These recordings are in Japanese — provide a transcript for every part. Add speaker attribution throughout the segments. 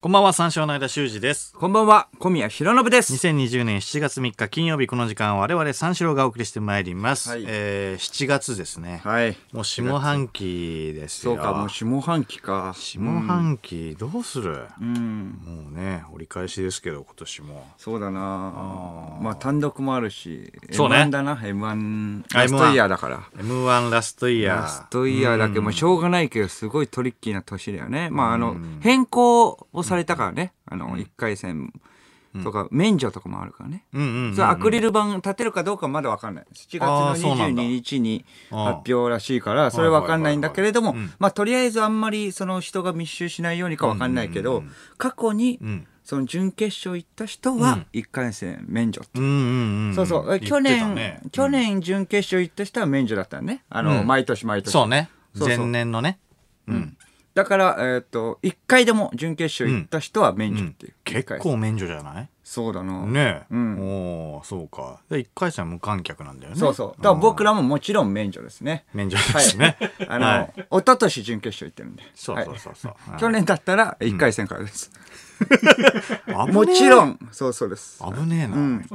Speaker 1: こんばんは、三章の間修二です。
Speaker 2: こんばんは、小宮浩信です。
Speaker 1: 2020年7月3日金曜日この時間は我々三四郎がお送りしてまいります。
Speaker 2: はい
Speaker 1: えー7月ですね。
Speaker 2: はい。
Speaker 1: もう下半期です
Speaker 2: そ
Speaker 1: よ。
Speaker 2: うか、もう下半期か。
Speaker 1: 下半期どうする、
Speaker 2: うん、
Speaker 1: もうね、折り返しですけど今年も。
Speaker 2: そうだな。まあ単独もあるし、
Speaker 1: そうね
Speaker 2: M1 だな、M1。
Speaker 1: あ
Speaker 2: ラストイヤーだから。
Speaker 1: M1 ラストイヤー。
Speaker 2: ラストイヤーだけど、まあしょうがないけど、すごいトリッキーな年だよね。まああの、変更をされたからね。あの、一回戦とか、免除とかもあるからね。
Speaker 1: うんうん、うん。
Speaker 2: それアクリル板立てるかどうかまだ分かんない7月
Speaker 1: あー
Speaker 2: の
Speaker 1: そうなんだ
Speaker 2: 22日に
Speaker 1: あー
Speaker 2: 発表らしいからそれ分かんないんだけれども
Speaker 1: はいはいはいはい
Speaker 2: まあとりあえずあんまりその人が密集しないようにか分かんないけど過去に
Speaker 1: うん
Speaker 2: その準決勝行った人
Speaker 1: うん
Speaker 2: は1回戦免除
Speaker 1: うんうんうん。
Speaker 2: そうそうえ
Speaker 1: 言
Speaker 2: 去
Speaker 1: ってた
Speaker 2: 年、
Speaker 1: ね
Speaker 2: 去年準決勝行った人は免除だったねあの、
Speaker 1: うん
Speaker 2: 毎年毎年
Speaker 1: そうね。
Speaker 2: そうそう
Speaker 1: 前年のね。うん。
Speaker 2: だから、えー、と1回でも準決勝行った人は免除っていう、
Speaker 1: 結構免除じゃない
Speaker 2: そうだな、
Speaker 1: ねえ、
Speaker 2: うん
Speaker 1: おーそうかで1回戦無観客なんだよね
Speaker 2: そうそうだから僕
Speaker 1: ら
Speaker 2: らももちろん免除ですね
Speaker 1: 免除ですね、は
Speaker 2: あの
Speaker 1: い、
Speaker 2: 一昨年準決勝行ってるんで。
Speaker 1: そうそうそうそう、
Speaker 2: はい去年だったら1回戦からです。
Speaker 1: はい
Speaker 2: もちろ
Speaker 1: ん
Speaker 2: ん、そうそうです。
Speaker 1: 危ねえな、
Speaker 2: うん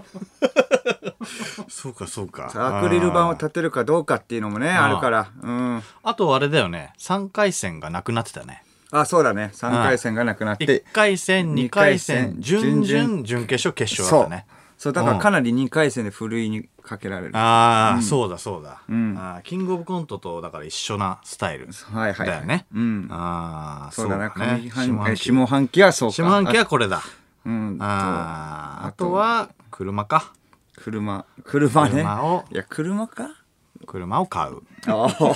Speaker 1: そうかそうか
Speaker 2: アクリル板
Speaker 1: あ
Speaker 2: を
Speaker 1: ー
Speaker 2: 立てるかどうかっていうのもね、
Speaker 1: あ
Speaker 2: あ
Speaker 1: ー
Speaker 2: るから。うん。
Speaker 1: あとあれだよね3回戦がなくなってたね
Speaker 2: あ、そうだね。3回戦がなくなって
Speaker 1: 1。回戦2回戦
Speaker 2: 二回
Speaker 1: 準
Speaker 2: 戦
Speaker 1: 々準決勝決勝
Speaker 2: そ
Speaker 1: だっ
Speaker 2: う
Speaker 1: たね。
Speaker 2: そう、だからかなり2回戦でふるいにかけられる。は
Speaker 1: ああ、そうだそうだ、
Speaker 2: ん
Speaker 1: あーキングオブコントとだから一緒なスタイル
Speaker 2: いはい。
Speaker 1: だよね、
Speaker 2: うん。
Speaker 1: ああ
Speaker 2: そうだね。
Speaker 1: 下
Speaker 2: 上半
Speaker 1: 半
Speaker 2: 期
Speaker 1: 期
Speaker 2: 下半期はそうか。
Speaker 1: 下半期はこれだ
Speaker 2: あうん。
Speaker 1: あーあ
Speaker 2: あと
Speaker 1: とは車か
Speaker 2: 車。車ね。
Speaker 1: 車を
Speaker 2: いや、車か
Speaker 1: 車を買う
Speaker 2: あー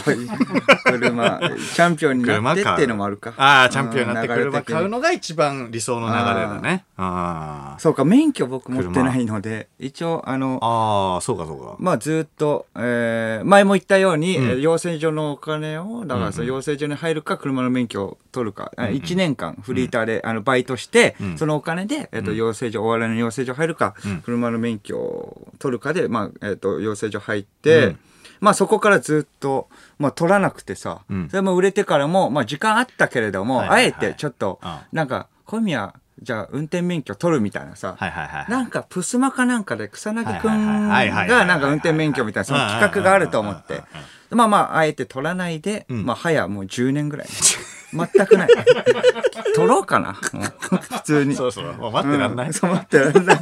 Speaker 2: 車、チャンピオンにな
Speaker 1: 車
Speaker 2: って
Speaker 1: 買う
Speaker 2: っていうのもあるか。
Speaker 1: ああチャンピオンになって
Speaker 2: うん流れ的
Speaker 1: 車買うのが一番理想の流れだねあー
Speaker 2: そうか、免許僕持ってないので、一応、あの、
Speaker 1: あーそうかそうか
Speaker 2: まあずっと、えー前も言ったように、えー養成所のお金を、だからその養成所に入るか、車の免許を取るか、あ一1年間フリーターで、あのバイトして、そのお金で、えっ、と、養成所、お笑いの養成所入るか、車の免許を取るかで、まあ、えっ、と、養成所入って、まあそこからずっと、まあ取らなくてさ、
Speaker 1: うん
Speaker 2: それも売れてからも、まあ時間あったけれども、
Speaker 1: はいはいはい
Speaker 2: あえてちょっと
Speaker 1: あ、
Speaker 2: なんか、小宮、じゃあ運転免許取るみたいなさ、
Speaker 1: はいはいはい
Speaker 2: なんかプスマかなんかで草薙くん
Speaker 1: はいはいはいはいはいはいは
Speaker 2: が
Speaker 1: い
Speaker 2: なんか運転免許みたいなその企画があると思っ
Speaker 1: うんう
Speaker 2: て
Speaker 1: ん。
Speaker 2: まあまあ、あえて取らないで、
Speaker 1: ん
Speaker 2: まあ、早もう10年ぐらい。全くない。 取ろうかな。もう普通に。
Speaker 1: そうそうもう待ってらんない、
Speaker 2: うんそう待ってらんない。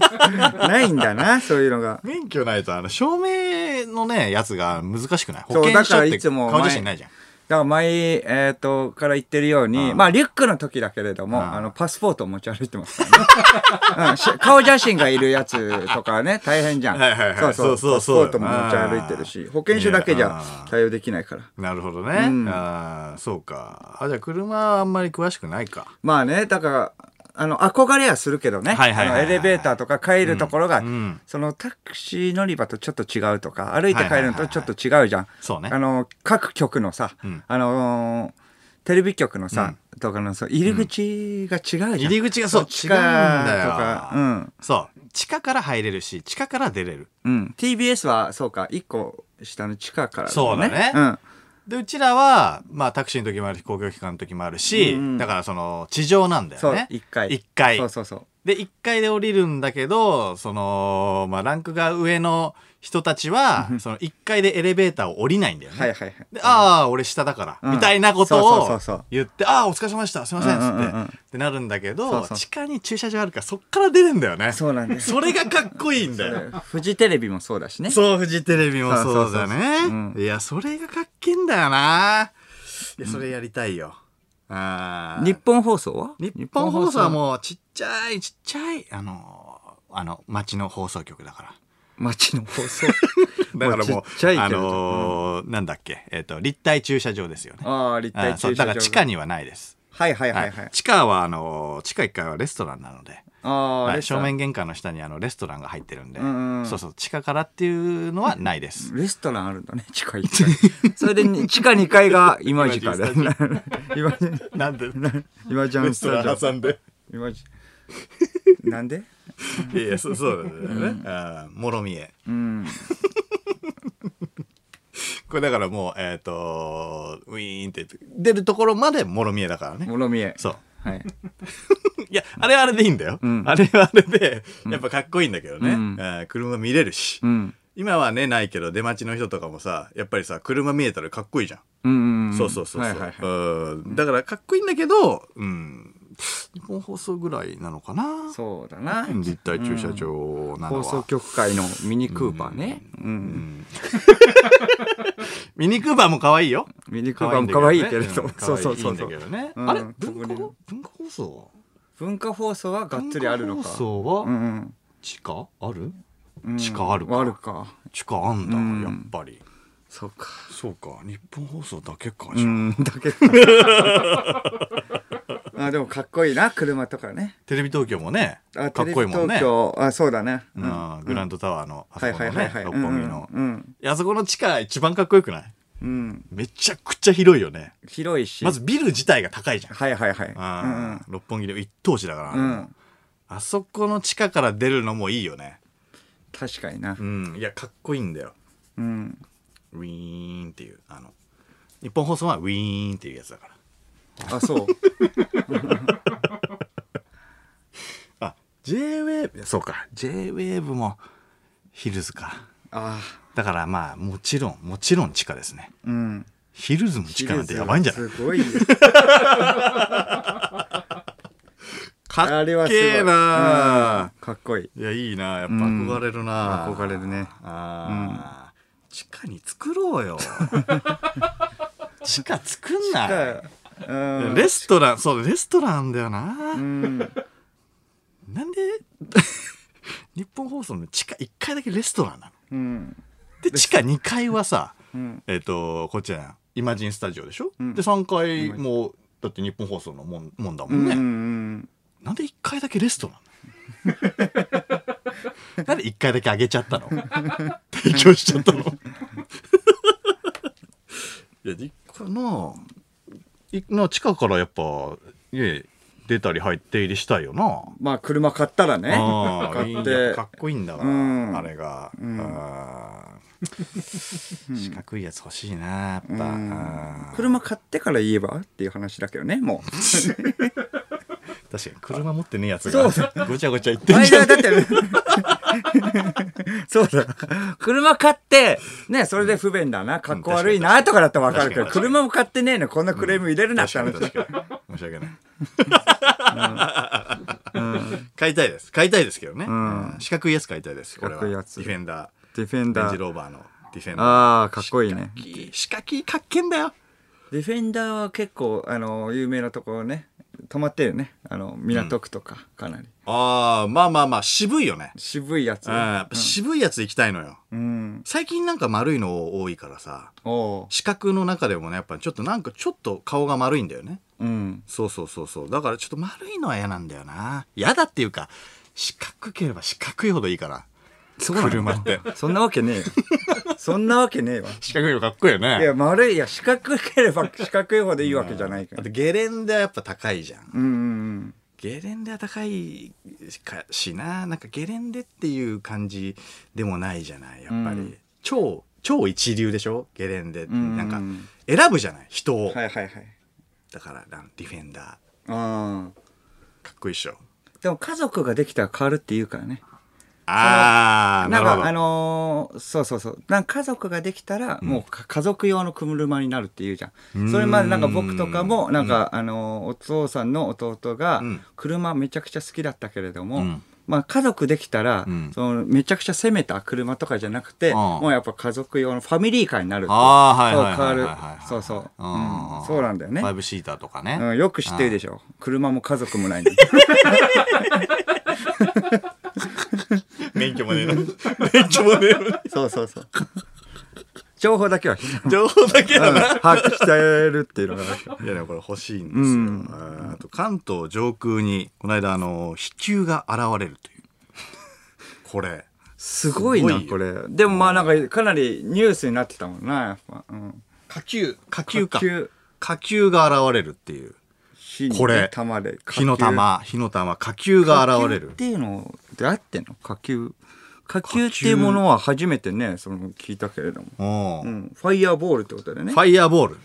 Speaker 2: ないんだな、そういうのが。
Speaker 1: 免許ないとあの証明のねやつが難しくない
Speaker 2: そう
Speaker 1: 保険証っ
Speaker 2: だから
Speaker 1: て
Speaker 2: いつも
Speaker 1: 顔写真ないじゃん
Speaker 2: だから前、えっ、と、から言ってるように、まあ、リュックの時だけれども、
Speaker 1: ん
Speaker 2: あの、パスポートを持ち歩いてますからね。 うんし顔写真がいるやつとかね、大変じゃん。
Speaker 1: はいはいはい
Speaker 2: そうそ
Speaker 1: そう
Speaker 2: う
Speaker 1: そう
Speaker 2: パス
Speaker 1: そう
Speaker 2: ポートも持ち歩いてるし、保険証だけじ
Speaker 1: いや
Speaker 2: ゃ
Speaker 1: あー
Speaker 2: 対応できないから。
Speaker 1: なるほどね、
Speaker 2: うん
Speaker 1: ああそうかあじゃあ車はあんまり詳しくないか
Speaker 2: まあね、だから、あの、憧れはするけどね。
Speaker 1: はいはいはいはい
Speaker 2: あのエレベーターとか帰るところが、
Speaker 1: うん
Speaker 2: そのタクシー乗り場とちょっと違うとか、歩いて帰るのとちょっと違うじゃん。
Speaker 1: そうね
Speaker 2: あの、各局のさ、
Speaker 1: ん
Speaker 2: あのーテレビ局のさ、とかのその入り口が違うじゃん。
Speaker 1: 入り口がそう
Speaker 2: 地
Speaker 1: 違うん
Speaker 2: 下
Speaker 1: だよ
Speaker 2: とか、うん。
Speaker 1: そう地下から入れるし地下から出れる
Speaker 2: うん。TBS は、そうか、一個下の地下から、
Speaker 1: そうだね
Speaker 2: うん。
Speaker 1: でうちらは、まあ、タクシーの時もあるし公共機関の時もあるし、
Speaker 2: うんうん
Speaker 1: だからその地上なんだ
Speaker 2: そ
Speaker 1: よ
Speaker 2: う
Speaker 1: ね、
Speaker 2: 一階。
Speaker 1: 一階
Speaker 2: そうそうそう。
Speaker 1: で1階で降りるんだけどその、まあ、ランクが上の人たちはその1階でエレベーターを降りないんだよね。
Speaker 2: はいはいはい。
Speaker 1: でああ俺下だから、
Speaker 2: うん
Speaker 1: みたいなこと
Speaker 2: そうそう
Speaker 1: を
Speaker 2: そうそう
Speaker 1: 言って「ああお疲れ様でしたすいません」っつって、
Speaker 2: うんうんうんうん
Speaker 1: ってなるんだけど
Speaker 2: そうそう
Speaker 1: 地下に駐車場あるからそっから出るんだよね
Speaker 2: そうなんです。
Speaker 1: それがかっこいいんだよ。
Speaker 2: フジテレビもそうだしね。
Speaker 1: そう、フジテレビもそうだ
Speaker 2: そうそうそう
Speaker 1: ね。
Speaker 2: う
Speaker 1: いや、それがかっけえんだよな。いや、それやりたいよ。あ
Speaker 2: 日
Speaker 1: ー
Speaker 2: 本放送は
Speaker 1: 日本放送はもうちっちゃいちっちゃい、あのー、あの、町の放送局だから。
Speaker 2: 街の放送
Speaker 1: だからもう、
Speaker 2: ちっちゃい
Speaker 1: あ
Speaker 2: けど
Speaker 1: のー、なんだっけ、えっと、立体駐車場ですよね。
Speaker 2: ああ立
Speaker 1: あ
Speaker 2: 体
Speaker 1: ーそ
Speaker 2: 駐
Speaker 1: うだ
Speaker 2: 車場
Speaker 1: から地下にはないです。
Speaker 2: はいはいは
Speaker 1: はいい
Speaker 2: はい
Speaker 1: 地下は、あのー、地下1階はレストランなので。
Speaker 2: ああ
Speaker 1: はい
Speaker 2: レス
Speaker 1: 正
Speaker 2: トラン
Speaker 1: 面玄関の下にあのレストランが入ってるんで、
Speaker 2: んうん
Speaker 1: そうそう地下からっていうのはない です。
Speaker 2: レストランあるんだね地下1階それでに地下2階が今時間だよね今時
Speaker 1: なんで
Speaker 2: 今じゃんスタジオ
Speaker 1: んで。
Speaker 2: 今時なんで
Speaker 1: いや、そう、そうなんだよね。あーもろみえ。
Speaker 2: うん
Speaker 1: これだからもう、えっ、と、ウィーンって出るところまでもろみえだからね。
Speaker 2: 諸見え
Speaker 1: そう。
Speaker 2: はい。
Speaker 1: いや、あれはあれでいいんだよ。
Speaker 2: うん
Speaker 1: あれはあれで、やっぱかっこいいんだけどね。
Speaker 2: うん
Speaker 1: あー車見れるし。
Speaker 2: うん。
Speaker 1: 今はね、ないけど、出待ちの人とかもさ、やっぱりさ、車見えたらかっこいいじゃん。
Speaker 2: うんん。
Speaker 1: そうそうそうそう、
Speaker 2: はいはいはい。
Speaker 1: うんだからかっこいいんだけど、うん、日本放送ぐらいなのかな。
Speaker 2: そうだな。
Speaker 1: 立体駐車場なのは。
Speaker 2: 放送局会のミニクーパーね。うん。
Speaker 1: ミニクーバーも可愛いよ。
Speaker 2: ミニクーパーも可愛いけれど
Speaker 1: うん。
Speaker 2: そうそうそ
Speaker 1: 可愛い
Speaker 2: うんそ
Speaker 1: だ
Speaker 2: う
Speaker 1: け。どね。
Speaker 2: うん
Speaker 1: あれ
Speaker 2: うん
Speaker 1: 文化放
Speaker 2: そこ
Speaker 1: 文化放送
Speaker 2: 文化放送はがっつりあるの
Speaker 1: 文化
Speaker 2: か。
Speaker 1: 放
Speaker 2: う
Speaker 1: 送は
Speaker 2: ん
Speaker 1: 地下ある？
Speaker 2: うん。
Speaker 1: 地下あるか
Speaker 2: あるか。
Speaker 1: 地下あんだ、
Speaker 2: うん
Speaker 1: やっぱり。
Speaker 2: そうか。
Speaker 1: そうか日本放送だけか
Speaker 2: う
Speaker 1: じゃあ、
Speaker 2: ん。だけ ど。あでもかっこいいな車とかね。
Speaker 1: テレビ東京もねか
Speaker 2: あ
Speaker 1: っこいいもん
Speaker 2: テレビ東
Speaker 1: ね。
Speaker 2: 京あそうだね。
Speaker 1: う
Speaker 2: うん
Speaker 1: ん、グランドタワーのあそ
Speaker 2: はい
Speaker 1: こ
Speaker 2: はい
Speaker 1: の
Speaker 2: はい
Speaker 1: ね
Speaker 2: はい。
Speaker 1: 六本木の、
Speaker 2: うんうん
Speaker 1: いやあそこの地下一番かっこよくない
Speaker 2: うん。うん
Speaker 1: めちゃくちゃ広いよね
Speaker 2: 広いし。
Speaker 1: まずビル自体が高いじゃん、
Speaker 2: はいはいはい。
Speaker 1: あー六本木で一等地だから、
Speaker 2: うんうん。うん。
Speaker 1: あそこの地下から出るのもいいよね
Speaker 2: 確かにな
Speaker 1: う。んいやかっこいいんだよ
Speaker 2: うん。
Speaker 1: ウィーンっていうあの日本放送はウィーンっていうやつだから
Speaker 2: あそう。
Speaker 1: あ JWAVE そうか JWAVE もヒルズか
Speaker 2: あ
Speaker 1: だからまあもちろんもちろん地下ですね
Speaker 2: あ。うん。
Speaker 1: ヒルズも地下なんてやばいんじゃない
Speaker 2: すごいよ。
Speaker 1: か
Speaker 2: あ
Speaker 1: っけ
Speaker 2: れはすごい。
Speaker 1: えな
Speaker 2: うんかっこいい。
Speaker 1: いやいいなやっぱ憧れるな、
Speaker 2: 憧れるね。
Speaker 1: ああ、地下に作ろ うよ地下作んな
Speaker 2: うん
Speaker 1: いレストランそうレストランだよ
Speaker 2: う
Speaker 1: な、
Speaker 2: ん。
Speaker 1: なんで 日本放送の地下1階だけレストランなの
Speaker 2: うん。
Speaker 1: で地下2階はさ
Speaker 2: うん。
Speaker 1: えっ、とこっちやんイマジンスタジオでしょ、
Speaker 2: うん
Speaker 1: で3階もだって日本放送のもんもんだも
Speaker 2: うんん
Speaker 1: ね、
Speaker 2: うん。
Speaker 1: なんで1階だけレストラン なのなんで1階だけあげちゃったの 提供しちゃったの いや実家のいの地下からやっぱ家出たり入って入りしたいよな
Speaker 2: まあ、車買ったらね。
Speaker 1: ああ
Speaker 2: 買
Speaker 1: いい
Speaker 2: っ
Speaker 1: んだ
Speaker 2: て
Speaker 1: か。っこいいんだから、
Speaker 2: うん
Speaker 1: あれが、
Speaker 2: ん
Speaker 1: あー四角いやつ欲しいなやっぱ、
Speaker 2: うん
Speaker 1: あー
Speaker 2: 車買ってから言えばっていう話だけどね、も う。
Speaker 1: 確かに車持ってねえやつ
Speaker 2: そう
Speaker 1: がごちゃごちゃ言ってんじゃ
Speaker 2: 間
Speaker 1: ん
Speaker 2: だって。 そうだ。車買って、ね、それで不便だな、かっこ悪いな、とかだったらわかるけど、
Speaker 1: 確かに確かに
Speaker 2: 車も買ってねえの、こんなクレーム入れるなって話。
Speaker 1: 確かに確かに申し訳ない買いたいです買いたいですけどね、
Speaker 2: ん
Speaker 1: 四角いやつ買いたいですこれは
Speaker 2: 四角
Speaker 1: デ
Speaker 2: いやつ
Speaker 1: ィフェンダ
Speaker 2: ディフェン
Speaker 1: ーレン
Speaker 2: ダ
Speaker 1: ジ
Speaker 2: ー。
Speaker 1: ローバーのディフェンダー
Speaker 2: ああ、かっこいいね。
Speaker 1: 四角いかっけんだよ
Speaker 2: ディフェンダーは結構、あの、有名なところね、止まってるよね。あの、港区とか、かなり。
Speaker 1: ああまあまあまあ渋いよね
Speaker 2: 渋いやつ。
Speaker 1: うんやっぱ渋いやつ行きたいのよ
Speaker 2: うん。
Speaker 1: 最近なんか丸いの多いからさ
Speaker 2: おう。
Speaker 1: 四角の中でもねやっぱちょっとなんかちょっと顔が丸いんだよね
Speaker 2: うん。
Speaker 1: そうそうそうそうだからちょっと丸いのは嫌なんだよな嫌だっていうか四角ければ四角いほどいいから
Speaker 2: そうなんだ
Speaker 1: 車って
Speaker 2: そんなわけね えよ。そんなわけねえわ。
Speaker 1: 四角いのかっこいいよね
Speaker 2: いや、丸い、いや、四角ければ四角いほどいいわけじゃないか
Speaker 1: あ
Speaker 2: ら
Speaker 1: と。ゲレンデはやっぱ高いじゃん
Speaker 2: うんうん
Speaker 1: ゲレンデは高いかしななんかゲレンデっていう感じでもないじゃないやっぱり、
Speaker 2: うん
Speaker 1: 超超一流でしょゲレンデって、
Speaker 2: うん
Speaker 1: なんか選ぶじゃない人を、
Speaker 2: うん。はいはいはい。
Speaker 1: だからなんディフェンダー
Speaker 2: ああ。
Speaker 1: かっこいいっしょ
Speaker 2: でも家族ができたら変わるって言うからね。
Speaker 1: ああな
Speaker 2: な
Speaker 1: んるほ
Speaker 2: か
Speaker 1: ど
Speaker 2: あのーそうそうそう。なんか家族ができたら、もうか家族用の車になるって言うじゃん。それまでなんか僕とかも、なんか、あのーお父さんの弟が
Speaker 1: うん、
Speaker 2: 車めちゃくちゃ好きだったけれども、
Speaker 1: うん
Speaker 2: まあ家族できたら、
Speaker 1: うん
Speaker 2: そのめちゃくちゃ攻めた車とかじゃなくて、
Speaker 1: ん
Speaker 2: もうやっぱ家族用のファミリーカーになるっていう
Speaker 1: あーはいはい
Speaker 2: そう
Speaker 1: はいはい
Speaker 2: 変わ
Speaker 1: はい
Speaker 2: る。そうそう。
Speaker 1: うん
Speaker 2: うんそうなんだよね
Speaker 1: ファ。イブシーターとかね、
Speaker 2: うん、よく知ってるでしょ。車も家族もないのに
Speaker 1: 免許もねえの免許もねえの
Speaker 2: そうそうそう。情報だけは、
Speaker 1: 情報だけだな
Speaker 2: 把握してるっていうのが。
Speaker 1: いやでもこれ欲しいんですよ、
Speaker 2: うん
Speaker 1: あーあと関東上空にこの間あの飛球が現れるという これ
Speaker 2: すごいな、
Speaker 1: すご
Speaker 2: こ
Speaker 1: い
Speaker 2: れ。でもまあなんか、かなりニュースになってたもんな、やっぱ。うん。
Speaker 1: 火球火球か
Speaker 2: 火球
Speaker 1: 火球が現れるっていう
Speaker 2: 火
Speaker 1: これ
Speaker 2: の玉で。
Speaker 1: 火の玉火の玉火球が現れ
Speaker 2: 火球っ
Speaker 1: る
Speaker 2: ていうのであってんの火球。火球っていうものは初めてね、その聞いたけれども。
Speaker 1: おう
Speaker 2: うん。ファイヤーボールってことだよね。
Speaker 1: ファイヤーボール、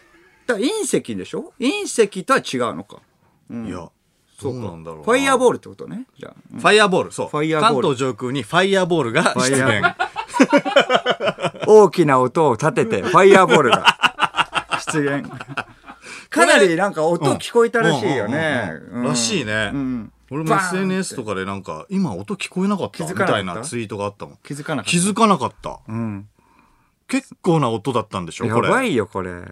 Speaker 2: だから隕石でしょ隕石とは違うのか。
Speaker 1: いやどうなんだろうな
Speaker 2: ファイアボールってことね。じゃあ。
Speaker 1: ファイヤーボール、そう。
Speaker 2: ファイヤーボール
Speaker 1: 関東上空にファイヤーボールが出
Speaker 2: ファイ
Speaker 1: 現。
Speaker 2: 大きな音を立てて、ファイアボールが出現。 かなりなんか 音聞こえたらしいよね
Speaker 1: うんうんうんう。んらしいね。
Speaker 2: うん
Speaker 1: 俺も
Speaker 2: バーンって
Speaker 1: SNS とかでなんか、今音聞こえなかった
Speaker 2: 気づ
Speaker 1: み
Speaker 2: かなかった
Speaker 1: たいなツイートがあったもん。
Speaker 2: 気づかなか
Speaker 1: 気
Speaker 2: っ
Speaker 1: づかなかった。
Speaker 2: た。うん。
Speaker 1: 結構な音だったんでしょ
Speaker 2: や
Speaker 1: こ
Speaker 2: ば
Speaker 1: れ。
Speaker 2: いよ、これ。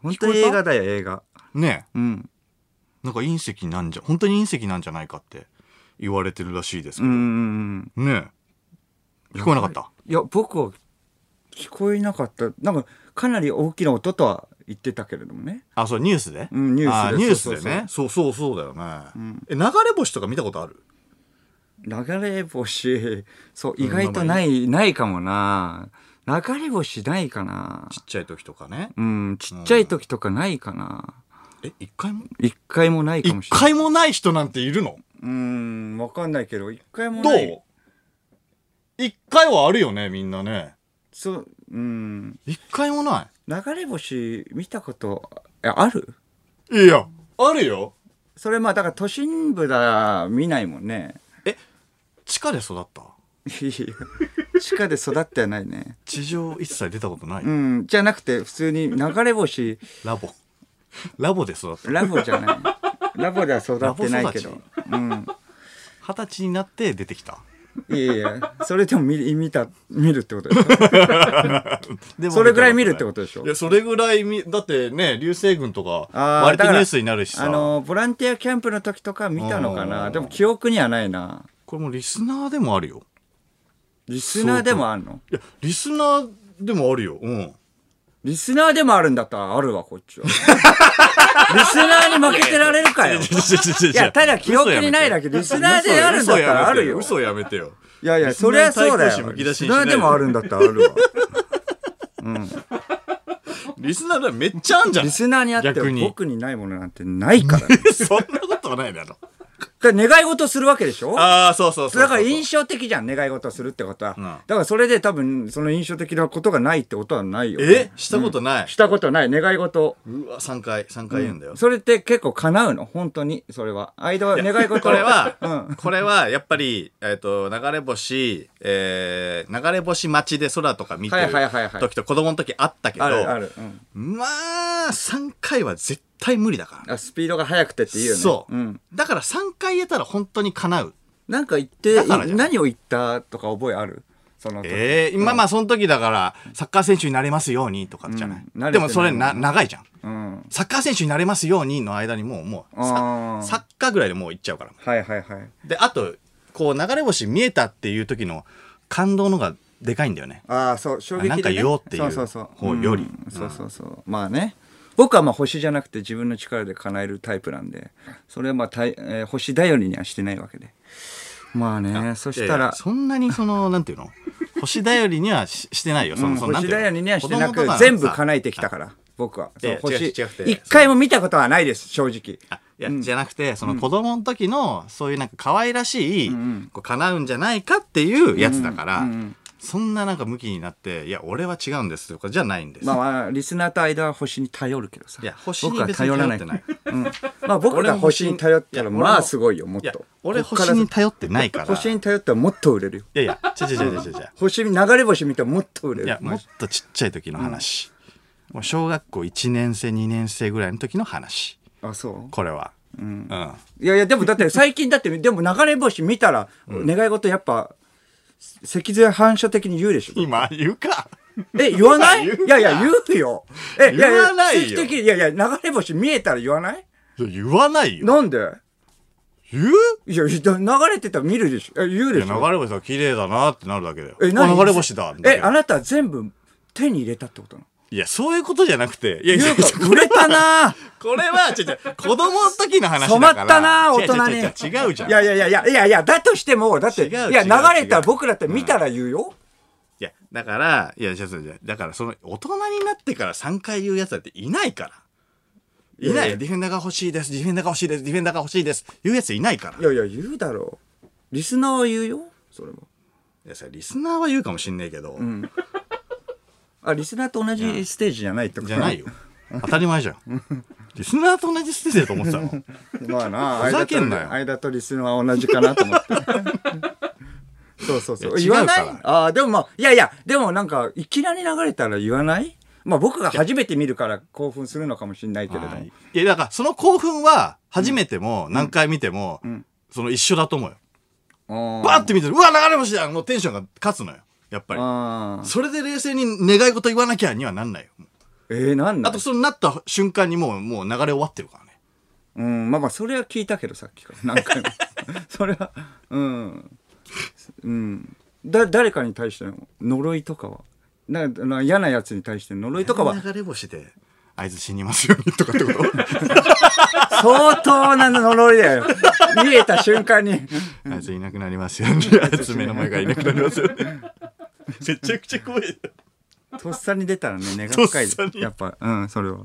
Speaker 2: 本当
Speaker 1: 聞こ
Speaker 2: に
Speaker 1: えた
Speaker 2: 映画だよ、映画。
Speaker 1: ね
Speaker 2: うん。
Speaker 1: なんか隕石なんじゃ、本当に隕石なんじゃないかって言われてるらしいです
Speaker 2: う
Speaker 1: け
Speaker 2: んう
Speaker 1: ど。
Speaker 2: ん
Speaker 1: ね聞こえなかった。
Speaker 2: うん。いや、僕は聞こえなかった。なんか、かなり大きな音とは言ってたけれどもね。
Speaker 1: あ、そう、ニュースで
Speaker 2: うんニュースで
Speaker 1: あニュースで
Speaker 2: そうそうそ
Speaker 1: ね。そうそうそうだよね
Speaker 2: ん。
Speaker 1: え、流れ星とか見たことある
Speaker 2: 流れ星、そう、意外とない、ないかもな。流れ星ないかな。
Speaker 1: ちっちゃい時とかね。
Speaker 2: うん、ちっちゃい時とかないかな。
Speaker 1: え、一回も
Speaker 2: 一回もないかも
Speaker 1: 一
Speaker 2: しれない。
Speaker 1: 回もない人なんているの
Speaker 2: うん、わかんないけど、一回も
Speaker 1: ど
Speaker 2: ない。
Speaker 1: う一回はあるよね、みんなね。
Speaker 2: そう、うん。
Speaker 1: 一回もな
Speaker 2: 流れ星見たこと、えある
Speaker 1: い。いや、あるよ。
Speaker 2: それまあだから都心部だ見ないもんね
Speaker 1: 地下で育った
Speaker 2: いや地下で育ってはないね
Speaker 1: 地上一切出たことない。
Speaker 2: うんじゃなくて普通に流れ星
Speaker 1: ラボ。 ラボで育った。
Speaker 2: ラボじゃないラボでは育ってないけ
Speaker 1: ラ
Speaker 2: どうん
Speaker 1: 二十歳になって出てきた。
Speaker 2: いやいやそれでも見見た見るってことでしょ
Speaker 1: でも
Speaker 2: それぐらい見るってことでしょ
Speaker 1: いや、それぐらい見、だってね、流星群とか、
Speaker 2: あー
Speaker 1: 割と
Speaker 2: だか
Speaker 1: ニュ
Speaker 2: ら
Speaker 1: ースになるしさ。
Speaker 2: あのボランティアキャンプの時とか見たのか
Speaker 1: う
Speaker 2: なんでも記憶にはないな
Speaker 1: これもうリスナーでもあるよ。
Speaker 2: リスナーでもあるの
Speaker 1: いや、リスナーでもあるよ。 うん。
Speaker 2: リスナーでもあるんだったらあるわこっちは リスナーに負けてられるかよい
Speaker 1: い
Speaker 2: や、ただ記憶にないだけ、リスナーであるんだったらあるよ。
Speaker 1: 嘘やめてよ。
Speaker 2: いやいや、
Speaker 1: リスナ
Speaker 2: そ
Speaker 1: ー
Speaker 2: りゃそうだ
Speaker 1: 対抗心
Speaker 2: よ。
Speaker 1: むき出
Speaker 2: リ
Speaker 1: し
Speaker 2: ス
Speaker 1: にしない
Speaker 2: ナーでもあるんだったらあ るわ。うん、
Speaker 1: リスナーだめっちゃあんじゃん。
Speaker 2: リスナーにあって
Speaker 1: 逆に
Speaker 2: 僕にないものなんてないか ら、ね、
Speaker 1: そんなことはないだろ。
Speaker 2: だから願い事するわけでしょ
Speaker 1: ああ、そうそうそうそう。
Speaker 2: だから印象的じゃん願い事するってことは、
Speaker 1: うん
Speaker 2: だからそれで多分その印象的なことがないってことはないよ
Speaker 1: えしたことない。
Speaker 2: したことない願い事
Speaker 1: うわ、3回、3回言うんだよ。
Speaker 2: それって結構叶うの本当にそれは間は願い事
Speaker 1: これは、
Speaker 2: うん
Speaker 1: これはやっぱり、えっと流れ星、えー、流れ星待ちで空とか見てる
Speaker 2: はいはいはいはい
Speaker 1: 時と子供の時あったけど、
Speaker 2: あるある、うん
Speaker 1: まあ3回は絶対無理だから
Speaker 2: あスピードが速くてっていうよね
Speaker 1: そう、
Speaker 2: ん、
Speaker 1: だから3回言えたら本当に叶う
Speaker 2: なんか言って
Speaker 1: だからじゃん
Speaker 2: 何を言ったとか覚えあるその時
Speaker 1: ええ今まあその時だからサッカー選手になれますようにとかじゃない,、
Speaker 2: うん慣れてない
Speaker 1: でもそれな長いじゃん
Speaker 2: うん
Speaker 1: サッカー選手になれますようにの間にもうもう
Speaker 2: あ
Speaker 1: さ
Speaker 2: ー
Speaker 1: サッカーぐらいでもう行っちゃうから
Speaker 2: はいはいはい
Speaker 1: であとこう流れ星見えたっていう時の感動のがでかいんだよね
Speaker 2: ああそう衝撃で、ね、
Speaker 1: なんか言おうっていう
Speaker 2: そうそうそ
Speaker 1: 方
Speaker 2: う
Speaker 1: より
Speaker 2: うんそうそうそうまあね僕はまあ星じゃなくて自分の力で叶えるタイプなんでそれはまあたい、えー星頼りにはしてないわけでまあねそした
Speaker 1: いやい
Speaker 2: ら
Speaker 1: やそんなにそ のなんていうの星頼りにはししてないよその、
Speaker 2: うん
Speaker 1: そのなん
Speaker 2: 星
Speaker 1: ていうの
Speaker 2: 頼りにはしてな
Speaker 1: 子供とか
Speaker 2: く
Speaker 1: の
Speaker 2: 全部
Speaker 1: さ
Speaker 2: 叶えてきたから僕はそう
Speaker 1: いや違う
Speaker 2: 星
Speaker 1: 違くて
Speaker 2: 一回も見たことはないです正直
Speaker 1: あいや、じゃなくてその子供の時のそういうなんか可愛らしい、こう叶うんじゃないかっていうやつだから、そんななんか向きになっていや俺は違うんですとかじゃないんです、
Speaker 2: まあまあリスナーと間は星に頼るけどさ
Speaker 1: いや星に
Speaker 2: 僕は
Speaker 1: 別に頼
Speaker 2: 頼ら
Speaker 1: っ
Speaker 2: ない
Speaker 1: てない
Speaker 2: まあ僕が星に頼った
Speaker 1: いや
Speaker 2: ら
Speaker 1: 俺も
Speaker 2: まあすごいよもっ
Speaker 1: いや
Speaker 2: と
Speaker 1: 俺
Speaker 2: こっか
Speaker 1: 星
Speaker 2: ら
Speaker 1: に頼ってないから
Speaker 2: 星
Speaker 1: い
Speaker 2: に頼ったらもっと売れるよ
Speaker 1: やいや違う違う違う違う違う
Speaker 2: 星に流れ星見たらもっと売れ
Speaker 1: い
Speaker 2: る
Speaker 1: やもっとちっちゃい時の話、もう小学校1年生2年生ぐらいの時の話
Speaker 2: あそ
Speaker 1: これはうん、
Speaker 2: ういやいやでもだって最近だってでも流れ星見たら願い事やっぱ脊髄反射的に言うでしょ
Speaker 1: 今言うか
Speaker 2: え言わないい
Speaker 1: 言う
Speaker 2: やいや言うよえや
Speaker 1: 言わないよ
Speaker 2: 奇跡的にいやいや流れ星見えたら言わない
Speaker 1: いや言わないよ
Speaker 2: なんで
Speaker 1: 言う
Speaker 2: いやいや流れてたら見るでしょえ言う
Speaker 1: い
Speaker 2: で
Speaker 1: や
Speaker 2: し
Speaker 1: 流
Speaker 2: ょ
Speaker 1: れ星が綺麗だなってなるだけだよ
Speaker 2: え何
Speaker 1: あ流れ星だ
Speaker 2: えあ
Speaker 1: れ
Speaker 2: なた全部手に入れたってことなの
Speaker 1: いやそういうことじゃなくていやいやい
Speaker 2: 言
Speaker 1: う
Speaker 2: か
Speaker 1: や
Speaker 2: 売れたなぁ
Speaker 1: これはちょちょ子供の時の話だ
Speaker 2: 染
Speaker 1: か
Speaker 2: ま
Speaker 1: ら
Speaker 2: ったな大人に。
Speaker 1: 違う違う違う違うじゃん
Speaker 2: いやいやいやいや、いやいや、だとしても、だって、い
Speaker 1: 違
Speaker 2: や、
Speaker 1: う
Speaker 2: 流
Speaker 1: 違う
Speaker 2: れた
Speaker 1: 違
Speaker 2: ら
Speaker 1: う
Speaker 2: 僕だって見たら言うよ。
Speaker 1: いや、だから、いや、じゃあそれじゃあだから、その、大人になってから3回言うやつだっていないから。いない
Speaker 2: やい
Speaker 1: い。
Speaker 2: や
Speaker 1: ディフェンダーが欲しいです。ディフェンダーが欲しいです。ディフェンダーが欲しいです。言うやついないから。
Speaker 2: いやいや、言うだろう。リスナーは言うよ。それも。
Speaker 1: いや、それリスナーは言うかもしんないけど、
Speaker 2: あ、リスナーと同じステージじゃないってこと
Speaker 1: じゃないよ。。当たり前じゃん。リスナーと同じステージだと思ってたの。
Speaker 2: まあな、
Speaker 1: ふざけんなよ
Speaker 2: 間と間とリスナーは同じかなと 思って。そうそうそう。
Speaker 1: い
Speaker 2: 言
Speaker 1: や違
Speaker 2: わ
Speaker 1: うか
Speaker 2: な
Speaker 1: ら
Speaker 2: いああ、でもまあ、いやいや、でもなんか、いきなり流れたら言わないまあ僕が初めて見るから興奮するのかもしれないけれども。
Speaker 1: いや、だからその興奮は、初めても何回見ても、その一緒だと思うよ。
Speaker 2: うん
Speaker 1: バーって見てる、うわ、流れ星だのテンションが勝つのよ。やっぱり。
Speaker 2: あー
Speaker 1: それで冷静に願い事言わなきゃにはなんないよ。
Speaker 2: えー、なんだ
Speaker 1: あと、それなった瞬間にもう、もう流れ終わってるからね。
Speaker 2: うん、まあまあ、それは聞いたけど、さっきから。 何回も。それは、うん。うん。だ、誰かに対しての呪いとかは。な、な嫌なやつに対しての呪いとかは、
Speaker 1: 流れ星で、合図死にますようにとかってこと
Speaker 2: 相当な呪いだよ。見えた瞬間に。
Speaker 1: あいついなくなりますように。あ いつ目の前がいなくなりますように。 めちゃくちゃ怖い。
Speaker 2: とっさに出たらね、根が深い
Speaker 1: とっさに
Speaker 2: やっぱ、うん、それは。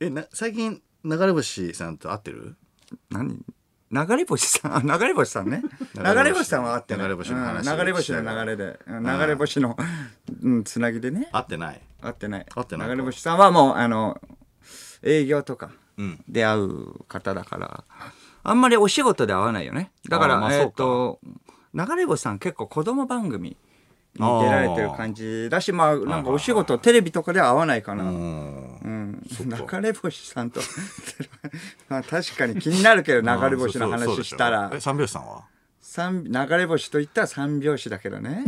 Speaker 1: え、な、最近、流れ星さんと会ってる
Speaker 2: 何流れ星さん、あ流れ星さんね。
Speaker 1: 流れ星
Speaker 2: 流れ星さんはあってな
Speaker 1: 流
Speaker 2: い
Speaker 1: れ星の話
Speaker 2: うん流れ星の流れで。うん流れ星の、うん、つなぎでね。
Speaker 1: 会ってない。
Speaker 2: 合ってない。
Speaker 1: 合ってないか
Speaker 2: 流れ星さんはもう、あの、営業とか
Speaker 1: うん。
Speaker 2: で会う方だから、あんまりお仕事で会わないよね。だか
Speaker 1: あーまあ
Speaker 2: ら、え
Speaker 1: そ
Speaker 2: っ、
Speaker 1: うか
Speaker 2: と、流れ星さん結構子供番組に出られてる感じだし、まあ、なんかお仕事、テレビとかでは会わないかな。
Speaker 1: うん。
Speaker 2: うん、
Speaker 1: そっか
Speaker 2: 流れ星さんと まあ確かに気になるけど 流れ星の
Speaker 1: あーそうそう
Speaker 2: 話したら
Speaker 1: そうでしょえ、三拍子さんは
Speaker 2: 三流れ星といったら三拍子だけどね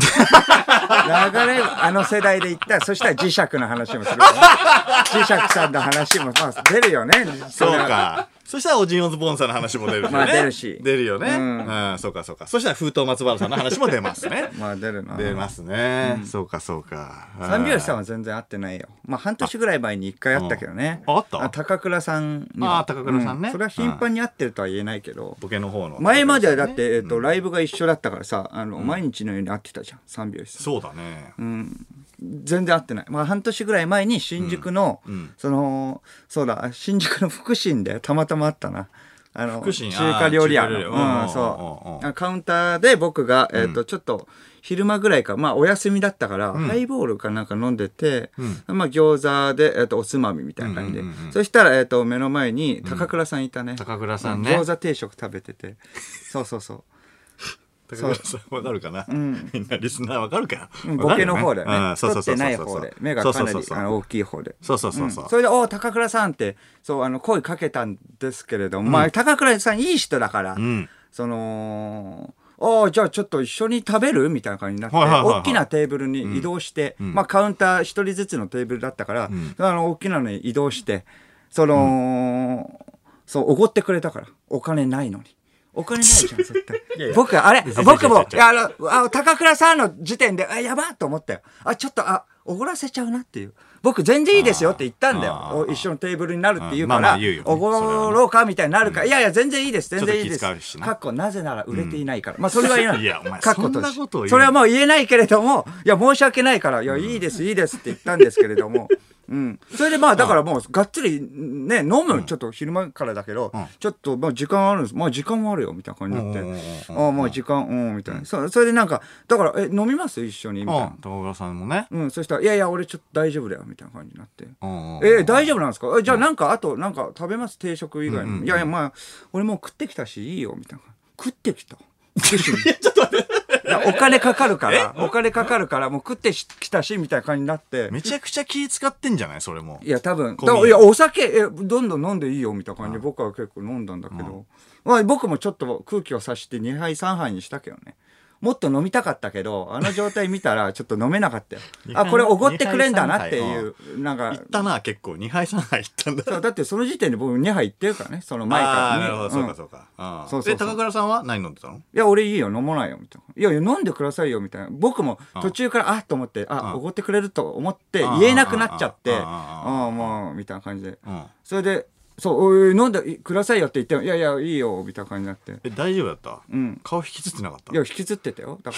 Speaker 2: 流れあの世代で言ったらそしたら磁石の話もするから磁石さんの話も、まあ、出るよね
Speaker 1: そう
Speaker 2: れは
Speaker 1: か。そしたら、オジンオズボーンさんの話も出るよね。
Speaker 2: まあ出るし
Speaker 1: 出るよね。う
Speaker 2: うん
Speaker 1: ん、そうか、そうか。そしたら、封筒松原さんの話も出ますね。
Speaker 2: まあ出るな
Speaker 1: 出ますね。そうか、そうか。
Speaker 2: 三拍子さん
Speaker 1: は
Speaker 2: は全然会ってないよまあ半年ぐらい前に一回会ったけどね
Speaker 1: ああった
Speaker 2: 高倉さんには
Speaker 1: あー高倉さんね
Speaker 2: うそれは頻繁に会ってるとは言えないけど、
Speaker 1: ボケの方の。
Speaker 2: 前まではだって、えっとライブが一緒だったからさあの、毎日のように会ってたじゃん三拍子さん
Speaker 1: そうだね。
Speaker 2: 全然会ってない、まあ、半年ぐらい前に新宿の、そのそうだ新宿の福神でたまたま会ったなあの
Speaker 1: 福神
Speaker 2: 中華料理屋
Speaker 1: あー中華料理屋う
Speaker 2: のうんん
Speaker 1: うんうん
Speaker 2: そううカウンターで僕が、えっとちょっと昼間ぐらいか、まあ、お休みだったから、ハイボールかなんか飲んでて、まあ、餃子で、えっとおつまみみたいな感じで、
Speaker 1: うんうんうんうん
Speaker 2: そしたら、えっと目の前に高倉さんいたね、
Speaker 1: 高倉さんね
Speaker 2: 餃子定食食べててそうそう そう
Speaker 1: 高倉さんわかるかな、みんなリスナーわかるか
Speaker 2: うんボケの方でね。
Speaker 1: うんそう
Speaker 2: 取
Speaker 1: そうそうそう
Speaker 2: ってない方で。目がかなりあの大きい方で。
Speaker 1: そうそうそうそうそうそうそうそう
Speaker 2: それで、おう高倉さんって、そう、あの、声かけたんですけれども、まあ、高倉さんいい人だから、
Speaker 1: ん
Speaker 2: その、おうじゃあちょっと一緒に食べるみたいな感じになって、
Speaker 1: はいはいはいはい
Speaker 2: 大きなテーブルに移動して、まあ、カウンター一人ずつのテーブルだったから、あの、大きなのに移動して、その、そう、おごってくれたから、お金ないのに。お金ないじゃん、絶対。僕、あれ、僕も、いや、あの、あの高倉さんの時点で、あ、やばっと思ったよ。あ、ちょっと、あ、おごらせちゃうなっていう。僕、全然いいですよって言ったんだ
Speaker 1: あ
Speaker 2: よ
Speaker 1: ー。
Speaker 2: お一緒のテーブルになるっていう
Speaker 1: う
Speaker 2: か
Speaker 1: んまあま
Speaker 2: ら
Speaker 1: あ言うよね、
Speaker 2: おごろうかみたいになるから、いやいや、全然いいです、全然いいで
Speaker 1: ちょっと気遣う
Speaker 2: す。
Speaker 1: しな
Speaker 2: かっこ、なぜなら売れていないから。まあ、それは言えない。
Speaker 1: いやお前
Speaker 2: かっこ閉じ
Speaker 1: そんなことを言う
Speaker 2: それはもう言えないけれども、いや、申し訳ないから、いや、いいです、いいですって言ったんですけれ ども、うん。それでまあ、だからもう、がっつり、ね、飲む、ちょっと昼間からだけど、ちょっと、まあ、時間あるんです。まあ、時間もあるよ、みたいな感じに
Speaker 1: うんうんう
Speaker 2: なんって、ああ、まあ、時間、うん、みたいな。そそれでなんか、だから、え、飲みます一緒に、みたいな
Speaker 1: うん。高倉さんもね、
Speaker 2: うん、そしたら、いやいや、俺ちょっと大丈夫だよ、みたいな感じになって。
Speaker 1: うんうん
Speaker 2: えー大丈夫なんですかえじゃあなんか、あとなんか食べます定食以外に。いやいや、まあ、俺もう食ってきたし、いいよ、 みたいな。食ってきた。ちょっと お金かかるから、お金かかるから、もう食ってしきたし、みたいな感じになって。
Speaker 1: めちゃくちゃ気使ってんじゃないそれも
Speaker 2: いや、多分、
Speaker 1: 込み。
Speaker 2: だいや、お酒、え、どんどん飲んでいいよ、みたいな感じで、僕は結構飲んだんだけど、まあ、僕もちょっと空気を察して2杯、3杯にしたけどね。もっと飲みたかったけど、あの状態見たら、ちょっと飲めなか ったよ
Speaker 1: 二杯
Speaker 2: あ、これおごってくれんだなっ
Speaker 1: 二
Speaker 2: て
Speaker 1: 杯
Speaker 2: い
Speaker 1: 三
Speaker 2: う、なんか
Speaker 1: 行っ、たな結構2杯3杯行ったんだ
Speaker 2: そうだってその時点で僕2杯いってるからね、そ の前から
Speaker 1: ああ
Speaker 2: ね。
Speaker 1: なるほどそう
Speaker 2: うん
Speaker 1: かそうか、うん、
Speaker 2: そうそうそう
Speaker 1: で高倉さんは何飲んでたの
Speaker 2: いや、俺いいよ、飲まないよ、みたいな。いやいや、飲んでくださいよ、みたいな。僕も途中から、あっと思って、あ、おごってくれると思って、
Speaker 1: うん
Speaker 2: 言えなくなっちゃって、
Speaker 1: うん
Speaker 2: ああ、もう、みたいな感じで。
Speaker 1: うん
Speaker 2: それで、そう、おい飲んでくださいよって言っても、いやいや、いいよ、みたいな感じになって。
Speaker 1: え大丈夫だった、
Speaker 2: うん。
Speaker 1: 顔引きつってなかった
Speaker 2: いや、引きずってたよ。だか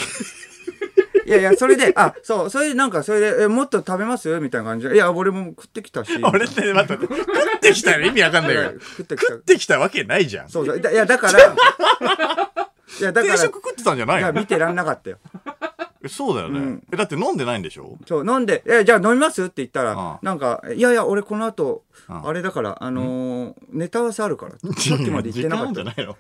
Speaker 2: ら。いやいや、それで、あ、そう、それでなんか、それで、え、もっと食べますみたいな感じで。いや、俺も食ってきたし。
Speaker 1: 俺って待って待って食ってきたら意味わかんない
Speaker 2: い
Speaker 1: か
Speaker 2: や
Speaker 1: ら
Speaker 2: 食ってきた
Speaker 1: 食ってきたわけないじゃん
Speaker 2: そうそう。だい や、だから、いや、だか
Speaker 1: 定
Speaker 2: ら、
Speaker 1: 食
Speaker 2: い
Speaker 1: 食ってたんじゃない
Speaker 2: や、
Speaker 1: の
Speaker 2: 見てらんなかったよ。
Speaker 1: えそうだよね、
Speaker 2: うん
Speaker 1: えだって飲んでないんでしょ
Speaker 2: そう、飲んで、え、じゃあ飲みますって言ったら、
Speaker 1: ああ
Speaker 2: なんか、いやいや、俺この後、
Speaker 1: ああ
Speaker 2: あれだから、あのーネタ合わせあるから、さっきまで言ってな
Speaker 1: 時間
Speaker 2: かっ
Speaker 1: じ
Speaker 2: た
Speaker 1: ゃないの
Speaker 2: よ。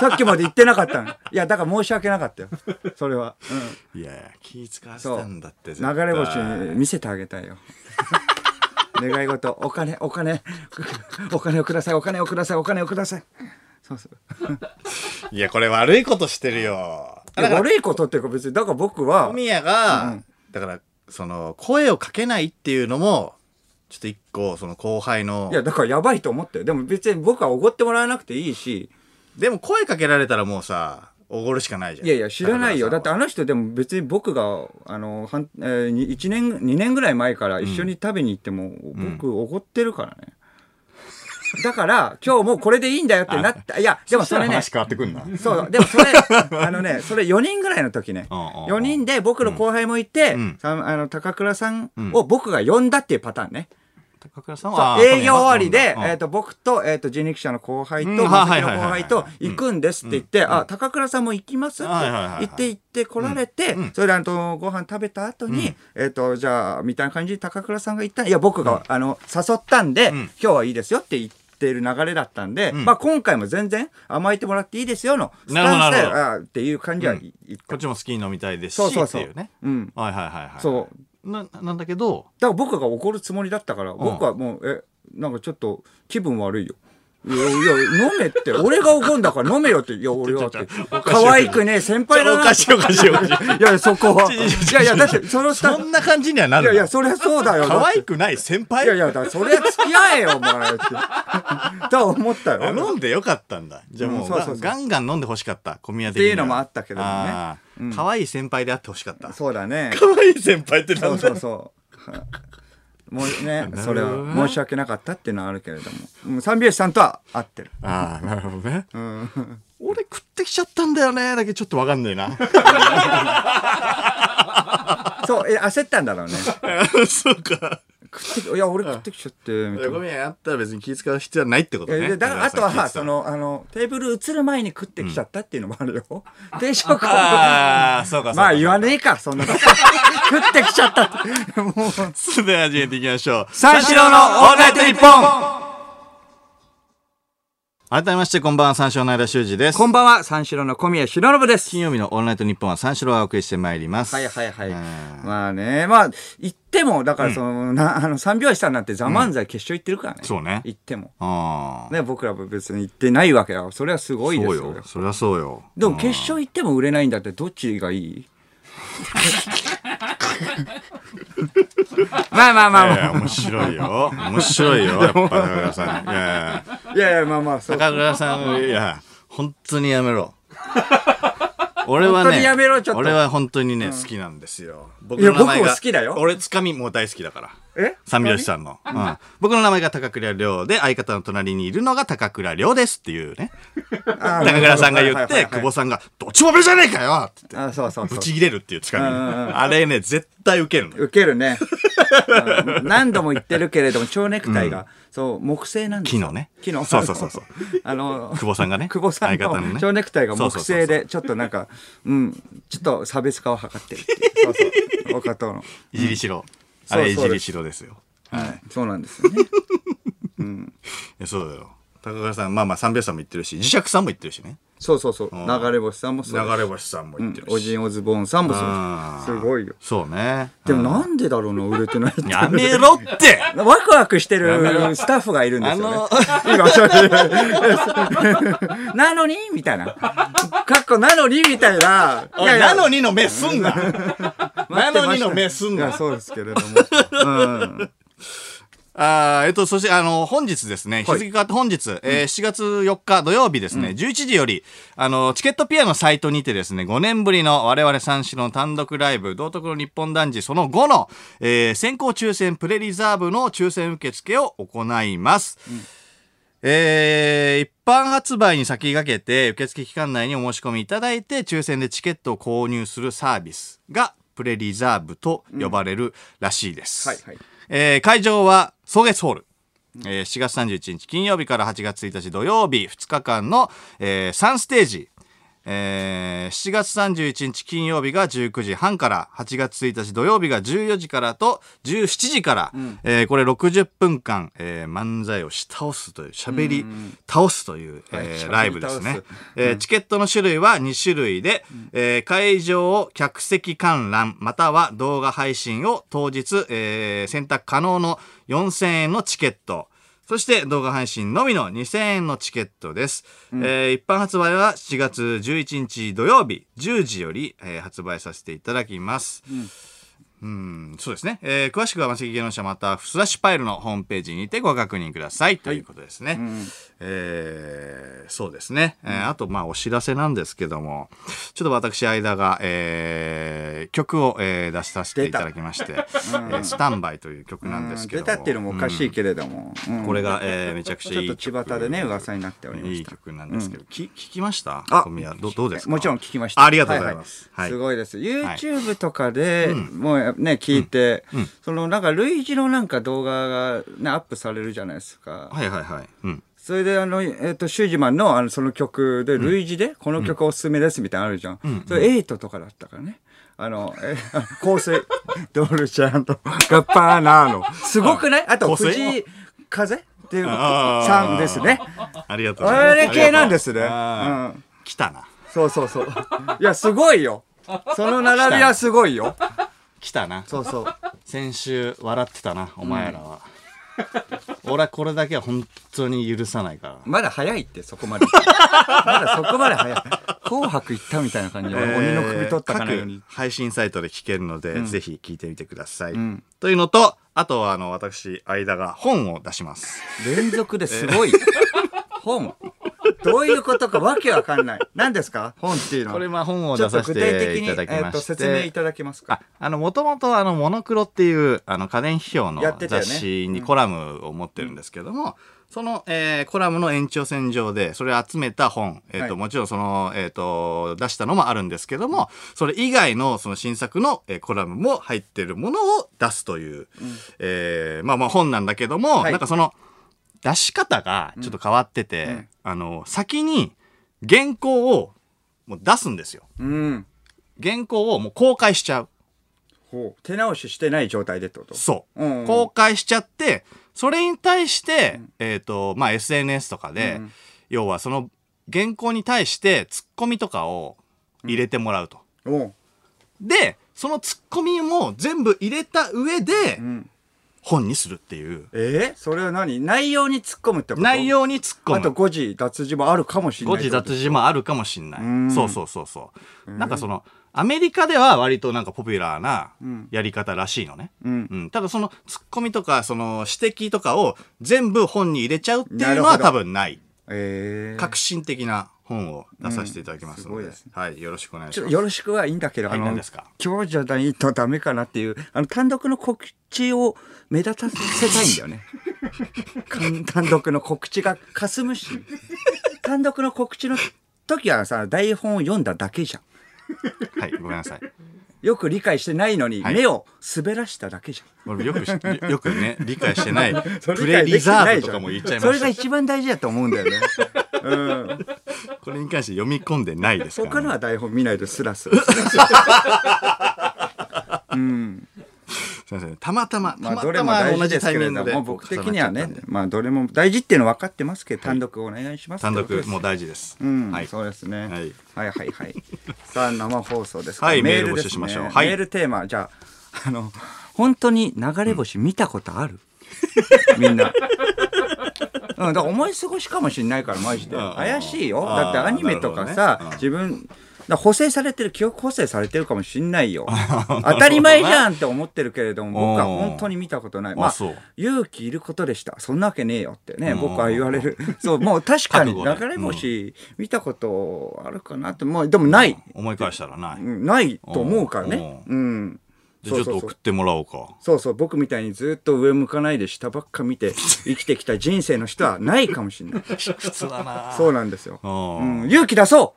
Speaker 2: さっきまで言ってなかったの。いや、だから申し訳なかったよ。それは。
Speaker 1: いやいや気使わせたんだって
Speaker 2: うん、流れ星に見せてあげたいよ。 願い事、お金、お金、 お金をください、お金をください、お金をください。そうそう。
Speaker 1: いやこれ悪いことしてるよだから
Speaker 2: 悪いことっていうか別に、だから僕は
Speaker 1: 小、宮が、
Speaker 2: うん
Speaker 1: だからその声をかけないっていうのもちょっと一個その後輩の
Speaker 2: いや、だからやばいと思ったよ。でも別に僕はおごってもらわなくていいし、
Speaker 1: でも声かけられたらもうさおごるしかないじゃん
Speaker 2: いやいや、知らないよ。だって
Speaker 1: あ
Speaker 2: あの人でも別に僕が、あの、半えー、に一年、2年ぐらい前から一緒に食べに行っても、僕、おごってるからね。だから、今日もうこれでいいんだよってなった。いや、で
Speaker 1: で
Speaker 2: も
Speaker 1: も
Speaker 2: そ
Speaker 1: それ
Speaker 2: れね、
Speaker 1: 話変わってくんな
Speaker 2: そう、でも それ、あのね、それ4人ぐらいの時ね、
Speaker 1: うんうんうん
Speaker 2: 4人で僕の後輩もいて、
Speaker 1: うん
Speaker 2: さんあの高倉さんを僕が呼んだっていうパターンね。
Speaker 1: 高倉さん
Speaker 2: そ
Speaker 1: は
Speaker 2: う営業終わりで、
Speaker 1: うん
Speaker 2: えっと僕と,、えっと人力車の後輩と、
Speaker 1: うん
Speaker 2: 無
Speaker 1: はい
Speaker 2: 席の
Speaker 1: はいは
Speaker 2: 後
Speaker 1: いはい
Speaker 2: 輩と行くんですって言って「あ高倉さんも行きます?」って
Speaker 1: はいはいはいはい
Speaker 2: 言って行って来られて、
Speaker 1: うんうん
Speaker 2: それであのご飯食べた後に、えっとじゃあみたいな感じで高倉さんが言ったいや僕が、あの誘ったんで、
Speaker 1: ん
Speaker 2: 今日はいいですよ」って言って。る流れだったんで、
Speaker 1: うん
Speaker 2: まあ今回も全然甘えてもらっていいですよのス
Speaker 1: なるほど
Speaker 2: タンス
Speaker 1: な
Speaker 2: で
Speaker 1: るほど
Speaker 2: あっていう感じは言った、
Speaker 1: こっちも好きに飲みたいですし
Speaker 2: そうそうそう
Speaker 1: っていうね
Speaker 2: うん、
Speaker 1: はいはいはいはい
Speaker 2: そう
Speaker 1: ななんだけど
Speaker 2: だから僕が怒るつもりだったから、僕はもう、え、なんかちょっと気分悪いよ。いや、いや飲めって、俺が怒んだから飲めよって、いや、俺はって。可愛くね、先輩だ
Speaker 1: お
Speaker 2: な。
Speaker 1: かしいおかしいおかしい
Speaker 2: いや、そこは。いやいや、だって、そのスタ
Speaker 1: そ
Speaker 2: ッフ、
Speaker 1: んな感じにはない
Speaker 2: や
Speaker 1: る
Speaker 2: いや、
Speaker 1: の
Speaker 2: そりゃそうだよ。
Speaker 1: 可愛くない先
Speaker 2: いやい
Speaker 1: 輩
Speaker 2: や、だからそりゃ付き合えよ、お前って。とは思ったよ。
Speaker 1: 飲んでよかったんだじゃあも
Speaker 2: う
Speaker 1: うん
Speaker 2: そうそうそう
Speaker 1: ガンガン飲んでほしかった小宮的
Speaker 2: って
Speaker 1: には
Speaker 2: いうのもあったけどもね
Speaker 1: あー可愛い先輩であってほしかった
Speaker 2: そうだね。
Speaker 1: 可愛い先輩って
Speaker 2: そ
Speaker 1: な
Speaker 2: うんそ
Speaker 1: だ
Speaker 2: うそう。もうね、それは申し訳なかったっていうのはあるけれどもうん。三拍子さんとは合ってる。
Speaker 1: ああなるほどね
Speaker 2: うん。
Speaker 1: 俺食ってきちゃったんだよねだけちょっとわかんねえ な
Speaker 2: そう、え、焦ったんだろうね。
Speaker 1: そうか
Speaker 2: 食ってきいや俺食ってきちゃってみたいな
Speaker 1: 小。宮あったら別に気遣う必要はないってこと
Speaker 2: え
Speaker 1: ね
Speaker 2: でだからあとはそのあのテーブル移る前に食ってきちゃったっていうのもあるよ。定食をま
Speaker 1: ああそうかそうか
Speaker 2: あ言わねえかそんなこと 食ってきちゃったってもう
Speaker 1: それでは始めていきましょう
Speaker 2: 三四郎のオールナイトニッポン
Speaker 1: 改めましてこんばんは三四郎の間修二です
Speaker 2: こんばんは三四郎の小宮浩信です。
Speaker 1: 金曜日のオールナイトニッポンは三四郎がお送りしてまいります
Speaker 2: はいはいはい。
Speaker 1: うん
Speaker 2: まあねまあ言ってもだからその、なあの三拍子さんなんてザ漫才決勝行ってるからね。
Speaker 1: そうね
Speaker 2: 行っても。
Speaker 1: ああ
Speaker 2: ね僕らも別に行ってないわけよ。それはすごいです
Speaker 1: そう
Speaker 2: よ
Speaker 1: よそりゃそうよ
Speaker 2: でも決勝行っても売れないんだってどっちがい いまあまあまあ
Speaker 1: いやい
Speaker 2: ま
Speaker 1: や面白いよ面白いよやっぱ高倉さんいやいや
Speaker 2: あ。いやいやまあまあ、そう。
Speaker 1: 高倉さんいや本当にやめろ俺はね
Speaker 2: 本当にやめろちょっと
Speaker 1: 俺は本当にね、好きなんですよ僕
Speaker 2: いや
Speaker 1: の名前が
Speaker 2: 僕も好きだよ
Speaker 1: 俺つかみもう大好きだから
Speaker 2: え
Speaker 1: 三拍子さんの、うん、僕の名前が高倉涼で相方の隣にいるのが高倉涼ですっていうね
Speaker 2: 高
Speaker 1: 高倉さんが言って久保
Speaker 2: さ
Speaker 1: さんが「どっちも俺じゃねえかよ!」って
Speaker 2: ん。あ、そうそうそ
Speaker 1: ぶ
Speaker 2: う。
Speaker 1: ち切れるっていうつかみ
Speaker 2: うんうんうん
Speaker 1: あれね絶対ウケるのよ
Speaker 2: 受け るね。うん何度も言ってるけれども、蝶ネクタイが、そう、木製なんです
Speaker 1: 木
Speaker 2: よ
Speaker 1: のね
Speaker 2: 木の。
Speaker 1: そうそうそうそう
Speaker 2: あの、
Speaker 1: 久保さんがね
Speaker 2: 久保さん
Speaker 1: 相方の
Speaker 2: の
Speaker 1: ね
Speaker 2: 蝶ネクタイが
Speaker 1: そう
Speaker 2: 木
Speaker 1: そうそうそう
Speaker 2: 製で、ちょっとなんか、うん、ちょっと差別化を図ってるっていう。そうそう。 岡藤の。
Speaker 1: いじりしろ
Speaker 2: う
Speaker 1: あ
Speaker 2: ん
Speaker 1: れい
Speaker 2: そ
Speaker 1: じ
Speaker 2: うそうで
Speaker 1: り
Speaker 2: す
Speaker 1: しろですよ
Speaker 2: はい。そうなんですよね。
Speaker 1: いやそうだよ高倉さんまあまあ三拍子さんも言ってるし磁石さんも言ってるしね
Speaker 2: そうそうそう。
Speaker 1: ん
Speaker 2: 流れ星さんもそう
Speaker 1: 流
Speaker 2: です
Speaker 1: れ星さんも言ってるし、
Speaker 2: おじんおずぼんさんも
Speaker 1: あ
Speaker 2: そ
Speaker 1: ー
Speaker 2: うですすごいよ
Speaker 1: そうね
Speaker 2: でも
Speaker 1: うん
Speaker 2: なんでだろうな売れてないって
Speaker 1: やめろ って
Speaker 2: ワクワクしてるスタッフがいるんですよね。今それなのにみたいな。かっこなのにみたいな。
Speaker 1: おいなの
Speaker 2: に
Speaker 1: にの目す んななのにの目すんな
Speaker 2: そうですけれども。うん。
Speaker 1: あーえっと、そして、あの、本日ですね、日付変わって本日、えー7月4日土曜日ですね、11時より、あの、チケットピアのサイトにてですね、5年ぶりの我々三四郎の単独ライブ、道徳の日本男児その後の、えー先行抽選プレリザーブの抽選受付を行います。えー一般発売に先駆けて、受付期間内にお申し込みいただいて、抽選でチケットを購入するサービスが、プレリザーブと呼ばれるらしいです。
Speaker 2: はいはい。
Speaker 1: えー会場は草月ホール。えー7月31日金曜日から8月1日土曜日2日間の、え3ステージ、ええー7月31日金曜日が19時半から、8月1日土曜日が14時からと17時から、えーこれ60分間、えー漫才をし倒すという、喋り倒すという、
Speaker 2: はい
Speaker 1: えー
Speaker 2: 喋り
Speaker 1: ライブですね
Speaker 2: 倒す。
Speaker 1: えーチケットの種類は2種類で、えー会場を客席観覧または動画配信を当日、えー選択可能の4000円のチケット。そして動画配信のみの2000円のチケットです。えー一般発売は7月11日土曜日10時より、えー発売させていただきます。うん、そうですね。えー詳しくはマセキ芸能者またはフラッシュパイルのホームページにてご確認くださいということですね。えーそうですね。えーあと、まあ、お知らせなんですけども、ちょっと私、間が、えー曲を、えー出させていただきまして、えースタンバイという曲なんですけど
Speaker 2: 出
Speaker 1: も。
Speaker 2: たっていうのもおかしいけれども、うん
Speaker 1: これが、えーめちゃくち
Speaker 2: ち
Speaker 1: ゃ
Speaker 2: ょ
Speaker 1: いい
Speaker 2: っと
Speaker 1: 曲。
Speaker 2: 巷でね噂になっておりま
Speaker 1: い
Speaker 2: し
Speaker 1: い
Speaker 2: た
Speaker 1: 曲なんですけど、き聞きました
Speaker 2: あ
Speaker 1: 小宮どどうですか
Speaker 2: もちろん聞きました。
Speaker 1: ありがとうございます。
Speaker 2: は
Speaker 1: はいい
Speaker 2: はいすごいです。YouTube とかで、もうね、聞いて、そのなんか類似のなんか動画がね、アップされるじゃないですか。
Speaker 1: はいはいはい。うん。
Speaker 2: それであの、えっ、と、シュージマンのあのその曲で、類似で、この曲おすすめですみたいなのあるじゃん。それ、エイトとかだったからね。あの、え、 あ香水、ドルチェガッパーナーの。すごくないあと、
Speaker 1: 香水
Speaker 2: 藤井風っていう
Speaker 1: あー
Speaker 2: さんですね。
Speaker 1: ありがとうございま
Speaker 2: あ
Speaker 1: す。
Speaker 2: れ系なんですね。
Speaker 1: ありが
Speaker 2: う
Speaker 1: とうございます
Speaker 2: ん。
Speaker 1: あー来たな。
Speaker 2: そうそうそう。いや、すごいよ。その並びはすごいよ。
Speaker 1: 来たな。
Speaker 2: そうそう。
Speaker 1: 先週笑ってたなお前らは、俺はこれだけは本当に許さないから
Speaker 2: まだ早いって、そこまで。まだそこまで早い。紅白行ったみたいな感じで、鬼の首取ったかのよう
Speaker 1: えー
Speaker 2: に。
Speaker 1: 各配信サイトで聞けるので、ぜひ聞いてみてください、
Speaker 2: ん
Speaker 1: というのとあとはあの私間が本を出します
Speaker 2: 連続ですごい。本。どういうことかわけわかんない。何ですか本っていうのは。
Speaker 1: これまあ本を
Speaker 2: ちょ
Speaker 1: 出
Speaker 2: っと
Speaker 1: させ
Speaker 2: 具体
Speaker 1: て
Speaker 2: 的
Speaker 1: い
Speaker 2: に、
Speaker 1: ただき
Speaker 2: え
Speaker 1: ま
Speaker 2: っと、
Speaker 1: して
Speaker 2: 説明いただけますか
Speaker 1: あ。あの、もともとあの、モノクロっていう、あの、家電批評の
Speaker 2: やってたよ
Speaker 1: 雑
Speaker 2: ね
Speaker 1: 誌にコラムを持ってるんですけども、その、えーコラムの延長線上で、それを集めた本、えっ、と、
Speaker 2: はい
Speaker 1: もちろんその、えっ、と、出したのもあるんですけども、それ以外の、その新作の、えーコラムも入ってるものを出すという、えーまあまあ本なんだけども、
Speaker 2: はい
Speaker 1: なんかその、出し方がちょっと変わってて、
Speaker 2: うん
Speaker 1: あの、先に原稿をもう出すんですよ。
Speaker 2: うん。
Speaker 1: 原稿をもう公開しちゃう。
Speaker 2: ほう。手直ししてない状態でってこと
Speaker 1: そう、
Speaker 2: うんうん
Speaker 1: 公開しちゃってそれに対して、えっ、とまあ SNS とかで、
Speaker 2: うん
Speaker 1: 要はその原稿に対してツッコミとかを入れてもらうと、
Speaker 2: おう。
Speaker 1: でそのツッコミも全部入れた上で、
Speaker 2: うん。
Speaker 1: 本にするっていう
Speaker 2: えーそれは何内容に突っ込むってこと
Speaker 1: 内容にツッコ
Speaker 2: あと
Speaker 1: む
Speaker 2: 5時脱字もあるかもしれな
Speaker 1: 誤
Speaker 2: い。
Speaker 1: 字脱字もあるかもしんない、
Speaker 2: うん
Speaker 1: そうそうそうそう、なんかそのアメリカでは割となんかポピュラーなやり方らしいのね、
Speaker 2: うん。
Speaker 1: うん、ただそのツッコミとかその指摘とかを全部本に入れちゃうってい
Speaker 2: な
Speaker 1: うの
Speaker 2: るほ
Speaker 1: は
Speaker 2: ど
Speaker 1: 多分ない
Speaker 2: えー
Speaker 1: 革新的な本を出させていただきますので,、
Speaker 2: うんすごいですね
Speaker 1: はい、よろしくお願いし
Speaker 2: ちょっ
Speaker 1: ま
Speaker 2: と
Speaker 1: す
Speaker 2: よろしくはいいんだけど、
Speaker 1: はい
Speaker 2: あ
Speaker 1: 何
Speaker 2: の
Speaker 1: ですか、
Speaker 2: 今日じゃないとダメかなっていう、あの、単独の告知を目立たせたいんだよ ね。単単独の告知が霞 むし、単独の告知の時はさ、台本を読んだだけじゃん。
Speaker 1: はいごめんなさい
Speaker 2: よく理解してないのに、
Speaker 1: はい
Speaker 2: 目を滑らしただけじゃん。
Speaker 1: 俺よくしよくね理解して ない
Speaker 2: それ
Speaker 1: プレ
Speaker 2: 理解でき
Speaker 1: リザ
Speaker 2: な
Speaker 1: ー
Speaker 2: い
Speaker 1: ブ
Speaker 2: じ
Speaker 1: と
Speaker 2: ゃ
Speaker 1: か
Speaker 2: ん
Speaker 1: も言っちゃい
Speaker 2: そ
Speaker 1: ま
Speaker 2: れ
Speaker 1: し
Speaker 2: が
Speaker 1: た
Speaker 2: 一番大事だと思うんだよね。うん。
Speaker 1: これに関して読み込んでないですか
Speaker 2: 他
Speaker 1: ら、ね
Speaker 2: の、は台本見ないでスラスラ。
Speaker 1: すいませんたまたまた
Speaker 2: まあ、
Speaker 1: ま
Speaker 2: どれ
Speaker 1: た
Speaker 2: も
Speaker 1: ま同
Speaker 2: 大事
Speaker 1: じ
Speaker 2: です
Speaker 1: タイ
Speaker 2: け
Speaker 1: ミ
Speaker 2: れ
Speaker 1: ン
Speaker 2: ど
Speaker 1: グで
Speaker 2: も、僕的には
Speaker 1: 重なっ
Speaker 2: ね
Speaker 1: ちゃったんで、
Speaker 2: まあ、どれも大事っていうの分かってますけど、単独お願いします。
Speaker 1: 単独も
Speaker 2: も
Speaker 1: う大事です、
Speaker 2: うん、
Speaker 1: はい
Speaker 2: そうですね。
Speaker 1: はい
Speaker 2: はいはいはい。 さあ、生放送です
Speaker 1: はい
Speaker 2: メ
Speaker 1: メー
Speaker 2: ー
Speaker 1: ル
Speaker 2: ル
Speaker 1: 募
Speaker 2: で
Speaker 1: 集し
Speaker 2: す
Speaker 1: ましょう
Speaker 2: ね。
Speaker 1: はい
Speaker 2: メールテーマ、じゃあ、 あの、本当に流れ星見たことある、み んな。うん、だから思い過ごしかもしれないから、マジで。
Speaker 1: ああ
Speaker 2: 怪しいよ。
Speaker 1: ああ
Speaker 2: だってアニメとか
Speaker 1: なる
Speaker 2: さ、
Speaker 1: ほどねうん
Speaker 2: 自分、だから補正されてる、記憶補正されてるかもしんな いよ。当たり前じゃんって思ってるけれども、僕は本当に見たことない。
Speaker 1: あ
Speaker 2: まあ
Speaker 1: そう、
Speaker 2: 勇気いることでした。そんなわけねえよってね、
Speaker 1: うん
Speaker 2: 僕は言われる。 そう、もう確かに
Speaker 1: 覚悟で
Speaker 2: 流れ星見たことあるかなって、もう、でもない。
Speaker 1: 思い返したらない、
Speaker 2: うんないと思うからね。うん。
Speaker 1: じゃあちょっと送ってもらおうか
Speaker 2: そうそう、僕みたいにずっと上向かないで下ばっか見て生きてきた人生の人はないかもし れない。
Speaker 1: 普通だな
Speaker 2: そうなんですよ。
Speaker 1: う
Speaker 2: うんん、勇気出そ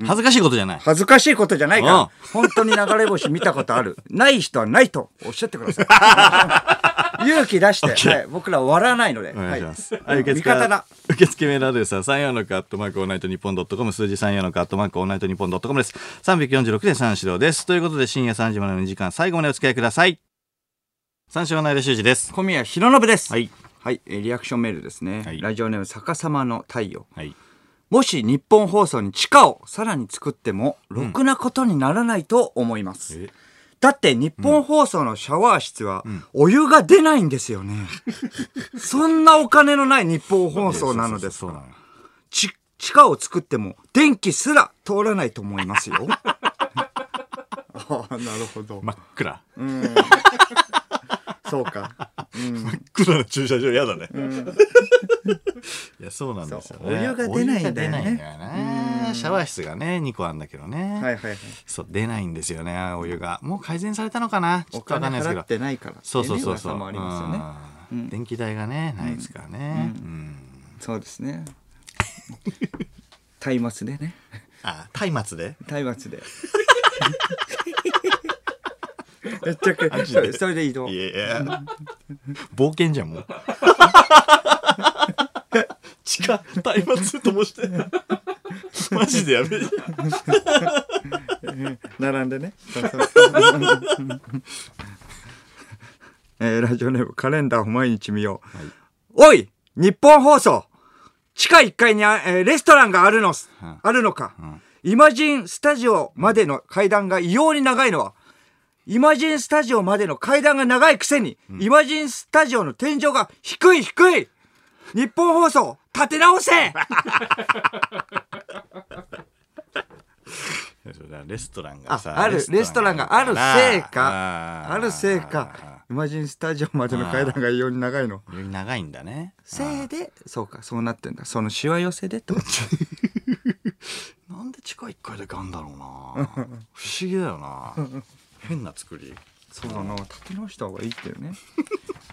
Speaker 2: う
Speaker 1: 恥ずかしいことじゃない
Speaker 2: 恥ずかしいことじゃないか
Speaker 1: う
Speaker 2: ら、本当に流れ星見たことある。ない人はないとおっしゃってください。 勇気出して、はい、僕らは笑わないので。
Speaker 1: お願いします。
Speaker 2: は
Speaker 1: はい
Speaker 2: い、味方だ。。
Speaker 1: 受付メールアドレスは34のカットマークオールナイトニッポンドットコム、数字34のカットマークオールナイトニッポンドットコムです。346で三四郎です。ということで深夜3時までの2時間、最後までお付き合いください。三四郎の間修二です。
Speaker 2: 小宮弘信です。
Speaker 1: は
Speaker 2: はい。
Speaker 1: い。
Speaker 2: えーリアクションメールですね。
Speaker 1: はい
Speaker 2: ラジオネーム逆さまの太陽。
Speaker 1: はい。
Speaker 2: もし日本放送に地下をさらに作っても、ろくなことにならないと思います。
Speaker 1: え
Speaker 2: だって日本放送のシャワー室はお湯が出ないんですよね。 そんなお金のない日本放送なのです
Speaker 1: そうな
Speaker 2: か
Speaker 1: のよ
Speaker 2: ち地下を作っても電気すら通らないと思います よ。ああ、なるほど。
Speaker 1: 真っ暗。
Speaker 2: そうか。
Speaker 1: 真っ暗な駐車場嫌だね。 いや、そうなんですよね。
Speaker 2: そうお湯が出ないんだよ
Speaker 1: お
Speaker 2: ね
Speaker 1: 湯が出ないんだよねシャワー室がね、2個あんだけどね。
Speaker 2: はいはいはい。
Speaker 1: そう、出ないんですよね、お湯が。もう改善されたのかなちょ
Speaker 2: お
Speaker 1: っとわか
Speaker 2: 金
Speaker 1: んないですけ
Speaker 2: 払
Speaker 1: ど
Speaker 2: っ。てないから。
Speaker 1: そうそうそうそう。
Speaker 2: ってね噂もありますよね。
Speaker 1: うん電気代がね、ないですからね。うん
Speaker 2: そうですね。松明でね。
Speaker 1: あ、松明で
Speaker 2: 松明 で。めっちゃく
Speaker 1: ジ
Speaker 2: そ
Speaker 1: で
Speaker 2: れそれで移動。
Speaker 1: いやいや。冒険じゃん、もう。 地下、松明ともして。 マジでやべえ。
Speaker 2: 並んでね。そうそうそう えーラジオネームカレンダーを毎日見よう。おい日本放送地下1階にあ、えーレストランがあるのす、
Speaker 1: ん
Speaker 2: あるのか、イマジンスタジオまでの階段が異様に長いのは、イマジンスタジオまでの階段が長いくせに、イマジンスタジオの天井が低い低い日本放送立て 直せ
Speaker 1: レストランが
Speaker 2: あ
Speaker 1: さ
Speaker 2: ある、レストランがあるせいか。あるせい。
Speaker 1: あー
Speaker 2: か。イマジンスタジオまでの階段が異様に長いの。
Speaker 1: より長いんだね。
Speaker 2: せいで、そうか、そうなってんだ。そのしわ寄せでってこと
Speaker 1: なんで地下1階だけあんだろうな。不思議だよな。変な作り。
Speaker 2: そうだな、立て直した方がいいっていう ね。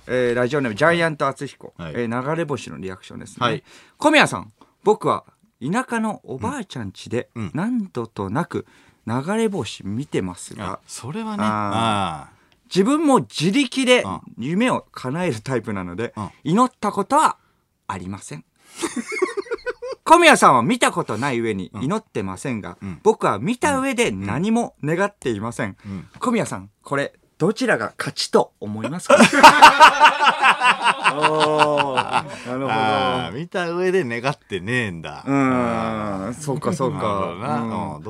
Speaker 2: えーラジオネーム、ジャイアント厚彦。
Speaker 1: はい
Speaker 2: えー流れ星のリアクションですね。
Speaker 1: はい
Speaker 2: 小宮さん、僕は田舎のおばあちゃん家で
Speaker 1: んうん
Speaker 2: 何度となく流れ星見てますが、
Speaker 1: あ、それはね。
Speaker 2: あ
Speaker 1: ああ。
Speaker 2: 自分も自力で
Speaker 1: うん
Speaker 2: 夢を叶えるタイプなので、
Speaker 1: うん
Speaker 2: 祈ったことはありません。 小宮さんは見たことない上に祈ってませんが、
Speaker 1: うん
Speaker 2: 僕は見た上で何も願っていません。
Speaker 1: うん
Speaker 2: 小宮さん、これ、どちらが勝ちと思いま すか おーなるほど
Speaker 1: ああ見た上で願ってねえんだ。
Speaker 2: うーん、そうかそう
Speaker 1: なるほどな
Speaker 2: か。う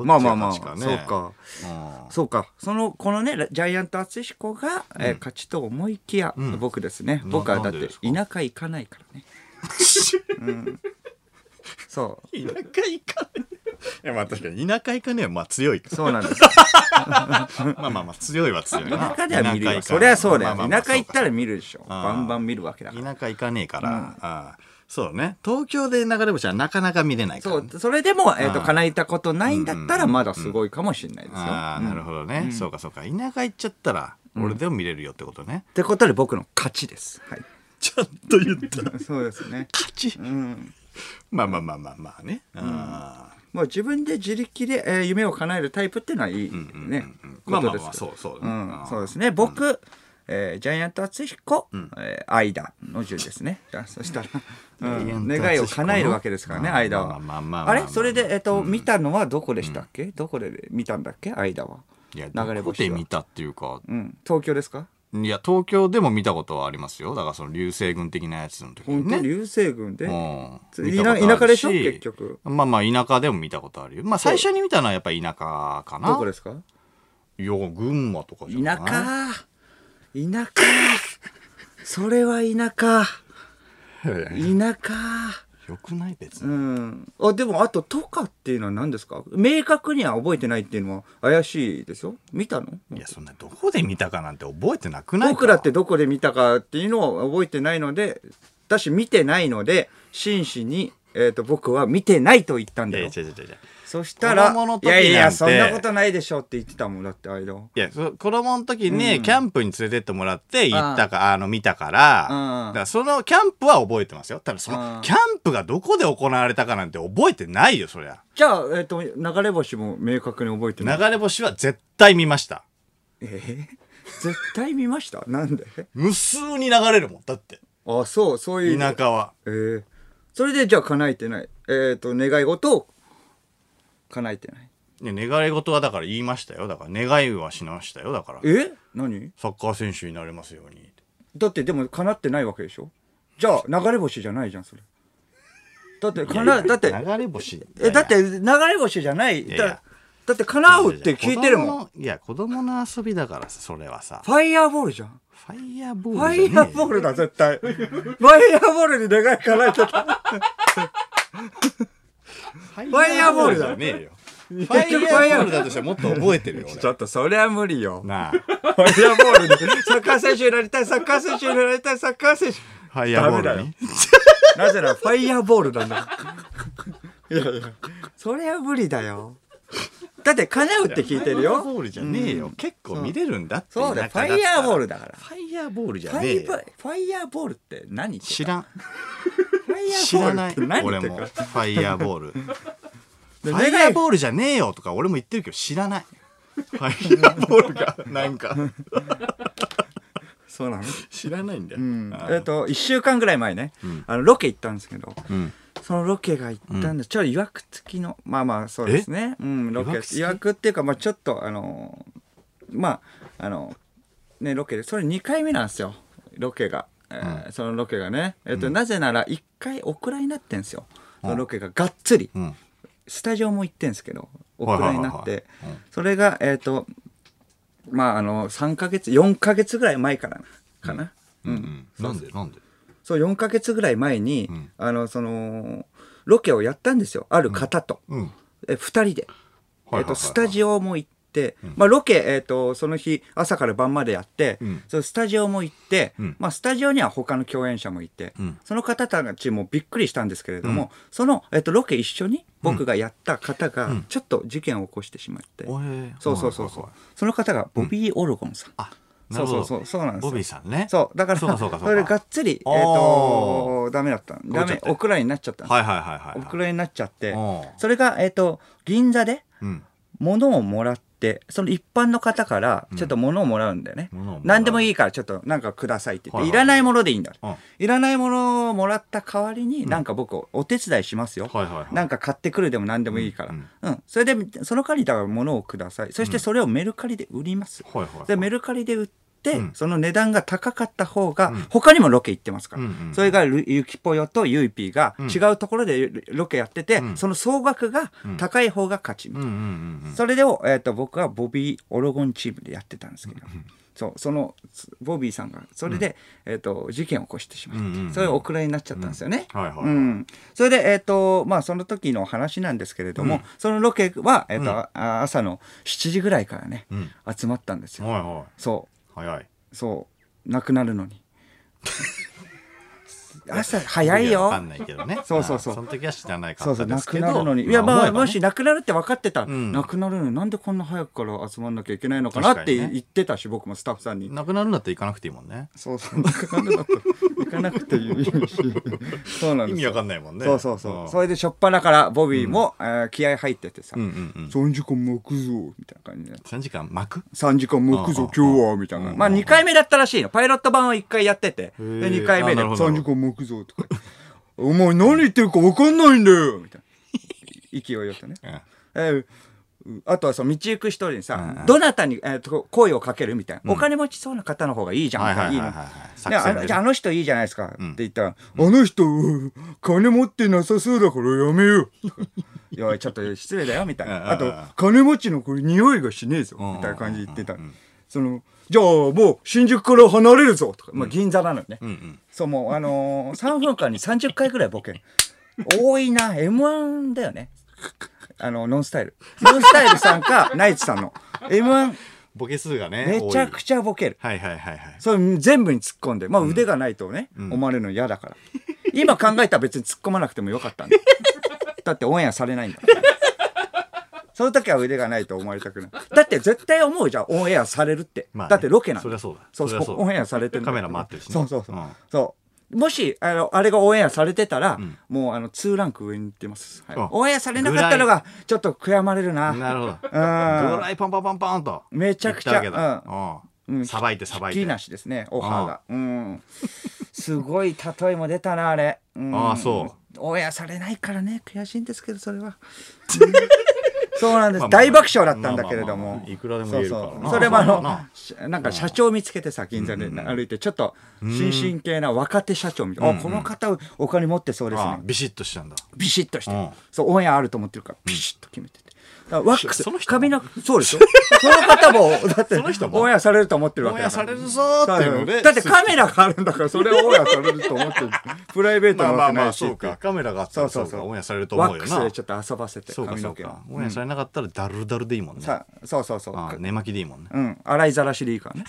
Speaker 1: うんん
Speaker 2: まあまあまあ、
Speaker 1: どっち
Speaker 2: そ
Speaker 1: が
Speaker 2: う
Speaker 1: 勝ちかね
Speaker 2: か。
Speaker 1: うん
Speaker 2: そうか。その、このね、ジャイアント厚彦が、えー勝ちと思いきや、
Speaker 1: ん
Speaker 2: 僕ですね。
Speaker 1: な
Speaker 2: 僕はだっ
Speaker 1: なん
Speaker 2: て
Speaker 1: で
Speaker 2: 田
Speaker 1: ですか
Speaker 2: 舎行かないからね。 そう。
Speaker 1: 田舎行かねえ。いやまあ確かに田舎行かねえはまあ強い。
Speaker 2: そうなんです。
Speaker 1: まあまあまあ強いは強いな。
Speaker 2: 田舎では見る
Speaker 1: 田舎行かねえ
Speaker 2: よ。そりゃそうだ
Speaker 1: ま
Speaker 2: よ。
Speaker 1: あまあまあ
Speaker 2: 田舎行った
Speaker 1: そ
Speaker 2: ら見るでしょ。
Speaker 1: あー
Speaker 2: バンバン見るわけだ
Speaker 1: う
Speaker 2: か。
Speaker 1: から田舎行かねえから。ああそうね。東京で流れ星はなかなか見れないから
Speaker 2: そ
Speaker 1: ね。
Speaker 2: う。それでも、えっ、と、
Speaker 1: あー
Speaker 2: 叶えたことないんだったら、まだすごいかもしれないですよ。
Speaker 1: ああなる
Speaker 2: うん
Speaker 1: ほどね。そうかそうか。田舎行っちゃったら俺でも見れるよってことね。
Speaker 2: ってことで僕の勝ちです。はい。
Speaker 1: ちゃんと言った。
Speaker 2: そうですね。
Speaker 1: 勝ち。
Speaker 2: うん。
Speaker 1: まあまあまあまあまあね。ああ
Speaker 2: もう自分で自力で、えー夢を叶えるタイプっていうのはいいね
Speaker 1: うん。
Speaker 2: こ
Speaker 1: まあま
Speaker 2: と
Speaker 1: あ
Speaker 2: です
Speaker 1: まあそうそう
Speaker 2: う
Speaker 1: ね
Speaker 2: ん
Speaker 1: あー
Speaker 2: そうですね。僕、えージャイアント厚彦、えー間の順ですね。じゃあそしたら、う
Speaker 1: ジャイア
Speaker 2: ん
Speaker 1: ント厚彦の
Speaker 2: 願いを叶えるわけですからね、
Speaker 1: まあ
Speaker 2: 間は。
Speaker 1: まあまあまあまあ
Speaker 2: あれそれで、えっと、見たのはどこでしたっけどこで見たんだっけ間は。
Speaker 1: いや
Speaker 2: 流れ
Speaker 1: どこ
Speaker 2: 星
Speaker 1: で
Speaker 2: は
Speaker 1: 見たっていうか
Speaker 2: うん。東京ですか
Speaker 1: いや東京でも見たことはありますよだからその流星群的なやつの時に
Speaker 2: 本当
Speaker 1: ね
Speaker 2: に流星群で。
Speaker 1: うん
Speaker 2: い
Speaker 1: 見たことある
Speaker 2: 田舎でしょ結局
Speaker 1: まあまあ田舎でも見たことあるよまあ最初に見たのはやっぱ田舎かな
Speaker 2: どこですか
Speaker 1: いや群馬とかじゃな
Speaker 2: 田
Speaker 1: い
Speaker 2: 舎田舎それは田舎田舎
Speaker 1: よくない別
Speaker 2: う
Speaker 1: に、
Speaker 2: ん。あ、でも、あと、とかっていうのは何ですか明確には覚えてないっていうのは怪しいですよ。見たの
Speaker 1: いやそんなどこで見たかなんて覚えてなくないか
Speaker 2: 僕らってどこで見たかっていうのを覚えてないので、だし見てないので、真摯に、えっ、と、僕は見てないと言ったん
Speaker 1: い
Speaker 2: だ
Speaker 1: やいや
Speaker 2: よ。
Speaker 1: 違う違う違う
Speaker 2: そしたら、
Speaker 1: 子供の
Speaker 2: い
Speaker 1: 時なん
Speaker 2: や
Speaker 1: て
Speaker 2: いや、そんなことないでしょって言ってたもんだって、間。
Speaker 1: いやそ子供の時にキャンプに連れてってもらって行ったか、あの見たから、
Speaker 2: う
Speaker 1: だか
Speaker 2: ん
Speaker 1: らそのキャンプは覚えてますよただそ
Speaker 2: うん
Speaker 1: のキャンプがどこで行われたかなんて覚えてないよそりゃ
Speaker 2: じゃあ、えっ、と、流れ星も明確に覚えてない。
Speaker 1: 流れ星は絶対見ました
Speaker 2: えー絶対見ましたなんで
Speaker 1: 無数に流れるもん。だって、
Speaker 2: あ、そう、そういう。
Speaker 1: 田舎は。
Speaker 2: えーそれでじゃあ叶えてない。えっ、と、願い事を叶えてない。
Speaker 1: ね、願い事はだから言いましたよ。だから、願いはしましたよ。だから、
Speaker 2: え何
Speaker 1: サッカー選手になれますように。
Speaker 2: だってでも叶ってないわけでしょじゃあ流れ星じゃないじゃん、それ。だって、かな、だって、
Speaker 1: 流れ星。
Speaker 2: え、だって流れ星じゃない。
Speaker 1: やいや
Speaker 2: だだって叶うって聞いてるもん。
Speaker 1: ん。いや、子供の遊びだからさ、それはさ。
Speaker 2: ファイヤーボールじゃん。
Speaker 1: ファイヤーボ
Speaker 2: フ
Speaker 1: ー
Speaker 2: ァ
Speaker 1: ルじゃねえよ。
Speaker 2: イヤーボールだ、絶対。 ファイヤーボールに願い叶えてた。
Speaker 1: ファ
Speaker 2: ァイヤーボールだ
Speaker 1: イヤじゃねえよ。フ
Speaker 2: ファ
Speaker 1: ァ
Speaker 2: イ
Speaker 1: イ
Speaker 2: ヤ
Speaker 1: ヤ
Speaker 2: ー
Speaker 1: ーボー
Speaker 2: ボール
Speaker 1: ルだとしてはもっと覚えてるよ。
Speaker 2: ちょっと、それは無理よ。
Speaker 1: 俺なあ。
Speaker 2: ファイヤーボールに、サッカー選手になりたい、サッカー選手になりたい、サッカー選手。
Speaker 1: ファイヤーボールに。
Speaker 2: なぜなら、ファイヤーボールなんだ。いやいや、それは無理だよ。だって、叶うって聞いてる
Speaker 1: ファイヤー
Speaker 2: よ。
Speaker 1: ボールじゃねえよ。結構見れるんだって。
Speaker 2: そうだよ、フ
Speaker 1: 田舎
Speaker 2: ァ
Speaker 1: っ
Speaker 2: イ
Speaker 1: たら
Speaker 2: ヤーボールだから。
Speaker 1: ファイヤーボールじ
Speaker 2: フ
Speaker 1: ゃ
Speaker 2: ァ
Speaker 1: ねえ
Speaker 2: イバ
Speaker 1: よ。
Speaker 2: ファイヤーボールって何
Speaker 1: 知らん。
Speaker 2: ファイヤ
Speaker 1: 知
Speaker 2: ーボ
Speaker 1: ら
Speaker 2: ー
Speaker 1: な
Speaker 2: ルっ
Speaker 1: い
Speaker 2: て。何
Speaker 1: 俺
Speaker 2: って
Speaker 1: も。
Speaker 2: か
Speaker 1: ファイヤーボール。フ
Speaker 2: で
Speaker 1: ァイヤ
Speaker 2: 願
Speaker 1: ー
Speaker 2: い
Speaker 1: ボールじゃねえよとか俺も言ってるけど知らない。ファイヤーボールが、なんか、
Speaker 2: そうなの
Speaker 1: 知らないんだよ。あ
Speaker 2: えっと、1週間ぐらい前ね、あの、ロケ行ったんですけど、
Speaker 1: うん。
Speaker 2: そのロケが行ったんで、ちょっといわくつきの、まあまあそうですね。うん、ロ
Speaker 1: い
Speaker 2: ケ
Speaker 1: わく。つき
Speaker 2: いわくっていうか、まあちょっと、あのー、まあ、あの、ね、ロケで、それ2回目なんですよ、ロケが。えーそのロケがね。えっと、なぜなら1回オクラになってんですよ。そのロケががっつり。
Speaker 1: うん。
Speaker 2: スタジオも行ってんですけど、オクラになっ
Speaker 1: はい
Speaker 2: て
Speaker 1: はいはいはいうん、
Speaker 2: それが、えっと、まああの、3ヶ月、4ヶ月ぐらい前からかな。
Speaker 1: うん。なんでなんで
Speaker 2: そう、4ヶ月ぐらい前に、
Speaker 1: ん
Speaker 2: あの、その、ロケをやったんですよ。ある方と。
Speaker 1: うん。
Speaker 2: え、二人
Speaker 1: はいはいはい
Speaker 2: で。
Speaker 1: はい
Speaker 2: えっと、スタジオも行って、まあ、ロケ、えっと、その日、朝から晩までやって、
Speaker 1: うん
Speaker 2: そのスタジオも行って、
Speaker 1: うん
Speaker 2: まあ、スタジオには他の共演者もいて、
Speaker 1: うん
Speaker 2: その方たちもびっくりしたんですけれども、その、えっと、ロケ一緒に僕がやった方が、ちょっと事件を起こしてしまって、
Speaker 1: おへ
Speaker 2: そうそうそうそう
Speaker 1: はいはいはい。
Speaker 2: その方が、ボビー・オルゴンさん。
Speaker 1: あ、な
Speaker 2: そう
Speaker 1: るほ
Speaker 2: そ
Speaker 1: ど。
Speaker 2: うそう、そうなんですよ
Speaker 1: ボビーさんね。
Speaker 2: そう。だから、
Speaker 1: そうかそうかそうか
Speaker 2: れがっつり、えっ、
Speaker 1: お
Speaker 2: と、ダメだった。
Speaker 1: 超
Speaker 2: ダ
Speaker 1: えちゃっ
Speaker 2: メ、
Speaker 1: て
Speaker 2: オクラになっちゃったんです。
Speaker 1: はいはいはいはい。
Speaker 2: オクラになっちゃって
Speaker 1: おう、
Speaker 2: それが、えっ、と、銀座で
Speaker 1: うん。
Speaker 2: 物をもらって、その一般の方から、ちょっと物をもらうんだよね。
Speaker 1: 物をもらう
Speaker 2: 何でもいいから、ちょっとなんかくださいって言っ
Speaker 1: はい
Speaker 2: て、
Speaker 1: はい
Speaker 2: いらないものでいいんだ。
Speaker 1: うん
Speaker 2: いらないものをもらった代わりに、なんか僕、お手伝いしますよ。
Speaker 1: はいはいはい
Speaker 2: なんか買ってくるでも何でもいいから。う
Speaker 1: うんん。
Speaker 2: それで、その代わりだから物をください。そしてそれをメルカリで売ります。
Speaker 1: はいはいはい。
Speaker 2: でメルカリで売って、
Speaker 1: うん
Speaker 2: その値段が高かった方が、他にもロケ行ってますから、
Speaker 1: うんうんうん
Speaker 2: それがルゆきぽよとゆいぴーが
Speaker 1: ん
Speaker 2: 違うところでロケやってて、その総額が高い方が勝ちみた
Speaker 1: う
Speaker 2: い
Speaker 1: ん
Speaker 2: な
Speaker 1: うんうんうん。
Speaker 2: それを、えー、と僕はボビー・オロゴンチームでやってたんですけど、そうそのつボビーさんがそれで、えー、と事件を起こしてしまって、
Speaker 1: うんうんうん
Speaker 2: それお蔵になっちゃったんですよね。
Speaker 1: はいはいはい
Speaker 2: うんそれで、えーとまあ、その時の話なんですけれども、そのロケは、えーとあ朝の7時ぐらいからね、
Speaker 1: うん
Speaker 2: 集まったんですよ。
Speaker 1: はいはい。
Speaker 2: そ
Speaker 1: 早い。
Speaker 2: うそうなくなる のに朝早いよ
Speaker 1: わかんないけどね。
Speaker 2: そうそうそう
Speaker 1: まあその時は知らないか
Speaker 2: そう
Speaker 1: っ
Speaker 2: そ
Speaker 1: た
Speaker 2: う
Speaker 1: で
Speaker 2: な
Speaker 1: すけ
Speaker 2: く
Speaker 1: ど。
Speaker 2: なるのにいや
Speaker 1: まあ
Speaker 2: ま
Speaker 1: 思
Speaker 2: あ
Speaker 1: えば
Speaker 2: も
Speaker 1: ね
Speaker 2: しなくなるって分かってたら、
Speaker 1: ん
Speaker 2: なくなるのになんでこんな早くから集まんなきゃいけないのかなって
Speaker 1: 確かにね
Speaker 2: 言ってたし、僕もスタッフさんに
Speaker 1: なくなるんだったら行かなくていいもんね。
Speaker 2: そうそうなくなるのと行かなくていいしそうなんですよ
Speaker 1: 意味わかんないもんね。
Speaker 2: そうそうそう、
Speaker 1: ん
Speaker 2: それでしょっぱなからボビーも、えー気合入っててさ
Speaker 1: う
Speaker 2: 「
Speaker 1: んうんうん。
Speaker 2: 3時間巻くぞ」みたいな感じで
Speaker 1: 3時間巻く
Speaker 2: 3時間巻くぞ今日はみたいな。まあ2回目だったらしいの。パイロット版は1回やってて。で
Speaker 1: ー
Speaker 2: 2回目で
Speaker 1: あなるほど
Speaker 2: 3時間巻くぞとか。お前何言ってるか分かんないんだよみたいな。 勢いよくね。
Speaker 1: うん
Speaker 2: えーうあとはその道行く人にさ
Speaker 1: う、ん
Speaker 2: どなたに、えーと声をかけるみたいな、お金持ちそうな方の方がいいじゃん
Speaker 1: は
Speaker 2: み
Speaker 1: い
Speaker 2: た
Speaker 1: はいい
Speaker 2: な。
Speaker 1: はい
Speaker 2: い
Speaker 1: はい
Speaker 2: の
Speaker 1: はい。
Speaker 2: で
Speaker 1: 作
Speaker 2: あ
Speaker 1: 戦
Speaker 2: の
Speaker 1: で
Speaker 2: じゃああの人いいじゃないですかって
Speaker 1: ん
Speaker 2: 言ったら、あの人金持ってなさそうだからやめよう いやちょっと失礼だよみたいなあ
Speaker 1: うん
Speaker 2: と
Speaker 1: うんうん
Speaker 2: 金持ちのこれ匂いがしねえぞ
Speaker 1: んうんうん
Speaker 2: みたいな感じで言ってたそのじゃあもう新宿から離れるぞとか、まあ、銀座なのよね、
Speaker 1: うんうん。
Speaker 2: そうもうあのー、3分間に30回ぐらいボ ケ多いな m 1だよねあのノンスタイルノンスタイルさんかナイツさんの m 1
Speaker 1: ボケ数がね。
Speaker 2: めちゃく
Speaker 1: ち
Speaker 2: ちゃボケる
Speaker 1: ゃ。はいはいはいはい。
Speaker 2: それ全部に突っ込んで、まあ、腕がないとね、思われるの嫌だから今考えたら別に突っ込まなくてもよ かったんだだってオンエアされないんだからその時は腕がないと思われたくないだって絶対思うじゃんオンエアされるって、
Speaker 1: まあね
Speaker 2: だってロケなん
Speaker 1: そりゃそうだ
Speaker 2: そう
Speaker 1: そり
Speaker 2: そ
Speaker 1: ゃそ
Speaker 2: う
Speaker 1: うだ
Speaker 2: オンエアされてるんだ
Speaker 1: カメラ回ってるしね
Speaker 2: そうそうそう,、
Speaker 1: うん
Speaker 2: そうもしあのあれがオンエアされてたら、もうあの2ランク上に行ってます、はい
Speaker 1: あ
Speaker 2: オンエアされなかったのがちょっと悔やまれるな
Speaker 1: なるほど。
Speaker 2: うん
Speaker 1: ドライパンパンパンパンと。
Speaker 2: めちゃくちゃ
Speaker 1: 行ったわけだ。うん
Speaker 2: うん
Speaker 1: さばいてさばい
Speaker 2: ひってき。なしですね、オファーが。うん。すごい例えも出たな、あれ。うん
Speaker 1: ああそ
Speaker 2: オンエアされないからね、悔しいんですけど、それ は。うんそうなんです、
Speaker 1: まあまあ
Speaker 2: 大爆笑だったんだけれ
Speaker 1: まあ
Speaker 2: ども。
Speaker 1: まあまあいくらでも言えるからな
Speaker 2: そうそうそれもあ
Speaker 1: そうだな
Speaker 2: のし、なんか社長見つけてさ、銀座で歩いて、ちょっと、新進系な若手社長みたいな。あ、この方、お金持ってそうです
Speaker 1: あ
Speaker 2: ね。
Speaker 1: ビシッとしたんだ。
Speaker 2: ビシッとして
Speaker 1: うん
Speaker 2: る。そう、オンエアあると思ってるから、ビシッと決めてて。だからワックス、
Speaker 1: その人
Speaker 2: 髪の、そ うでしょその方も、だって、
Speaker 1: その人も
Speaker 2: オンエアされると思ってるわ
Speaker 1: オンエ
Speaker 2: けだ
Speaker 1: ア
Speaker 2: か
Speaker 1: され
Speaker 2: ら
Speaker 1: る。ぞーっていうので。
Speaker 2: だってカメラがあるんだからそれをオンエアされると思ってるプライベート
Speaker 1: まあ
Speaker 2: な
Speaker 1: ま
Speaker 2: わ
Speaker 1: あ
Speaker 2: けな
Speaker 1: ま
Speaker 2: い
Speaker 1: あ、
Speaker 2: し
Speaker 1: そうか。カメラがあった
Speaker 2: そう
Speaker 1: ら
Speaker 2: そ
Speaker 1: そうう
Speaker 2: そ
Speaker 1: か。
Speaker 2: う
Speaker 1: オンエアされると
Speaker 2: ワ
Speaker 1: 思う
Speaker 2: ッ
Speaker 1: よ
Speaker 2: クスで
Speaker 1: な
Speaker 2: ち。ょっと遊ばせて
Speaker 1: そうか
Speaker 2: 髪
Speaker 1: そ
Speaker 2: の
Speaker 1: う
Speaker 2: 毛を
Speaker 1: か。オンエアされなかったらダルダルでいいもんね。
Speaker 2: さそうそうそう
Speaker 1: ああ寝巻きでいいもんね。
Speaker 2: うん洗いざらしでいいからね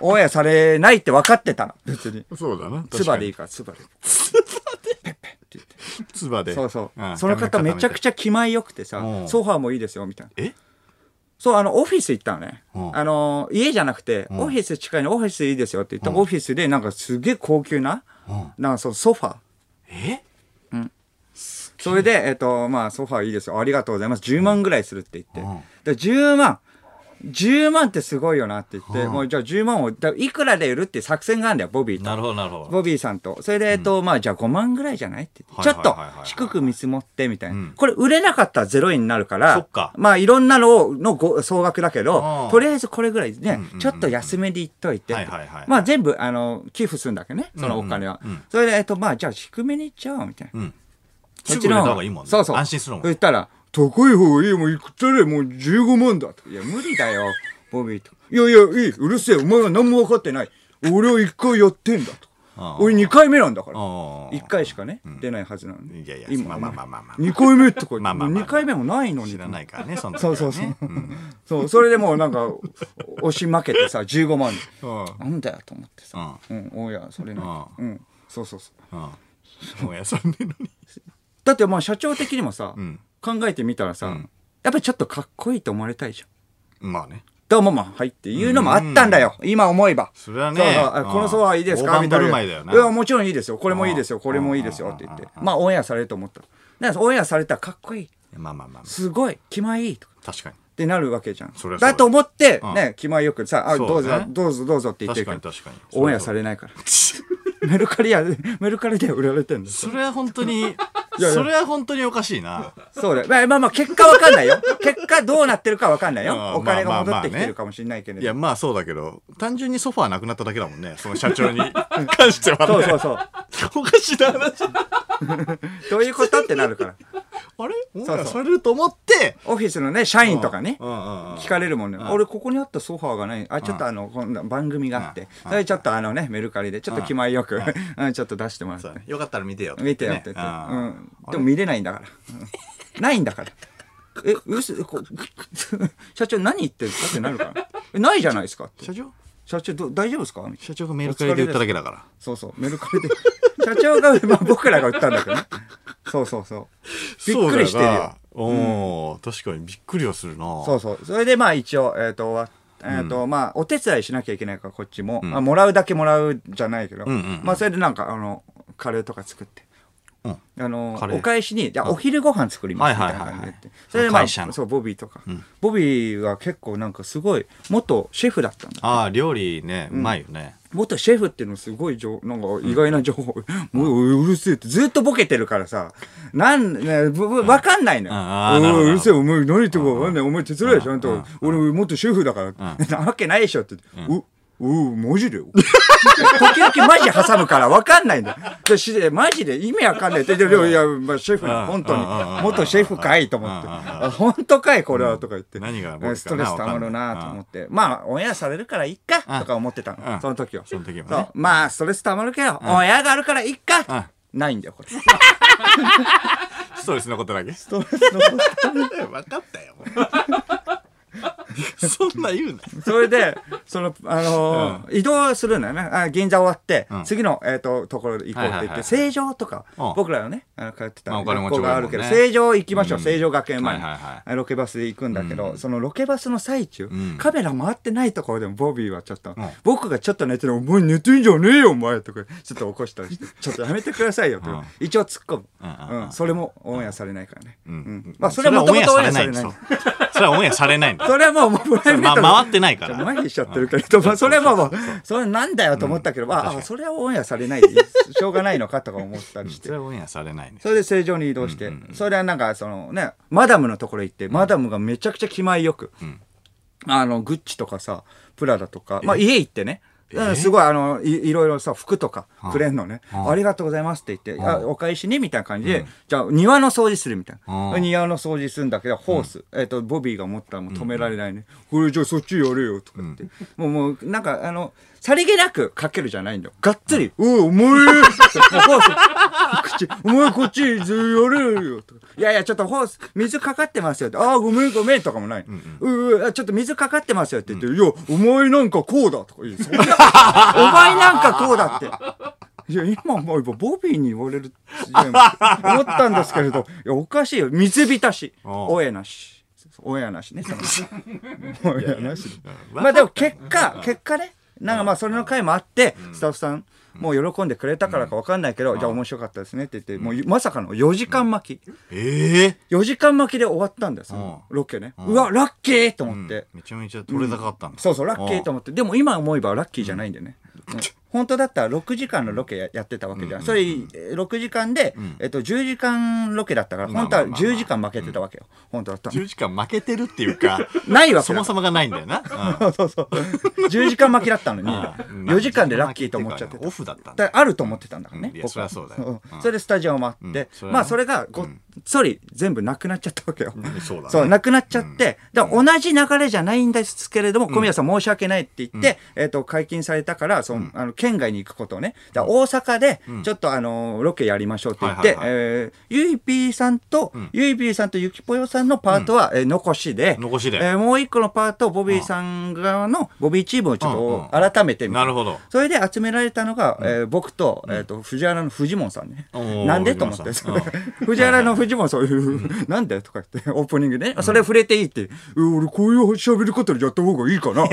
Speaker 2: オンエアされないって分かってたの別に
Speaker 1: そうだな。
Speaker 2: つばでいいからつばで
Speaker 1: つばで。
Speaker 2: そうそ
Speaker 1: ん
Speaker 2: うその方めちゃくちゃ気前よくてさ
Speaker 1: うん
Speaker 2: ソファーもいいですよみたいな
Speaker 1: え
Speaker 2: そう、あの、オフィス行ったのね。
Speaker 1: うん
Speaker 2: あの、家じゃなくて、オフィス近いの、オフィスいいですよって言ったら、オフィスで、なんかすげえ高級な、
Speaker 1: うん
Speaker 2: なんかそのソファー。
Speaker 1: え
Speaker 2: それで、えっ、と、まあ、ソファーいいですよ。ありがとうございます。10万ぐらいするって言
Speaker 1: う
Speaker 2: っ
Speaker 1: ん
Speaker 2: て。で、10万 !10 万ってすごいよなって言って、
Speaker 1: うん
Speaker 2: もうじゃあ10万を、だいくらで売るっていう作戦があるんだよ、ボビーと。
Speaker 1: なるほどなるほど。
Speaker 2: ボビーさんと。それで、えっと、まあ、じゃあ5万ぐらいじゃないって言って。ち
Speaker 1: はい
Speaker 2: ょっ
Speaker 1: はいはい
Speaker 2: と
Speaker 1: はい
Speaker 2: 低く見積もって、みたい
Speaker 1: うん
Speaker 2: な。これ売れなかったら0円になるから、
Speaker 1: そっか
Speaker 2: まあ、いろんなののご総額だけ
Speaker 1: あ
Speaker 2: ど
Speaker 1: あ、
Speaker 2: とりあえずこれぐらいね
Speaker 1: うん、
Speaker 2: ちょっと安めで言っといて
Speaker 1: はいはいはい。
Speaker 2: まあ、全部、あの、寄付するんだけどね、そのお金は
Speaker 1: うんうんうん。
Speaker 2: それで、えっと、まあ、じゃあ低めにいっちゃおう、みたいな。
Speaker 1: うん。
Speaker 2: そ
Speaker 1: す
Speaker 2: っ
Speaker 1: ぐ
Speaker 2: ち
Speaker 1: 入れ
Speaker 2: の方
Speaker 1: た方がいいもんね。
Speaker 2: そうそう。
Speaker 1: 安心するもん
Speaker 2: 言。ったら、高い方がいい、もういくつでもう15万だと。いや、無理だよ、ボビーと。いやいや、いい、うるせえ、お前は何も分かってない。俺は1回やってんだと
Speaker 1: あ。あ
Speaker 2: 俺2回目なんだから。
Speaker 1: ああ
Speaker 2: 1回しかね、出ないはずなのに。
Speaker 1: いやいやま
Speaker 2: 今
Speaker 1: あまあまあまあまあ
Speaker 2: 2回目とか、
Speaker 1: まあまあまあ
Speaker 2: 2回目もないのに。
Speaker 1: 知らないからね、その時
Speaker 2: そ
Speaker 1: はね。
Speaker 2: うそうそう。
Speaker 1: ん
Speaker 2: そう、それでもうなんか、押し負けてさ、15万に。
Speaker 1: うん。うん。
Speaker 2: なんだよと思ってさ。うん、おや、それな。
Speaker 1: う
Speaker 2: うん、そうそうそう。
Speaker 1: うん。もう休んでるのに。
Speaker 2: だってまあ社長的にもさ、
Speaker 1: ん
Speaker 2: 考えてみたらさ、
Speaker 1: ん
Speaker 2: やっぱりちょっとかっこいいと思われたいじゃん。
Speaker 1: まあね。
Speaker 2: どうもまあ、はいっていうのもあったんだよ。今思えば。
Speaker 1: それはね
Speaker 2: ううあ
Speaker 1: うん
Speaker 2: このソファーいいです
Speaker 1: 大
Speaker 2: か
Speaker 1: 盤
Speaker 2: みたい
Speaker 1: 振る
Speaker 2: な。
Speaker 1: 舞い
Speaker 2: い
Speaker 1: だよな
Speaker 2: や、もちろんいいですよ。これもいいですよ。
Speaker 1: うん
Speaker 2: これもいいですよ。って言って
Speaker 1: うん。
Speaker 2: まあ、オンエアされると思った。だからオンエアされたらかっこいい。
Speaker 1: まあまあまあます
Speaker 2: ごい。気前いい。とか。
Speaker 1: あ。確かに。
Speaker 2: ってなるわけじゃん
Speaker 1: そりゃ。そうだ
Speaker 2: だと思って
Speaker 1: うん、
Speaker 2: ね、気前よくさ、あ、
Speaker 1: そう
Speaker 2: どうぞ
Speaker 1: だね、
Speaker 2: どうぞ、どうぞって言ってる
Speaker 1: 確
Speaker 2: か
Speaker 1: からに。確かに。
Speaker 2: オンエアさ れないから。メルカリや、メルカリで売られてんだよ。
Speaker 1: それは本当 に、
Speaker 2: や
Speaker 1: それは本当におかしいな。
Speaker 2: そうだよ。まあまあまあ、結果わかんな いよ。結果どうなってるかわかんない
Speaker 1: うん
Speaker 2: よ。お
Speaker 1: ま
Speaker 2: 金
Speaker 1: あ
Speaker 2: が
Speaker 1: まあま
Speaker 2: 戻
Speaker 1: あ
Speaker 2: ってきて
Speaker 1: ね
Speaker 2: るかもしれないけれ
Speaker 1: い
Speaker 2: ど
Speaker 1: や、。まあそうだけど、単純にソファーなくなっただけだもんね。その社 長に関してはね。
Speaker 2: そうそうそう。
Speaker 1: おかしな話。
Speaker 2: どういうことってなるから。
Speaker 1: あれオンエ
Speaker 2: そう
Speaker 1: アされると思って、
Speaker 2: オフィスのね、社員とかね
Speaker 1: う。んうんうん
Speaker 2: 聞かれるもんね。俺、ここにあったソファーがない。あ、ちょっとあの、こんな番組があって。それちょっとあのね、メルカリで、ちょっと気前よく、 うんちょっと出してもらって
Speaker 1: そう。だねよかったら見てよってね。
Speaker 2: 見てやってて。う
Speaker 1: あー
Speaker 2: ん。でも見れないんだから。うんないんだから。え、うす、こ 社長何言ってるんですかってなるから。えないじゃないですかって。
Speaker 1: 社長
Speaker 2: 社長、ど大丈夫ですかみたいな
Speaker 1: 社長がメルカリで売っただけだから。
Speaker 2: そうそう、メルカリで。 社長が、まあ、僕らが売ったんだけどね。そうそうそう。びっくりしてるよ。
Speaker 1: おお、確かにびっくりはするな。
Speaker 2: そうそう。それでまあ一応、えっ、と、わえーとまあ、お手伝いしなきゃいけないからこっちも、まあ、もらうだけもらうじゃないけど、
Speaker 1: んうんうん
Speaker 2: まあ、それでなんかあのカレーとか作って、
Speaker 1: うん
Speaker 2: あの
Speaker 1: カレー
Speaker 2: お返しにじゃあお昼ご飯作りますみ
Speaker 1: はい
Speaker 2: た
Speaker 1: はい
Speaker 2: いな
Speaker 1: はいはい
Speaker 2: 感じでってそれで、ま
Speaker 1: 会社の
Speaker 2: あ、そうボビーとか、ボビーは結構なんかすごい元シェフだったんだ
Speaker 1: ああ、料理ね、うまいよね。
Speaker 2: 元シェフっていうのすごい情なんか意外な情報、もううるせえってずっとボケてるからさなん、ね、ぶぶわかんないのよ、
Speaker 1: うんあーなるほど
Speaker 2: おいうるせえお前何言ってるかわかんないお前手伝いでしょあんた俺元シェフだから、なわけないでしょって、おおうマジでよ時々マジ挟むからわかんないんだよでしマジで意味わかんないってででもいや、まあ、シェフ
Speaker 1: うん
Speaker 2: な本当に
Speaker 1: うんうんうん
Speaker 2: 元シェフかいと思って
Speaker 1: うんうんうん
Speaker 2: あ本当かいこれはとか言って、
Speaker 1: うん何が僕かな
Speaker 2: ストレスたまるなと思って、まあオンエアされるからいっかとか思ってたの、
Speaker 1: うん
Speaker 2: その時は
Speaker 1: その時はね
Speaker 2: そうまあストレスたまるけど、オンエアがあるからいっか、ないんだよこれ ス
Speaker 1: ストレスのことだけ。
Speaker 2: トレスの
Speaker 1: 分かったよ。もうそんな言うな。
Speaker 2: それでそのあのー移動するんだよねあ銀座終わって、次の、えー、とところで行こうって言っ
Speaker 1: は
Speaker 2: て、
Speaker 1: いはいはい
Speaker 2: 成城とか、
Speaker 1: うん
Speaker 2: 僕らのねあの通ってた
Speaker 1: まあお金持ち多いも
Speaker 2: 学校
Speaker 1: んね
Speaker 2: があるけど、成城行きましょう、
Speaker 1: うん
Speaker 2: 成城学園前に、
Speaker 1: はいはいはい
Speaker 2: あロケバスで行くんだけど、そのロケバスの最中、
Speaker 1: ん
Speaker 2: カメラ回ってないところでもボビーはちょっと、
Speaker 1: ん
Speaker 2: 僕がちょっと寝てるお前寝てんじゃねえよお前とかちょっと起こしたり してちょっとやめてくださいよとか、一応突っ込む、
Speaker 1: うん
Speaker 2: う
Speaker 1: うん
Speaker 2: ん
Speaker 1: うん
Speaker 2: それもオンエアされないからね、
Speaker 1: ん
Speaker 2: うんまあそれはもともとオンエアされない
Speaker 1: それはオンエアされないんだ。
Speaker 2: それはもう、もプライベー
Speaker 1: ま
Speaker 2: トの
Speaker 1: あ、回ってないから。
Speaker 2: 麻痺しちゃってるけれど、まあ、それはもう、それなんだよと思ったけど、まああ、それはオンエアされないで、しょうがないのかとか思ったりし
Speaker 1: そ
Speaker 2: て
Speaker 1: れ。はオンエアされないね
Speaker 2: そ。れで正常に移動して、それはなんかそのねマダムのところ行って、マダムがめちゃくちゃ気前よく、
Speaker 1: ん
Speaker 2: あのグッチとかさプラダとか、まあ、家行ってねうんすごいあのいいろいろさ服とかくれんのね、ありがとうございますって言って、あお返しにみたいな感じで、じゃあ庭の掃除するみたいな、
Speaker 1: うん
Speaker 2: 庭の掃除するんだけどホース、えっとボビーが持ったらもう止められないね、これじゃあそっちやれよとか言って、もうもうなんかあのさりげなくかけるじゃないんだよがっつり「おいお前!」ホース口、お前こっちずやれよとか。いやいや、ちょっとホース、水かかってますよって。ああ、ごめんごめんとかもない。ううあちょっと水かかってますよって言って、いや、お前なんかこうだとか言う。そんなお前なんかこうだって。 いや、今思えばボビーに言われるって思ったんですけれど、いや、おかしいよ。水浸し。
Speaker 1: おう
Speaker 2: おえなし。おやなしね、そ の。おやなし。
Speaker 1: うん
Speaker 2: まあでも結果、結果ね、なんかまあそれの回もあって、スタッフさん、もう喜んでくれたからかわかんないけど、じゃあ面白かったですねって言って、もうまさかの4時間巻き。
Speaker 1: ええ
Speaker 2: 4時間巻きで終わったんです
Speaker 1: うん、
Speaker 2: ロケね。うわ、ラッキーと思って。
Speaker 1: めちゃめちゃ取れ高かったんだ。
Speaker 2: そうそう、ラッキーと思って。でも今思えばラッキーじゃないんだよね。うん本当だったら6時間のロケややってたわけじゃん。それ、えー6時間で、えっと、10時間ロケだったから、
Speaker 1: まあ
Speaker 2: 本当は
Speaker 1: まあまあまあ
Speaker 2: 10時間負けてたわけよ。本当だったら。
Speaker 1: 10時間負けてるっていうか、
Speaker 2: ないわけ
Speaker 1: そ
Speaker 2: だ
Speaker 1: もそもがないんだよな。うん
Speaker 2: そうそう。10時間巻きだったのに、
Speaker 1: うん
Speaker 2: 4時間でラッキーと思っちゃってた
Speaker 1: オフだったんだ
Speaker 2: だあると思ってたんだからね。
Speaker 1: うんいや
Speaker 2: 僕は
Speaker 1: そりゃそうだよ
Speaker 2: ん
Speaker 1: うん
Speaker 2: それでスタジオもあって、
Speaker 1: うんそれはね
Speaker 2: まあそれがごっそり全部なくなっちゃったわけよ。
Speaker 1: そうだね
Speaker 2: なくなっちゃって、で同じ流れじゃないんですけれども、小宮さん申し訳ないって言って、えっと、解禁されたから、その、あの、県外に行くことをね、だから大阪で、ちょっとあの、ロケやりましょうって言って
Speaker 1: はい、はい
Speaker 2: えーゆいぴーさんと、ゆいぴーさんとゆきぽよさんのパートは、えー残しで、
Speaker 1: 残しで
Speaker 2: えーもう一個のパートをボビーさん側の、ボビーチームをちょっと改めてみたい
Speaker 1: なるほど。
Speaker 2: それで集められたのが、えー僕と,、えー、と藤原の藤本さんね。
Speaker 1: おー
Speaker 2: なんでと思って
Speaker 1: 藤本さん
Speaker 2: 藤原の藤本さん、うんなんでとか言ってオープニングでね、それ触れていいって、うん俺こういう喋り方でやった方がいいかな。い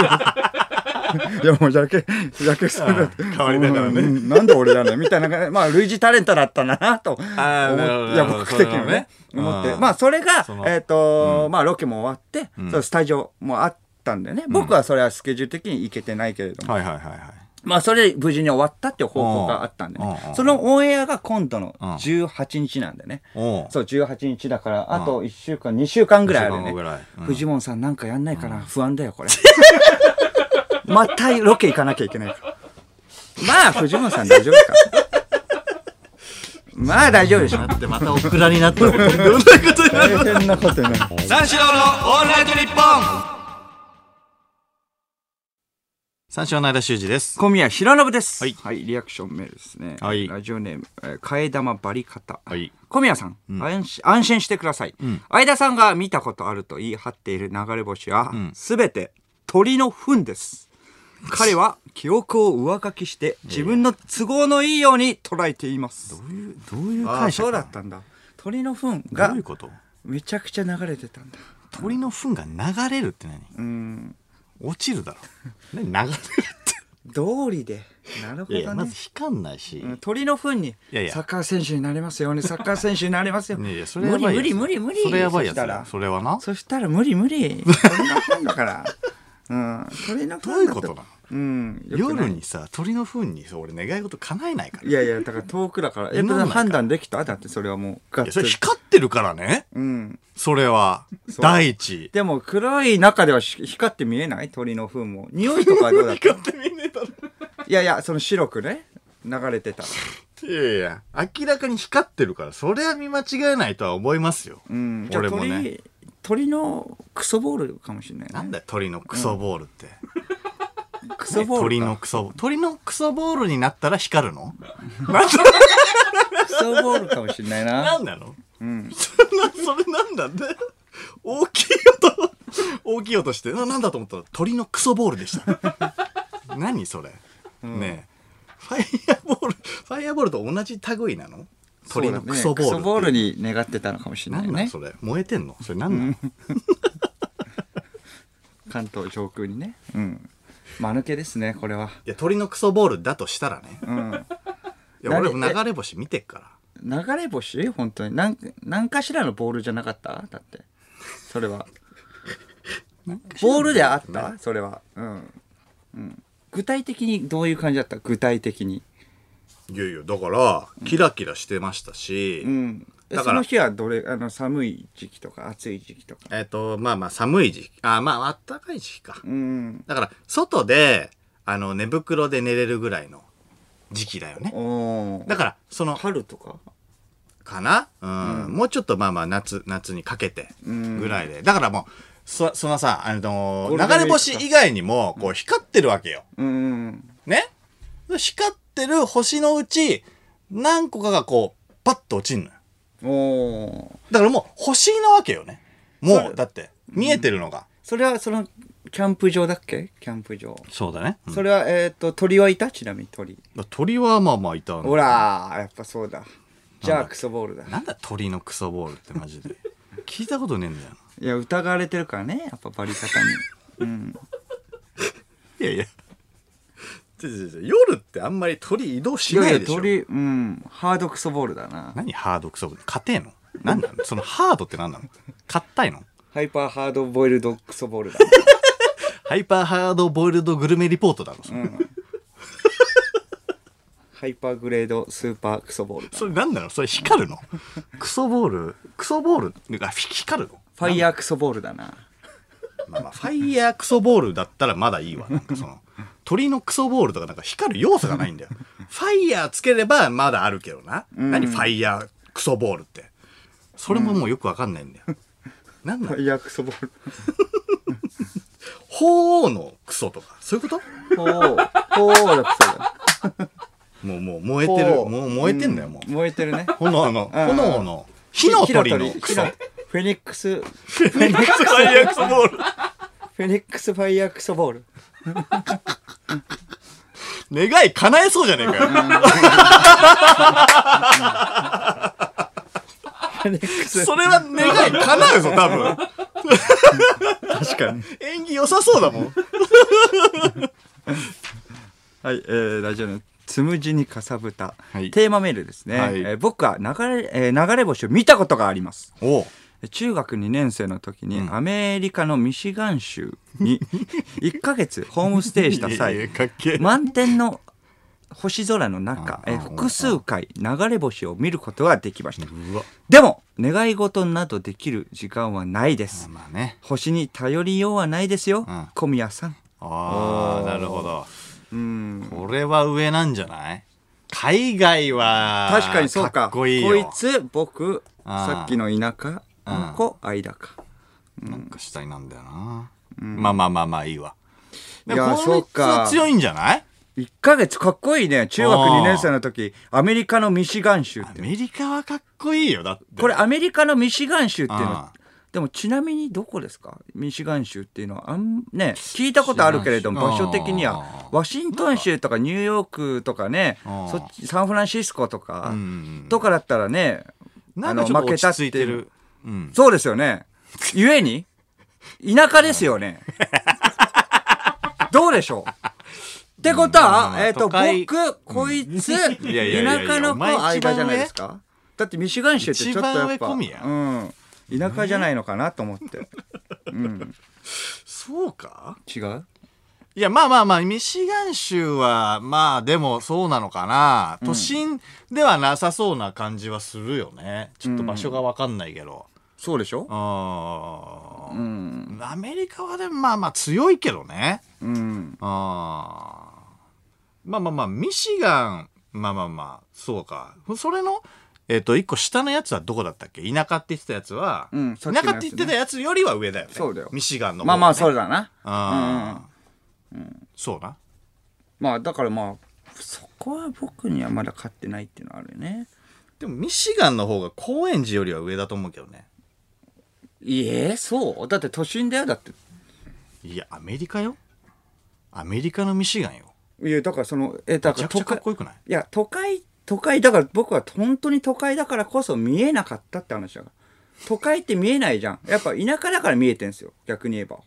Speaker 2: やもうジャケ、ジャケさんだって。
Speaker 1: あー変わりながらね
Speaker 2: うんうんなんで俺なのみたいな感じで、まあ類似タレントだったなと思って、い
Speaker 1: あーなるほど
Speaker 2: や僕的にはね、
Speaker 1: なるほど
Speaker 2: 思って
Speaker 1: う。ん
Speaker 2: まあそれが
Speaker 1: そ、の
Speaker 2: えっと、まあロケも終わって、そのスタジオもあったんでね、僕はそれはスケジュール的に行けてないけれども、
Speaker 1: はいはいはいはい。
Speaker 2: まあそれで無事に終わったっていう報告があったんでね
Speaker 1: うんうん
Speaker 2: そのオンエアが今度の
Speaker 1: うん
Speaker 2: 18日なんでね、
Speaker 1: おう
Speaker 2: そう18日だからあと1週間2週間ぐらいある
Speaker 1: 一週間
Speaker 2: ね
Speaker 1: 後ぐらいうん
Speaker 2: フジモンさんなんかやんないかな、不安だよこれまたロケ行かなきゃいけないからまあフジモンさん大丈夫かまあ大丈夫でしょ
Speaker 1: だってまたオクラになった。どんなことになる
Speaker 2: 大変なことになる
Speaker 1: 三四郎のオールナイトニッポン三四郎の間修二です。
Speaker 2: 小宮弘信です
Speaker 1: はい
Speaker 2: リアクションメールですね、
Speaker 1: はい
Speaker 2: ラジオネーム、えー替え玉バリ方、
Speaker 1: はい
Speaker 2: 小宮さん、安心安心してください、相田さんが見たことあると言い張っている流れ星は、すべて鳥の糞 です彼は記憶を上書きして自分の都合のいいように捉えています
Speaker 1: どういう、どういう
Speaker 2: ああ
Speaker 1: 解釈
Speaker 2: そうだったんだ鳥の糞
Speaker 1: ど
Speaker 2: が
Speaker 1: ういうこと
Speaker 2: めちゃくちゃ流れてたんだ
Speaker 1: 鳥の糞が流れるって何
Speaker 2: うん
Speaker 1: 落ちるだろ。何流れるっ
Speaker 2: 道理でなるほ
Speaker 1: て。いやいや、
Speaker 2: ど
Speaker 1: ま
Speaker 2: ね
Speaker 1: ず光んないし。
Speaker 2: うん鳥の糞に
Speaker 1: いやいや
Speaker 2: サッカー選手になれますよねサッカー選手になれますよ
Speaker 1: ねえいやそれ
Speaker 2: 無
Speaker 1: や
Speaker 2: 理
Speaker 1: ばいやつ
Speaker 2: 無理無理無理
Speaker 1: それやばいやつ
Speaker 2: そした
Speaker 1: だよ
Speaker 2: ら
Speaker 1: それはな
Speaker 2: そしたら無理無理そんなもんだからうん鳥の糞だと
Speaker 1: どういうことなの
Speaker 2: うんよくない
Speaker 1: 夜にさ鳥の糞にさ俺願い事叶えないから
Speaker 2: いやいやだから遠くだから
Speaker 1: な
Speaker 2: え
Speaker 1: んなんか
Speaker 2: 判断できただってそれはもうガ
Speaker 1: い
Speaker 2: ッ
Speaker 1: やそれ
Speaker 2: ツリ
Speaker 1: 光ってるからね
Speaker 2: うん
Speaker 1: それは
Speaker 2: そう
Speaker 1: 第一
Speaker 2: でも黒い中ではし光って見えない鳥の糞も匂いとかはど うだったい
Speaker 1: って見ねえだろ
Speaker 2: やいやその白くね流れてたら
Speaker 1: いやいや明らかに光ってるからそれは見間違えないとは思いますよ、
Speaker 2: うんじゃあ
Speaker 1: 俺も
Speaker 2: 鳥、
Speaker 1: ね
Speaker 2: 鳥のクソボールかもしれないね
Speaker 1: なんだよ鳥のクソボールって、
Speaker 2: クソボールか
Speaker 1: 鳥のクソ鳥のクソボールになったら光るの
Speaker 2: クソボールかもしれない な。
Speaker 1: 何なの
Speaker 2: うん。
Speaker 1: そんなそれなんだって大きい音大きい音してななんだと思ったら鳥のクソボールでした 何それ、ねえファイヤーボールファイヤーボールと同じ類なの鳥のクソボールって
Speaker 2: そうだねクソボールに願ってたのかもしれな
Speaker 1: ないんなの
Speaker 2: ね
Speaker 1: そ。れ燃えてんのそれなんなの
Speaker 2: 関東上空にね。うん。間抜けですね、これは。
Speaker 1: いや鳥のクソボールだとしたらね
Speaker 2: うん。
Speaker 1: いや俺も
Speaker 2: 何
Speaker 1: 流れ星見てっから
Speaker 2: 流れ星本当に。なん、何かしらのボールじゃなかっただって。それは。ボールであったそれは。うん。うん具体的にどういう感じだった具体的に。
Speaker 1: いやいやだからキラキラしてましたし、
Speaker 2: うん。え
Speaker 1: だ
Speaker 2: そ
Speaker 1: から
Speaker 2: の日はどれ、あの、寒い時期とか暑い時期とか。
Speaker 1: えっ、とまあまあ寒い時期あまああったかい時期か、
Speaker 2: うん。
Speaker 1: だから外であの寝袋で寝れるぐらいの時期だよね
Speaker 2: おー
Speaker 1: だからその
Speaker 2: 春とか
Speaker 1: かな、うんもうちょっとまあまあ夏夏にかけて
Speaker 2: うん
Speaker 1: ぐらいで、だからもうそそのさあの
Speaker 2: ゴールデンウィークか
Speaker 1: 流れ星以外にもこう光ってるわけよ、
Speaker 2: うん。
Speaker 1: ね光ってる星のうち何個かがこうパッと落ちんのよ
Speaker 2: おー
Speaker 1: だからもう星なわけよねも
Speaker 2: そう
Speaker 1: うだって見えてるのが、
Speaker 2: それはそのキャンプ場だっけキャンプ場、
Speaker 1: そうだね、
Speaker 2: それはえっ、と鳥はいたちなみに鳥、
Speaker 1: 鳥はまあまあいたんだ
Speaker 2: ほらーやっぱそうだじゃあクソボールだ
Speaker 1: なんだ鳥のクソボールってマジで 聞いたことねえんだよない
Speaker 2: や疑われてるからねやっぱバリ方に うん
Speaker 1: いやいやちょちょちょ夜ってあんまり鳥移動しない
Speaker 2: やや
Speaker 1: でしょ
Speaker 2: 鳥うんハードクソボールだな
Speaker 1: 何ハードクソボール硬えの何 なのそのハードって何なの硬いの
Speaker 2: ハイパーハードボイルドクソボールだ
Speaker 1: ハイパーハードボイルドグルメリポートだろそれ,、
Speaker 2: な、うん、 ハイパーグレードスーパークソボールだ
Speaker 1: それ何なのそれ光るのクソボールクソボールが光るの
Speaker 2: ファイヤークソボールだな
Speaker 1: まあまあ、ファイヤークソボールだったらまだいいわ。なんかその、鳥のクソボールとかなんか光る要素がないんだよ。ファイヤーつければまだあるけどな。何ファイヤークソボールって。それももうよくわかんないんだよ。なんだ
Speaker 2: ファイヤークソボール
Speaker 1: 鳳凰のクソとか。そういうこと
Speaker 2: ほうほうだクソだ
Speaker 1: もうもう燃えてる。
Speaker 2: ほう
Speaker 1: もう燃えてんだよ、も
Speaker 2: う
Speaker 1: う。
Speaker 2: 燃えてるね
Speaker 1: 炎の、
Speaker 2: うん
Speaker 1: 炎の、火の鳥のク
Speaker 2: 火
Speaker 1: ソ。
Speaker 2: のフェニックス フ
Speaker 1: ファイヤークソボール。
Speaker 2: ェニックスファイヤークソボール
Speaker 1: 願い叶えそうじゃねえかよ。
Speaker 2: フェニックス
Speaker 1: それは願い叶うぞ、多分。
Speaker 2: 確かに
Speaker 1: 縁起良さそうだもん。
Speaker 2: はい、えー、ラジオのつむじにかさぶた、
Speaker 1: はい
Speaker 2: テーマメールですね、
Speaker 1: はい
Speaker 2: えー僕は流れ,、えー流れ星を見たことがあります
Speaker 1: おう。
Speaker 2: 中学2年生の時に
Speaker 1: うん
Speaker 2: アメリカのミシガン州に 1ヶ月ホームステイした
Speaker 1: いやい
Speaker 2: 際
Speaker 1: やかっけえ
Speaker 2: 満天の星空の中、
Speaker 1: うん
Speaker 2: えー
Speaker 1: うんうん
Speaker 2: 複数回流れ星を見ることができました
Speaker 1: うわ
Speaker 2: でも願い事などできる時間はないです
Speaker 1: まあね
Speaker 2: 星に頼りようはないですよ、
Speaker 1: うん
Speaker 2: 小宮さん
Speaker 1: あ
Speaker 2: おー
Speaker 1: あなるほど
Speaker 2: うん
Speaker 1: これは上なんじゃない海外は
Speaker 2: 確かにそうか
Speaker 1: っこいいよ
Speaker 2: こいつ僕
Speaker 1: あー
Speaker 2: さっきの田舎
Speaker 1: うん
Speaker 2: ここ間か
Speaker 1: なんか主体なんだよな、まあまあまあまあいいわ
Speaker 2: いや
Speaker 1: でもこの
Speaker 2: そう
Speaker 1: 三
Speaker 2: か
Speaker 1: つ強いんじゃない
Speaker 2: 1ヶ月かっこいいね中学
Speaker 1: あー
Speaker 2: 2年生の時アメリカのミシガン州っ
Speaker 1: ア
Speaker 2: て
Speaker 1: メリカはかっこいいよだって
Speaker 2: これアメリカのミシガン州っていうの
Speaker 1: あ
Speaker 2: はでもちなみにどこですかミシガン州っていうのはあんね聞いたことあるけれども
Speaker 1: 知ら
Speaker 2: 場
Speaker 1: ない
Speaker 2: 所的に
Speaker 1: あ
Speaker 2: は
Speaker 1: ー
Speaker 2: ワシントン州とかニューヨークとかね
Speaker 1: あー
Speaker 2: そっちサンフランシスコとか
Speaker 1: うん
Speaker 2: とかだったらね
Speaker 1: な
Speaker 2: あ
Speaker 1: んか
Speaker 2: の
Speaker 1: ちょっ
Speaker 2: 負
Speaker 1: と
Speaker 2: けた
Speaker 1: 落
Speaker 2: っ
Speaker 1: ち着い
Speaker 2: て
Speaker 1: て
Speaker 2: いう
Speaker 1: るうん
Speaker 2: そうですよね。ゆえに、田舎ですよね。どうでしょうってこと
Speaker 1: うんまあ
Speaker 2: は
Speaker 1: ま、あ
Speaker 2: えっ、と、
Speaker 1: 都会
Speaker 2: 僕、こいつ、田
Speaker 1: いやいやいや
Speaker 2: 舎の
Speaker 1: お
Speaker 2: 子
Speaker 1: 前一番
Speaker 2: 間じゃないですかだってミシガン州ってちょっとやっ
Speaker 1: 一
Speaker 2: ぱ、
Speaker 1: 番
Speaker 2: う
Speaker 1: 上込みや
Speaker 2: ん、田舎じゃないのかなと思って。うん、
Speaker 1: そうか
Speaker 2: 違う
Speaker 1: いやまあまあまあミシガン州はまあでもそうなのかな都心ではなさそうな感じはするよねちょっと場所がわかんないけど、
Speaker 2: そうでしょ
Speaker 1: あ
Speaker 2: う
Speaker 1: ー
Speaker 2: ん、
Speaker 1: アメリカはでもまあまあ強いけどね。
Speaker 2: うん、
Speaker 1: あーまあまあまあ、ミシガン、まあまあまあ、そうか。それの、えっ、と、一個下のやつはどこだったっけ田舎って言ってたやつは、
Speaker 2: うんさ
Speaker 1: 田
Speaker 2: っきのやつ
Speaker 1: 舎
Speaker 2: ね
Speaker 1: って言ってたやつよりは上だよね。
Speaker 2: そうだよ
Speaker 1: ミシガンの方、。
Speaker 2: まあまあ、そううだな。
Speaker 1: あーそうな。
Speaker 2: まあ、だからまあ、そこは僕にはまだ勝ってないっていうのはあるよね。
Speaker 1: でも、ミシガンの方が高円寺よりは上だと思うけどね。
Speaker 2: いえ、そうだって都心だよ、だって。
Speaker 1: いや、アメリカよ。アメリカのミシガンよ。
Speaker 2: いやだからそのえだ
Speaker 1: めち
Speaker 2: から
Speaker 1: ゃくち
Speaker 2: 都
Speaker 1: ゃか
Speaker 2: 会
Speaker 1: っこよくない
Speaker 2: いや都会都会だから僕は本当に都会だからこそ見えなかったって話だから都会って見えないじゃんやっぱ田舎だから見えてんすよ逆に言えば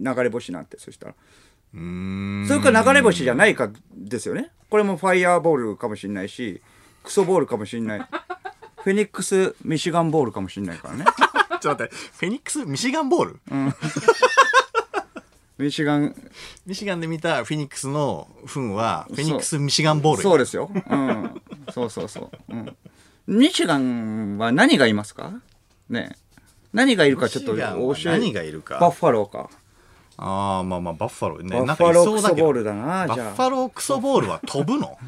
Speaker 2: 流れ星なんてそしたら
Speaker 1: うーん。
Speaker 2: それか流れ 星じゃないかですよねこれもファイヤーボールかもしれないしクソボールかもし れないフェニックスミシガンボールかもしれないからね
Speaker 1: ちょっと待って、フェニックスミシガンボール、
Speaker 2: ミシガン
Speaker 1: ミシガンで見たフェニックスの糞は、フェニックスミシガンボールよ
Speaker 2: そうですよ、うん、そうそうそう、うん、ミシガンは何がいますかねえ何がいるかちょっと
Speaker 1: ミシガンは
Speaker 2: 教え
Speaker 1: 何がいるか。
Speaker 2: バッファローか
Speaker 1: ああ、まあまあ、バッファローね。
Speaker 2: バッファ
Speaker 1: なんかい
Speaker 2: ロー
Speaker 1: そう
Speaker 2: ク
Speaker 1: だ
Speaker 2: ソ
Speaker 1: けど
Speaker 2: ボールだな
Speaker 1: バ
Speaker 2: じ
Speaker 1: ッ
Speaker 2: ゃ
Speaker 1: フ
Speaker 2: あ
Speaker 1: ァロークソボールは飛 ぶの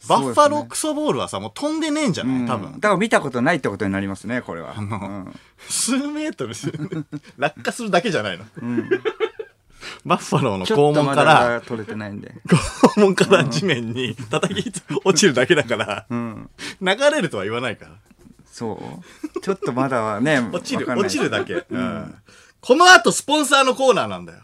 Speaker 2: す
Speaker 1: バ
Speaker 2: ね
Speaker 1: ッファロークソボールはさ、もう飛んでねえんじゃない多
Speaker 2: う
Speaker 1: 分
Speaker 2: ん。だから見たことないってことになりますねこれは、うん
Speaker 1: 数メートルし 落下するだけじゃないの。バッファローの
Speaker 2: ちょ
Speaker 1: 肛
Speaker 2: っと
Speaker 1: 門
Speaker 2: ま
Speaker 1: か
Speaker 2: だ
Speaker 1: ら、
Speaker 2: 取れてない んで
Speaker 1: 肛門から地面に叩き落ちるだけだから、
Speaker 2: うん
Speaker 1: 流れるとは言わないから。
Speaker 2: そうちょっとまだはね
Speaker 1: 落ちる
Speaker 2: わかんない
Speaker 1: 落ちるだけ、うんこの後スポンサーのコーナーなんだよ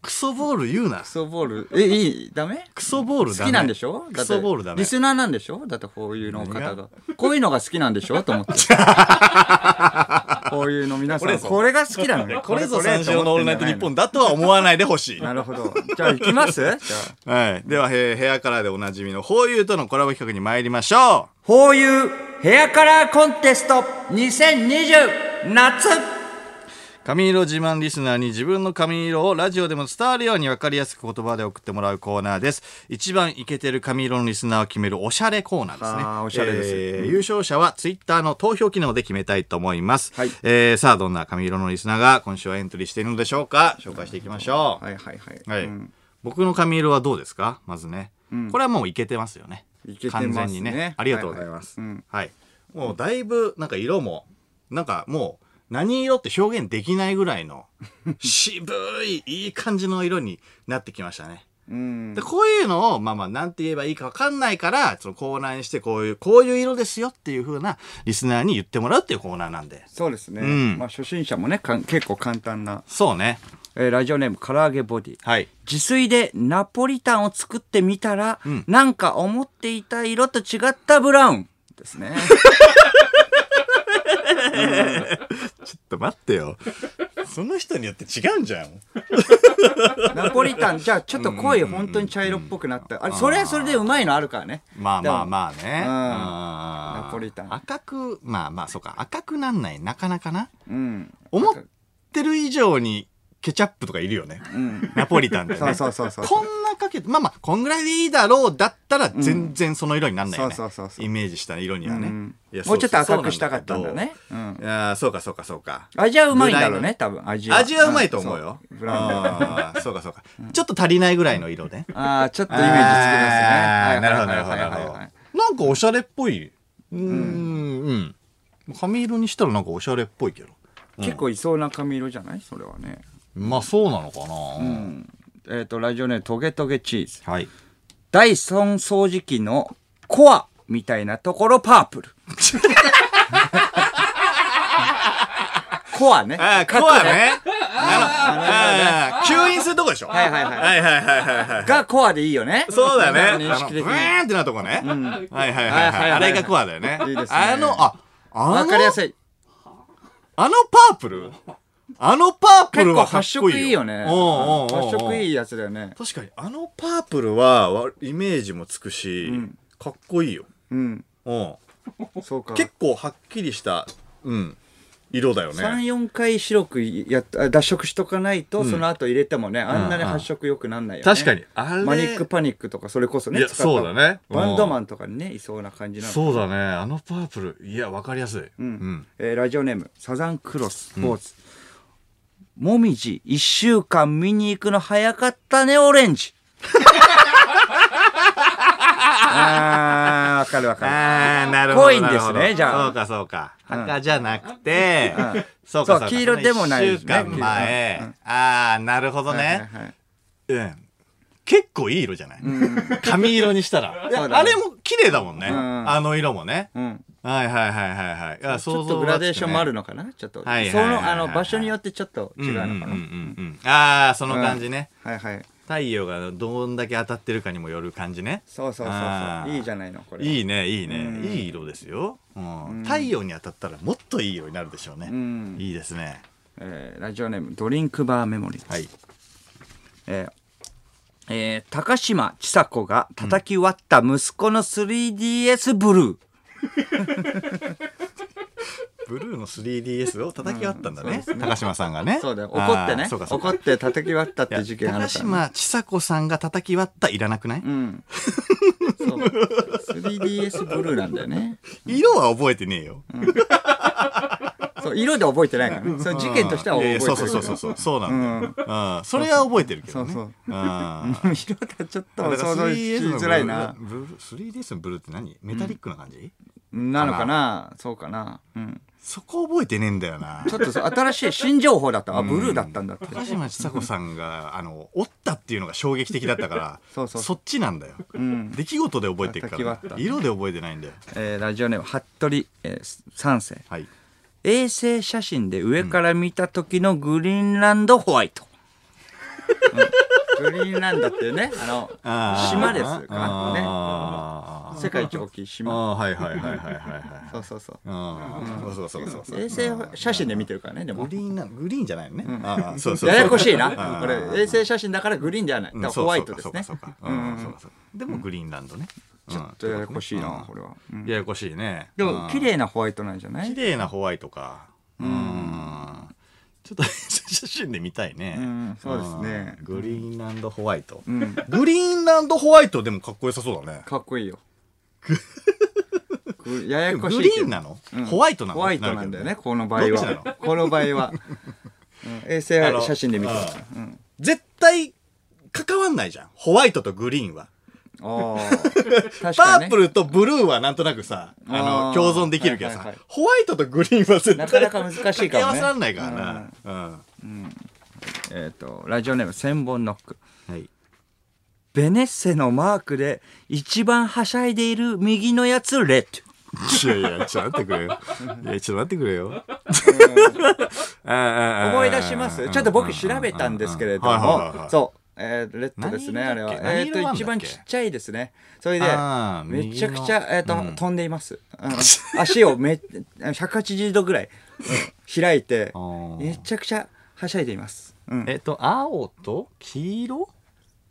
Speaker 1: クソボール言うな
Speaker 2: クソボールえいいダメ
Speaker 1: クソボール
Speaker 2: 好
Speaker 1: だ、ね、
Speaker 2: きなんでしょだ
Speaker 1: ク
Speaker 2: って
Speaker 1: ソボールだね
Speaker 2: リスナーなんでしょだってこういうの方
Speaker 1: 何
Speaker 2: がこういうのが好きなんでしょと思って こういうの皆さんこれが好きなの ね
Speaker 1: これぞ三四郎
Speaker 2: 四
Speaker 1: のオールナイトニッポンだとは思わないでほしい
Speaker 2: なるほどじゃあ行 きますじゃあ
Speaker 1: はい。では、へヘアカラーでおなじみの、ホーユーとのコラボ企画に参りましょ
Speaker 2: こういうヘアカラーコンテスト2020夏
Speaker 1: う髪色自慢リスナーに自分の髪色をラジオでも伝わるように分かりやすく言葉で送ってもらうコーナーです。一番イケてる髪色のリスナーを決めるおしゃれコーナーですね。
Speaker 2: あーおしゃれです
Speaker 1: えー優勝者はツイッターの投票機能で決めたいと思います。
Speaker 2: はい
Speaker 1: えーさあ、どんな髪色のリスナーが今週はエントリーしているのでしょうか紹介していきましょう。
Speaker 2: はいはいはい、
Speaker 1: はい、
Speaker 2: うん
Speaker 1: 僕の髪色はどうですかまずね、これはもういけてますよね
Speaker 2: イケてます
Speaker 1: 完
Speaker 2: ね
Speaker 1: 全にねありがとうございます
Speaker 2: は
Speaker 1: はいい、
Speaker 2: はいうん
Speaker 1: もうだいぶなんか色もなんかもう何色って表現できないぐらい の渋いいい感じの色になってきましたね
Speaker 2: うん
Speaker 1: でこういうのをまあまあなんて言えばいいか分かんないからそのコーナーにしてこういうこういう色ですよっていう風なリスナーに言ってもらうっていうコーナーなんで
Speaker 2: そうですね、
Speaker 1: うん
Speaker 2: まあ、初心者もねかん結構簡単な、
Speaker 1: そうね
Speaker 2: えーラジオネーム唐揚げボディ
Speaker 1: はい
Speaker 2: 自炊でナポリタンを作ってみたら、
Speaker 1: ん
Speaker 2: なんか思っていた色と違ったブラウンです ね
Speaker 1: ちょっと待ってよその人によって違うんじゃん
Speaker 2: ナポリタンじゃあちょっと濃い本当に茶色っぽくなったあれそれはそれでうまいのあるからね
Speaker 1: まあまあまあね。
Speaker 2: ナ
Speaker 1: ナ
Speaker 2: ポリタン
Speaker 1: 赤く、まあまあ、そうか。赤くなんない、なかなかな。
Speaker 2: うん
Speaker 1: 思ってる以上にケチャップとかいるよね。
Speaker 2: うん
Speaker 1: ナポリタンってね。
Speaker 2: そうそうそうそう
Speaker 1: こんなかけて、まあまあ、こんぐらいでいいだろうだったら、全然その色になんないよね。
Speaker 2: そうそうそうそう
Speaker 1: イメージした色にはね。
Speaker 2: うん
Speaker 1: いや
Speaker 2: もうちょっと
Speaker 1: そうそう
Speaker 2: 赤くしたかったんだね
Speaker 1: そうなんだけどいやーそうかそうかそうか。
Speaker 2: 味はうまいんだろう
Speaker 1: ぐら
Speaker 2: ね多分味は
Speaker 1: 味はうまいと思うよ。
Speaker 2: んそブラウン
Speaker 1: ああー、そうかそうか。ちょっと足りないぐらいの色ね。
Speaker 2: ああちょっとイメージつきますね
Speaker 1: あ
Speaker 2: は
Speaker 1: ー
Speaker 2: い
Speaker 1: なるほど、
Speaker 2: は
Speaker 1: ないるほど、
Speaker 2: は
Speaker 1: な
Speaker 2: いはい
Speaker 1: るほ
Speaker 2: はい
Speaker 1: ど。なんかおしゃれっぽい。うーん、うん。髪色にしたらなんかおしゃれっぽいけど。
Speaker 2: 結構いそうな髪色じゃないそれはね
Speaker 1: まあそうなのかな。
Speaker 2: うんえっとラジオネームトゲトゲチーズ
Speaker 1: はい。
Speaker 2: ダイソン掃除機のコアみたいなところパープル。コアね。
Speaker 1: ああ、コアね。あの、吸引するとこでしょ。
Speaker 2: はいはいはい
Speaker 1: はいはいはいはいはい。
Speaker 2: がコアでいいよね。
Speaker 1: そうだね。
Speaker 2: 認
Speaker 1: あの、
Speaker 2: 識
Speaker 1: ブ
Speaker 2: 的
Speaker 1: ー
Speaker 2: に。
Speaker 1: ンってなるとこね。はいはいはい
Speaker 2: はいはいは
Speaker 1: はいい。あれがコアだよね。
Speaker 2: いいですね
Speaker 1: あの、あ、あ
Speaker 2: わかりや
Speaker 1: の、
Speaker 2: すい。
Speaker 1: あのパープルあのパープ
Speaker 2: 結
Speaker 1: ル
Speaker 2: 構
Speaker 1: はかっ
Speaker 2: 発
Speaker 1: こ
Speaker 2: 色
Speaker 1: いいよ。
Speaker 2: いいよね。
Speaker 1: うんうんうんうん
Speaker 2: 発色いいやつだよね。
Speaker 1: 確かにあのパープルはわイメージもつくし、かっこいいよ、
Speaker 2: うん。
Speaker 1: うん、
Speaker 2: そうか。
Speaker 1: 結構はっきりした、うん、色だよね
Speaker 2: 3、4回白くやっあ脱色しとかないと、その後入れてもね、あんなに発色良くなんないよね。
Speaker 1: 確かにあれ
Speaker 2: マニックパニックとか、それこそね。
Speaker 1: いや
Speaker 2: 使った
Speaker 1: そうだねうん
Speaker 2: バンドマンとかにね、いそうな感じなのかな
Speaker 1: そうだねあのパープルいやわかりやすい、うん
Speaker 2: えーラジオネームサザンクロスポーツ、もみじ1週間見に行くの早かったねオレン ジあーわかるわか
Speaker 1: ああなる
Speaker 2: ほど
Speaker 1: ほど
Speaker 2: 濃いんですねじゃあ
Speaker 1: そうかそうか赤じゃなくて、そうか
Speaker 2: そう
Speaker 1: そうか
Speaker 2: 黄色でもない
Speaker 1: 1週間前、
Speaker 2: ね
Speaker 1: ああなるほど
Speaker 2: る
Speaker 1: ね、
Speaker 2: はいはい
Speaker 1: うん結構いい色じゃない、髪色にしたら、
Speaker 2: そうだね
Speaker 1: あれも綺麗だもんね、
Speaker 2: ん
Speaker 1: あの色もね、
Speaker 2: うん、
Speaker 1: はいはいはいはいはいいや。
Speaker 2: ちょっとグラデーションもあるのかなちょっと、
Speaker 1: はいはい
Speaker 2: そ
Speaker 1: はいはい
Speaker 2: のあの場所によってちょっと違
Speaker 1: 想像
Speaker 2: う
Speaker 1: は
Speaker 2: のかな、
Speaker 1: つくねうんうんうんうんああ、その感じね。
Speaker 2: はいはい
Speaker 1: 太陽がどんだけ当たってるかにもよる感じね。
Speaker 2: そうそうそう
Speaker 1: あ
Speaker 2: そ
Speaker 1: ー
Speaker 2: ういいじゃないのこれい、
Speaker 1: いいね、いいね。いい色ですよ。うん太陽に当たったらもっといい色になるでしょう
Speaker 2: う
Speaker 1: ね。
Speaker 2: ん
Speaker 1: いいですね。
Speaker 2: えーラジオネームドリンクバーメモリー、
Speaker 1: はい。
Speaker 2: えーえー高嶋ちさ子が叩き割った息子の 3DS ブルー。
Speaker 1: ブルーの 3DS を叩き割ったんだ
Speaker 2: うんそう
Speaker 1: ね
Speaker 2: で。すね
Speaker 1: 高島さんがね。
Speaker 2: そうだよ。
Speaker 1: あ
Speaker 2: 怒
Speaker 1: ー
Speaker 2: ってね。
Speaker 1: そうかそう
Speaker 2: 怒
Speaker 1: か
Speaker 2: って叩き割ったって事件ある
Speaker 1: 高
Speaker 2: からね。
Speaker 1: 島ちさ子さんが叩き割ったいらなくない、
Speaker 2: うん。そう。3DS ブルーなんだよね。
Speaker 1: 色は覚えてねえよ。
Speaker 2: そう、色で覚えてないからね。そう、事件としては覚
Speaker 1: いやい
Speaker 2: え
Speaker 1: や
Speaker 2: てる。
Speaker 1: そうそうそうそうそう。そうなんだよ。
Speaker 2: うん。
Speaker 1: うん、それは覚えてるけどね。
Speaker 2: そうそう
Speaker 1: うんだか
Speaker 2: 色がちょっと
Speaker 1: ら
Speaker 2: 想像し
Speaker 1: 3DS のブルー
Speaker 2: づらいな。
Speaker 1: ブルー 3DS のブルーって何メタリックな感じ、
Speaker 2: なのかなそうかな。うん。
Speaker 1: そこ覚えてねえんだよな
Speaker 2: ちょ。っとそう新しい新情報だった。あ、ブルーだったんだって。
Speaker 1: 高島ちさ子さんが、あの、折ったっていうのが衝撃的だったから、
Speaker 2: そうそう
Speaker 1: っちなんだよ。
Speaker 2: うん。
Speaker 1: 出来事で覚えてるか
Speaker 2: 叩き
Speaker 1: ら
Speaker 2: 割っ、た
Speaker 1: 色で覚えてないんだよ。
Speaker 2: えーラジオネーム、服部、えー、3世。
Speaker 1: はい。
Speaker 2: 衛星写真で上から見た時のグリーンランドホワイ ト。うんグリーンランドっていうね、あの、
Speaker 1: あー
Speaker 2: 島ですからね。
Speaker 1: あー
Speaker 2: 世界一大きい島。
Speaker 1: あー、はいはいはいはいはいはい。
Speaker 2: そうそうそう。
Speaker 1: ああ、そうそうそうそう。
Speaker 2: 衛星写真で見てるからね、でも
Speaker 1: グ。リーンな、グリーンじゃないのね。ああ、そうそうそう。
Speaker 2: ややこしい
Speaker 1: あ
Speaker 2: な。
Speaker 1: あ
Speaker 2: これ、衛星写真だからグリーンではない。だ
Speaker 1: うん
Speaker 2: から
Speaker 1: そう
Speaker 2: ホワイトですね。
Speaker 1: そうかそうかそうかうんそうかそうかでもグリーンランドね。ちょっ
Speaker 2: ややこしいな、これは。うん
Speaker 1: ややこしいね。
Speaker 2: で
Speaker 1: うん
Speaker 2: も、綺麗なホワイトなんじゃな
Speaker 1: 綺
Speaker 2: い
Speaker 1: 麗なホワイトか。うん。ちょっと 写真で見たいね。
Speaker 2: うんそうですね
Speaker 1: うんグリーンランドホワイト。
Speaker 2: ん
Speaker 1: グリーンランドホワイトでもかっこよさそうだね。
Speaker 2: かっこい いよ。ぐややこしい
Speaker 1: グ
Speaker 2: け
Speaker 1: リ
Speaker 2: ど。
Speaker 1: ーンなの
Speaker 2: うん
Speaker 1: ホワイトなの
Speaker 2: ホワイトなんだよね、
Speaker 1: るけど
Speaker 2: この場合
Speaker 1: どっちなの
Speaker 2: は。この場合は。うん衛星
Speaker 1: あの
Speaker 2: 写真で見てる
Speaker 1: あ
Speaker 2: う
Speaker 1: ー
Speaker 2: ん。
Speaker 1: 絶対関わんないじゃん。ホワイトとグリーンは。
Speaker 2: あー確
Speaker 1: パ
Speaker 2: か
Speaker 1: ー
Speaker 2: に
Speaker 1: プ
Speaker 2: ね。
Speaker 1: ルとブルーはなんとなくさ、あの、
Speaker 2: あー
Speaker 1: 共存できるけど
Speaker 2: はいはい
Speaker 1: さ
Speaker 2: はい、
Speaker 1: ホワイトとグリーンは絶対
Speaker 2: なかなか難しいかもね
Speaker 1: 掛け合わせらんないからな。
Speaker 2: えっと、ラジオネーム、千本ノック。
Speaker 1: うん。はい。
Speaker 2: ベネッセのマークで一番はしゃいでいる右のやつ、レッド。
Speaker 1: いやいや、ちょっと待ってくれよ。いや、ちょっと待ってくれ よ。
Speaker 2: 思
Speaker 1: 思
Speaker 2: い出しますちょっと僕調べたんですけれども、
Speaker 1: う。
Speaker 2: そう。えーレッドですね、あ
Speaker 1: 何
Speaker 2: れ
Speaker 1: 色
Speaker 2: は
Speaker 1: だっ。け
Speaker 2: えっ
Speaker 1: 何色
Speaker 2: と、
Speaker 1: なんだっけ
Speaker 2: 一番ちっちゃいですね。それで
Speaker 1: あー、
Speaker 2: めちゃくち
Speaker 1: 右
Speaker 2: ゃ、
Speaker 1: の
Speaker 2: えっと、飛んでいます。 うん足をめ、180度ぐらい開いて
Speaker 1: あ、ー
Speaker 2: めちゃくちゃはしゃいでいます。うん
Speaker 1: えっと、青と黄色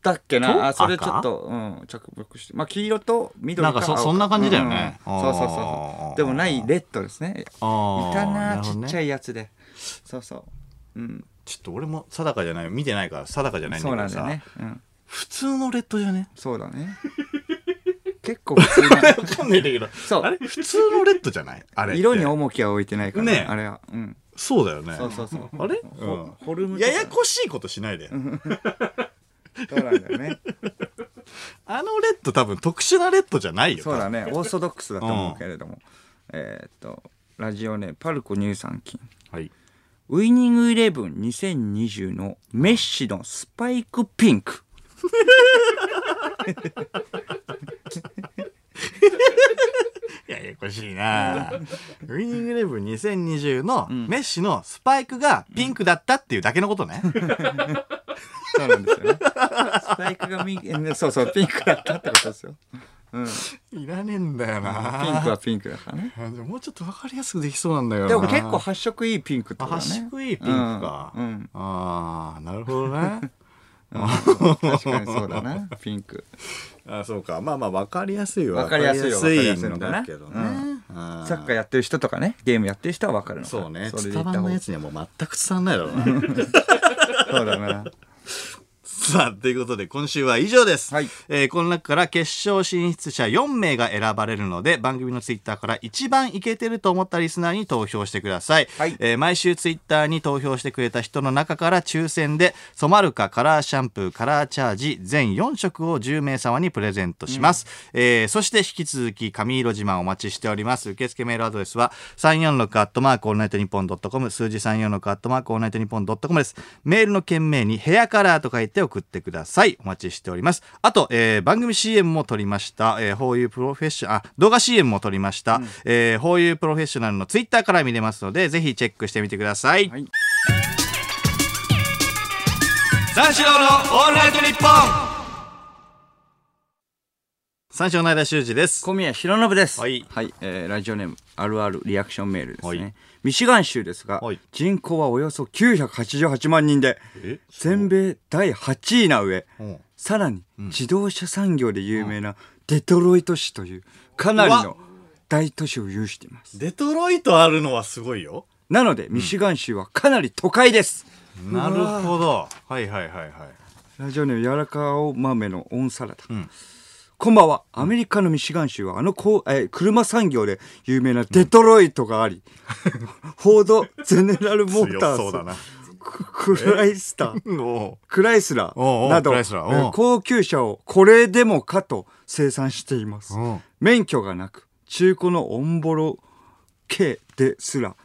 Speaker 2: だっけ
Speaker 1: と
Speaker 2: なあそれち
Speaker 1: 赤
Speaker 2: ょっと、うん、着目してまあ黄色と緑
Speaker 1: なんかそ
Speaker 2: 青
Speaker 1: そんな感じだよね
Speaker 2: うん
Speaker 1: あー
Speaker 2: そうそうそうそうでもないレッドですねい
Speaker 1: あー
Speaker 2: た
Speaker 1: な
Speaker 2: な
Speaker 1: るほ
Speaker 2: ち
Speaker 1: どね
Speaker 2: っちゃいやつでそうそううん
Speaker 1: ちょっと俺も定かじゃない、見てないから定かじゃないんだ
Speaker 2: そう
Speaker 1: け
Speaker 2: な
Speaker 1: ど
Speaker 2: んだよ
Speaker 1: さ
Speaker 2: ね、うん、
Speaker 1: 普通のレッドじゃ ね
Speaker 2: そうだね結構普通な
Speaker 1: わかんないんだけど。
Speaker 2: そう
Speaker 1: あれ普通のレッドじゃないあれって。
Speaker 2: 色に重きは置いてないから、
Speaker 1: ね
Speaker 2: あれはうん
Speaker 1: そうだよね。
Speaker 2: そうそうそう
Speaker 1: あれ
Speaker 2: ホホルムと
Speaker 1: や
Speaker 2: か
Speaker 1: やこしいことしないで。
Speaker 2: そうなんだよね
Speaker 1: あのレッド多分特殊なレッドじゃないよ。
Speaker 2: そうだねオーソドックスだと思うけれども、えーっとラジオネームパルコ乳酸菌
Speaker 1: 多分。はい。
Speaker 2: ウイニングイレブン2020のメッシのスパイクピンク。
Speaker 1: ややこしいなウイニングイレブン2020のメッシのスパイクがピンクだったっていうだけのことね。
Speaker 2: そうなんです よね。スパイクがみ、ねそうそう、ピンクだったってことですよ。うん。ピ
Speaker 1: いらねえんだよ
Speaker 2: ンク
Speaker 1: な
Speaker 2: はピンクだからね。
Speaker 1: もうちょっとわかりやすくできそうなんだよな
Speaker 2: でも結構発色いいピンクって
Speaker 1: あ
Speaker 2: ことかね。
Speaker 1: 端っこいいピンクか。
Speaker 2: うんうん
Speaker 1: ああ、なるほどね。
Speaker 2: 確かにそうだな、ピンク。
Speaker 1: あそうか。まあまあわかりやすいわ
Speaker 2: わかりやすいよ
Speaker 1: わかりやすい
Speaker 2: わ
Speaker 1: ん
Speaker 2: かりや
Speaker 1: だ
Speaker 2: すい
Speaker 1: け
Speaker 2: の
Speaker 1: ど
Speaker 2: かな
Speaker 1: ね。あー
Speaker 2: サッカーやってる人とかね、ゲームやってる人はわかるのかな
Speaker 1: そうね。
Speaker 2: それで
Speaker 1: 伝
Speaker 2: いった
Speaker 1: わ
Speaker 2: 方
Speaker 1: んな
Speaker 2: が
Speaker 1: いやつにはもう全く伝わんないだろう な。
Speaker 2: そうだな。
Speaker 1: さあ、ということで今週は以上です。
Speaker 2: はい
Speaker 1: えーこの中から決勝進出者4名が選ばれるので、番組のツイッターから一番イケてると思ったリスナーに投票してください。
Speaker 2: はい
Speaker 1: えー毎週ツイッターに投票してくれた人の中から抽選で、染まるかカラーシャンプー、カラーチャージ、全4色を10名様にプレゼントします。えーそして引き続き、髪色自慢お待ちしております。受付メールアドレスは、346アットマークオールナイトニッポンドットコム、数字346アットマークオールナイトニッポンドットコムです。メールの件名にヘアカラーと書いて送ってください。お待ちしております。あと、えー番組 CM も撮りました。えー、ホーユープロフェッショナル、あ、動画 CM も撮りました。えー、ホーユープロフェッショナルのツイッターから見れますので、ぜひチェックしてみてください。
Speaker 2: はい
Speaker 1: 三四郎のオールナイトニッポン三四郎の間修二です。
Speaker 2: 小宮弘信です。
Speaker 1: はい
Speaker 2: えーラジオネーム、あるあるリアクションメールですね。
Speaker 1: はい
Speaker 2: ミシガン州ですが、
Speaker 1: はい
Speaker 2: 人口はおよそ988万人で、
Speaker 1: え
Speaker 2: 全米第8位な上、
Speaker 1: うん
Speaker 2: さらに自動車産業で有名なデトロイト市という、かなり
Speaker 1: うわ
Speaker 2: の大都市を有しています。
Speaker 1: デトロイトあるのはすごいよ。
Speaker 2: なので、ミシガン州はかなり都会です。
Speaker 1: なるほど。はいはいはいはい。
Speaker 2: ラジオネームやらかお豆のオンサラダ、
Speaker 1: ん
Speaker 2: こんばんはアメリカのミシガン州はあのこう、えー車産業で有名なデトロイトがあり、フォードゼネラルモータ
Speaker 1: 強そうだ
Speaker 2: ー
Speaker 1: な
Speaker 2: ズククライスター
Speaker 1: お
Speaker 2: クライスラ
Speaker 1: おうお
Speaker 2: ー
Speaker 1: う
Speaker 2: など
Speaker 1: ク
Speaker 2: え
Speaker 1: ライスラーおう
Speaker 2: ー高級車をこれでもかと生産しています
Speaker 1: おう
Speaker 2: 免許がなく中古のオンボロ系ですら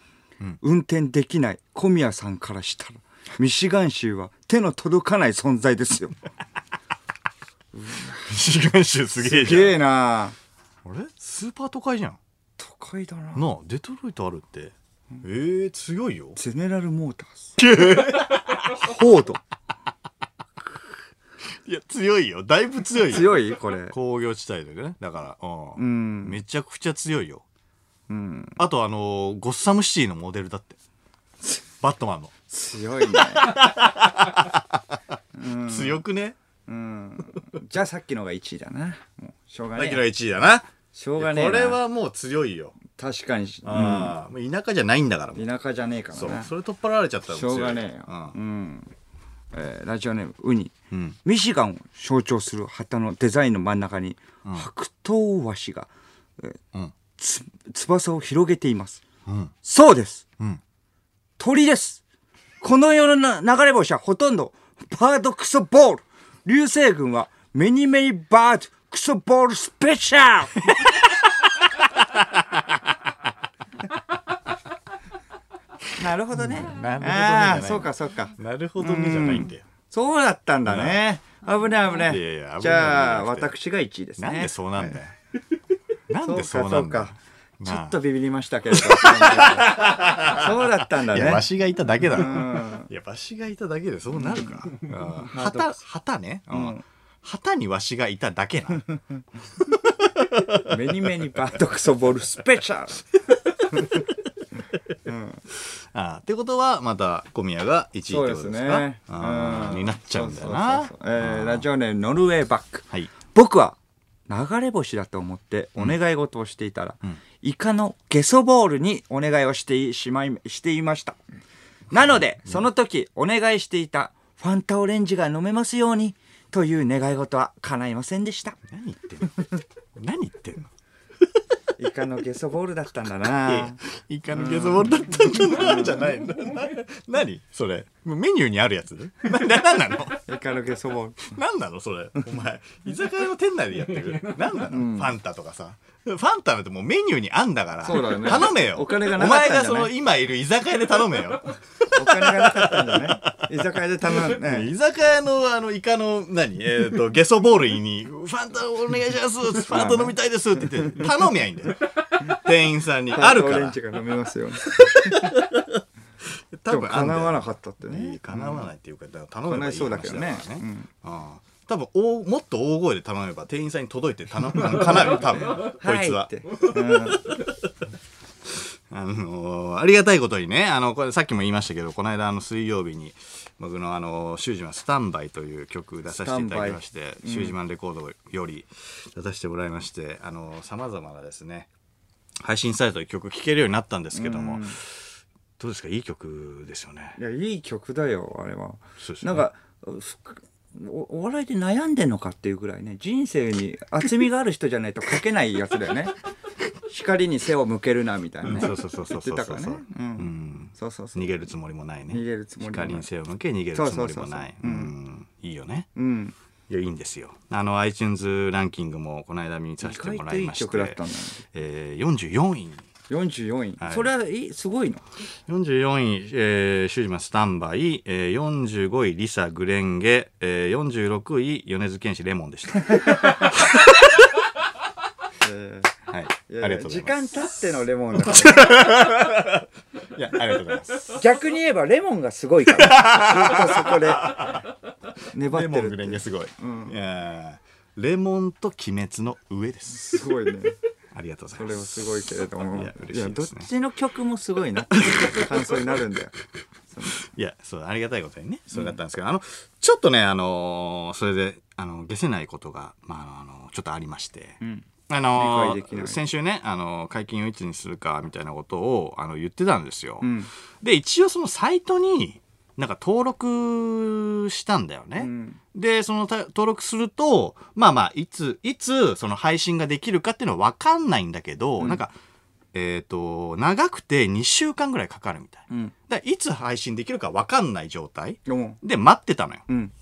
Speaker 2: 運転できない小宮さんからしたらミシガン州は手の届かない存在ですよ
Speaker 1: ミシガン州 すげえ
Speaker 2: す
Speaker 1: じゃん。
Speaker 2: げえな
Speaker 1: あれスーパー都会じゃん。
Speaker 2: 都会だな
Speaker 1: なあ、デトロイトあるって。えー、強いよ。
Speaker 2: ゼネラルモーター ズフォード
Speaker 1: いや、強いよ。だいぶ強いよ。
Speaker 2: 強いこれ
Speaker 1: 工業地帯でね。だから、う。
Speaker 2: うんん
Speaker 1: めちゃくちゃ強いよ。
Speaker 2: うん
Speaker 1: あと、あのーゴッサムシティのモデルだって。バットマンの。
Speaker 2: 強いね
Speaker 1: 強くね
Speaker 2: うんじゃあさっきのが1位だなもうしょうが
Speaker 1: さっ
Speaker 2: ね
Speaker 1: き
Speaker 2: え
Speaker 1: の
Speaker 2: な
Speaker 1: 1位だな。
Speaker 2: しょう
Speaker 1: こ
Speaker 2: がねえな
Speaker 1: れはもう強いよ。
Speaker 2: 確かに、う、
Speaker 1: ああ、もう田舎じゃないんだからもうん
Speaker 2: 田舎じゃねえから
Speaker 1: そう
Speaker 2: な。
Speaker 1: それ取っ払われちゃったら
Speaker 2: しょうがねえよ、うんえーラジオネームウニ、ミシガンを象徴する旗のデザインの真ん中に、白桃和紙が、えー
Speaker 1: うん
Speaker 2: つ翼を広げています、
Speaker 1: ん
Speaker 2: そうです、
Speaker 1: ん
Speaker 2: 鳥ですこの世のな流れ星はほとんどバードクソボール流星群はメニメニバードクソボールスペシャル なるほどね。
Speaker 1: なるほどねじゃな
Speaker 2: あ
Speaker 1: い
Speaker 2: あー、そうかそうか。
Speaker 1: なるほどねじゃないんだよ
Speaker 2: そうだったんだね。危ね危
Speaker 1: いやいや危
Speaker 2: ね
Speaker 1: ね。
Speaker 2: じゃ
Speaker 1: 危
Speaker 2: あ、
Speaker 1: ね危ね
Speaker 2: 私が1位ですね。
Speaker 1: なんでそうなんだよなん
Speaker 2: そう
Speaker 1: で
Speaker 2: か
Speaker 1: そう
Speaker 2: そ
Speaker 1: な
Speaker 2: うん
Speaker 1: だよ
Speaker 2: か。ちょ
Speaker 1: なあ
Speaker 2: っとビビりましたけれ ど。そうだったんだ
Speaker 1: いやわ
Speaker 2: ね。
Speaker 1: しがいただけだ
Speaker 2: ん
Speaker 1: いやわしがいただけでそうなるかうん旗旗ねうん旗にわしがいただけ な
Speaker 2: メニメニバードクソボールスペシャル。
Speaker 1: あーってことはまた小宮が1位って
Speaker 2: そう
Speaker 1: こ
Speaker 2: で
Speaker 1: と
Speaker 2: す
Speaker 1: ですか
Speaker 2: ね。
Speaker 1: あー
Speaker 2: うん
Speaker 1: になっちゃうんだよ
Speaker 2: そう
Speaker 1: な
Speaker 2: そうそうそうえーラジオネームノルウェーバック。
Speaker 1: はい
Speaker 2: 僕は流れ星だと思ってお願い事をしていたら、イカのゲソボールにお願いをしていしまいしていましたなのでその時お願いしていたファンタオレンジが飲めますようにという願い事は叶いませんでした
Speaker 1: 何言ってんの何言ってんの
Speaker 2: イカのゲソボールだったんだ
Speaker 1: いやいや
Speaker 2: な
Speaker 1: イカのゲソボールだったんだなじゃないの。 な何それ。メニューにあるやつ な、な、なんなの
Speaker 2: イカのゲソボール
Speaker 1: なんなのそれ。お前、居酒屋の店内でやってる。なんなの、ファンタとかさ。ファンタなんてもうメニューにあんだから。
Speaker 2: そうだよね
Speaker 1: 頼めよ。
Speaker 2: お金がなかったんじゃない
Speaker 1: お前がその今いる居酒屋で頼めよ。
Speaker 2: お金がなかったんだ ね居酒屋で頼んで、 ね、
Speaker 1: 居酒屋のあのイカの何えっ、とゲソボールに「ファンタお願いしますファンタ飲みたいです」って言って頼みゃいいんだよ店員さんにある
Speaker 2: フ
Speaker 1: か
Speaker 2: ァンタオレン
Speaker 1: ら
Speaker 2: ジが飲めますように
Speaker 1: 多
Speaker 2: でも
Speaker 1: 分あんだ
Speaker 2: 叶
Speaker 1: よ
Speaker 2: わなかったってね
Speaker 1: 叶わないっていうか、だから頼めばいい話
Speaker 2: 叶いそうだけどね
Speaker 1: から
Speaker 2: う
Speaker 1: ああ多分おもっと大声で頼めば店員さんに届いて頼むあの叶うよ多分こいつは、
Speaker 2: いってうん
Speaker 1: あのーありがたいことにねあのこれさっきも言いましたけどこの間あの水曜日に僕の、あのー「シュージマンスタンバイ」という曲出させていただきまして「シュージマンレコード」より出させてもらいましてさまざまなですね配信サイトで曲聴けるようになったんですけども、どうですかいい曲ですよね
Speaker 2: いやいい曲だよあれは、
Speaker 1: そうですね
Speaker 2: なんかふくおお笑いで悩んでんのかっていうぐらいね人生に厚みがある人じゃないと書けないやつだよ ね光に背を向けるなみたいなね
Speaker 1: そうそうそうそうそう
Speaker 2: 言ってたからねうん
Speaker 1: うん
Speaker 2: そうそうそう
Speaker 1: 逃げるつもりもないね
Speaker 2: 逃げるつもりもない
Speaker 1: 光に背を向け逃げるつもりもない
Speaker 2: そうそうそうそううん
Speaker 1: うんいいよね
Speaker 2: うん
Speaker 1: いやいいんですよあの iTunes ランキングもこの間見させてもらいまして
Speaker 2: 意外といい曲だったんだね
Speaker 1: えー、44位に
Speaker 2: 44位、
Speaker 1: はい
Speaker 2: それはいいすごいの
Speaker 1: 44位、えー、シュージマンスタンバイ、えー、45位リサ・グレンゲ、えー、46位米津玄師レモンで した、はい、
Speaker 2: いやいや
Speaker 1: ありがとうござ
Speaker 2: 時
Speaker 1: いま
Speaker 2: 間
Speaker 1: す
Speaker 2: 経ってのレモンだから
Speaker 1: いやありがとうございます
Speaker 2: 逆に言えばレモンがすごいからずっとそこで粘っ
Speaker 1: レ
Speaker 2: て
Speaker 1: モン
Speaker 2: る
Speaker 1: グ
Speaker 2: っ
Speaker 1: レン
Speaker 2: て
Speaker 1: ゲすごい、いやーレモンと鬼滅の上です
Speaker 2: すごいね
Speaker 1: ありがとうござ
Speaker 2: そ
Speaker 1: い
Speaker 2: れ
Speaker 1: ま
Speaker 2: は
Speaker 1: す
Speaker 2: すごいけれども
Speaker 1: いや嬉しい
Speaker 2: ど
Speaker 1: で
Speaker 2: っ
Speaker 1: すね
Speaker 2: ちの曲もすごいなっていう感想になるんだよ
Speaker 1: いやそうありがたいことにねそれだったんですけど、あのちょっとねあのーそれであの下せないことが、まあ、あのちょっとありまして、あの
Speaker 2: 理解できない
Speaker 1: 先週ね、あの解禁をいつにするかみたいなことをあの言ってたんですよ。
Speaker 2: ん
Speaker 1: で一応そのサイトになんか登録したんだよね。
Speaker 2: うん
Speaker 1: でそのた登録するとまあまあいついつその配信ができるかっていうのは分かんないんだけど、なんかえっ、と長くて2週間ぐらいかかるみたい。
Speaker 2: うん
Speaker 1: だからいつ配信できるか分かんない状態
Speaker 2: うん
Speaker 1: で待ってたのよ。
Speaker 2: うん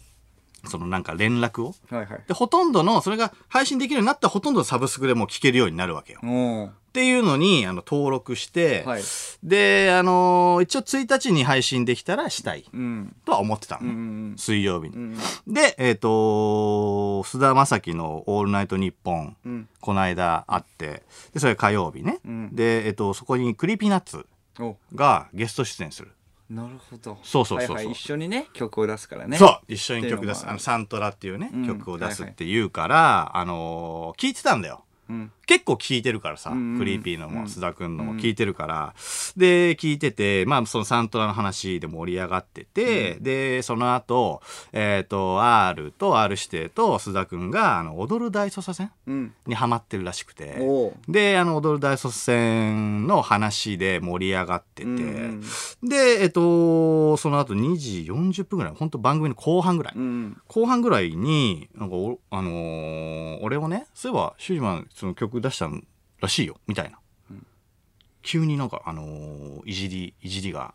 Speaker 1: そのなんか連絡を。
Speaker 2: はいはい
Speaker 1: で、ほとんどの、それが配信できるようになったらほとんどのサブスクでもう聞けるようになるわけよ。っ
Speaker 2: おー
Speaker 1: ていうのに、あの、登録して、
Speaker 2: はい
Speaker 1: で、あのー一応1日に配信できたらしたい
Speaker 2: うん
Speaker 1: とは思ってたの
Speaker 2: う
Speaker 1: ね、
Speaker 2: ん
Speaker 1: 水曜日に。
Speaker 2: うん
Speaker 1: で、えっ、と菅田将暉の「オールナイトニッポン」
Speaker 2: うん
Speaker 1: この間あって、で、それ火曜日ね。
Speaker 2: うん
Speaker 1: で、えっ、と、そこにクリーピーナッツ
Speaker 2: お
Speaker 1: がゲスト出演する。
Speaker 2: なるほど
Speaker 1: そうそうそうそう
Speaker 2: はいはい、一緒にね曲を出すからね
Speaker 1: そう一緒に曲出
Speaker 2: っていうの
Speaker 1: す
Speaker 2: も
Speaker 1: あのサントラっていうね、
Speaker 2: うん
Speaker 1: 曲を出すっていうから、あのー聞いてたんだよ
Speaker 2: うん
Speaker 1: 結構聞いてるからさ、
Speaker 2: うん
Speaker 1: クリーピーの
Speaker 2: う
Speaker 1: も
Speaker 2: ん
Speaker 1: 須田君のも聞いてるから、で聞いててまあそのサントラの話で盛り上がってて、でその後えっ、と R と R 指定と須田君があの踊る大捜査線
Speaker 2: うん
Speaker 1: にハマってるらしくて。
Speaker 2: おー
Speaker 1: で、あの、踊る大卒戦の話で盛り上がってて、
Speaker 2: うん
Speaker 1: で、えっと、その後2時40分ぐらい、本当番組の後半ぐらい、
Speaker 2: うん
Speaker 1: 後半ぐらいに、なんかお、あのー俺をね、そういえば、シュージマン、その曲出したらしいよ、みたいな。急になんか、あのーいじり、いじりが、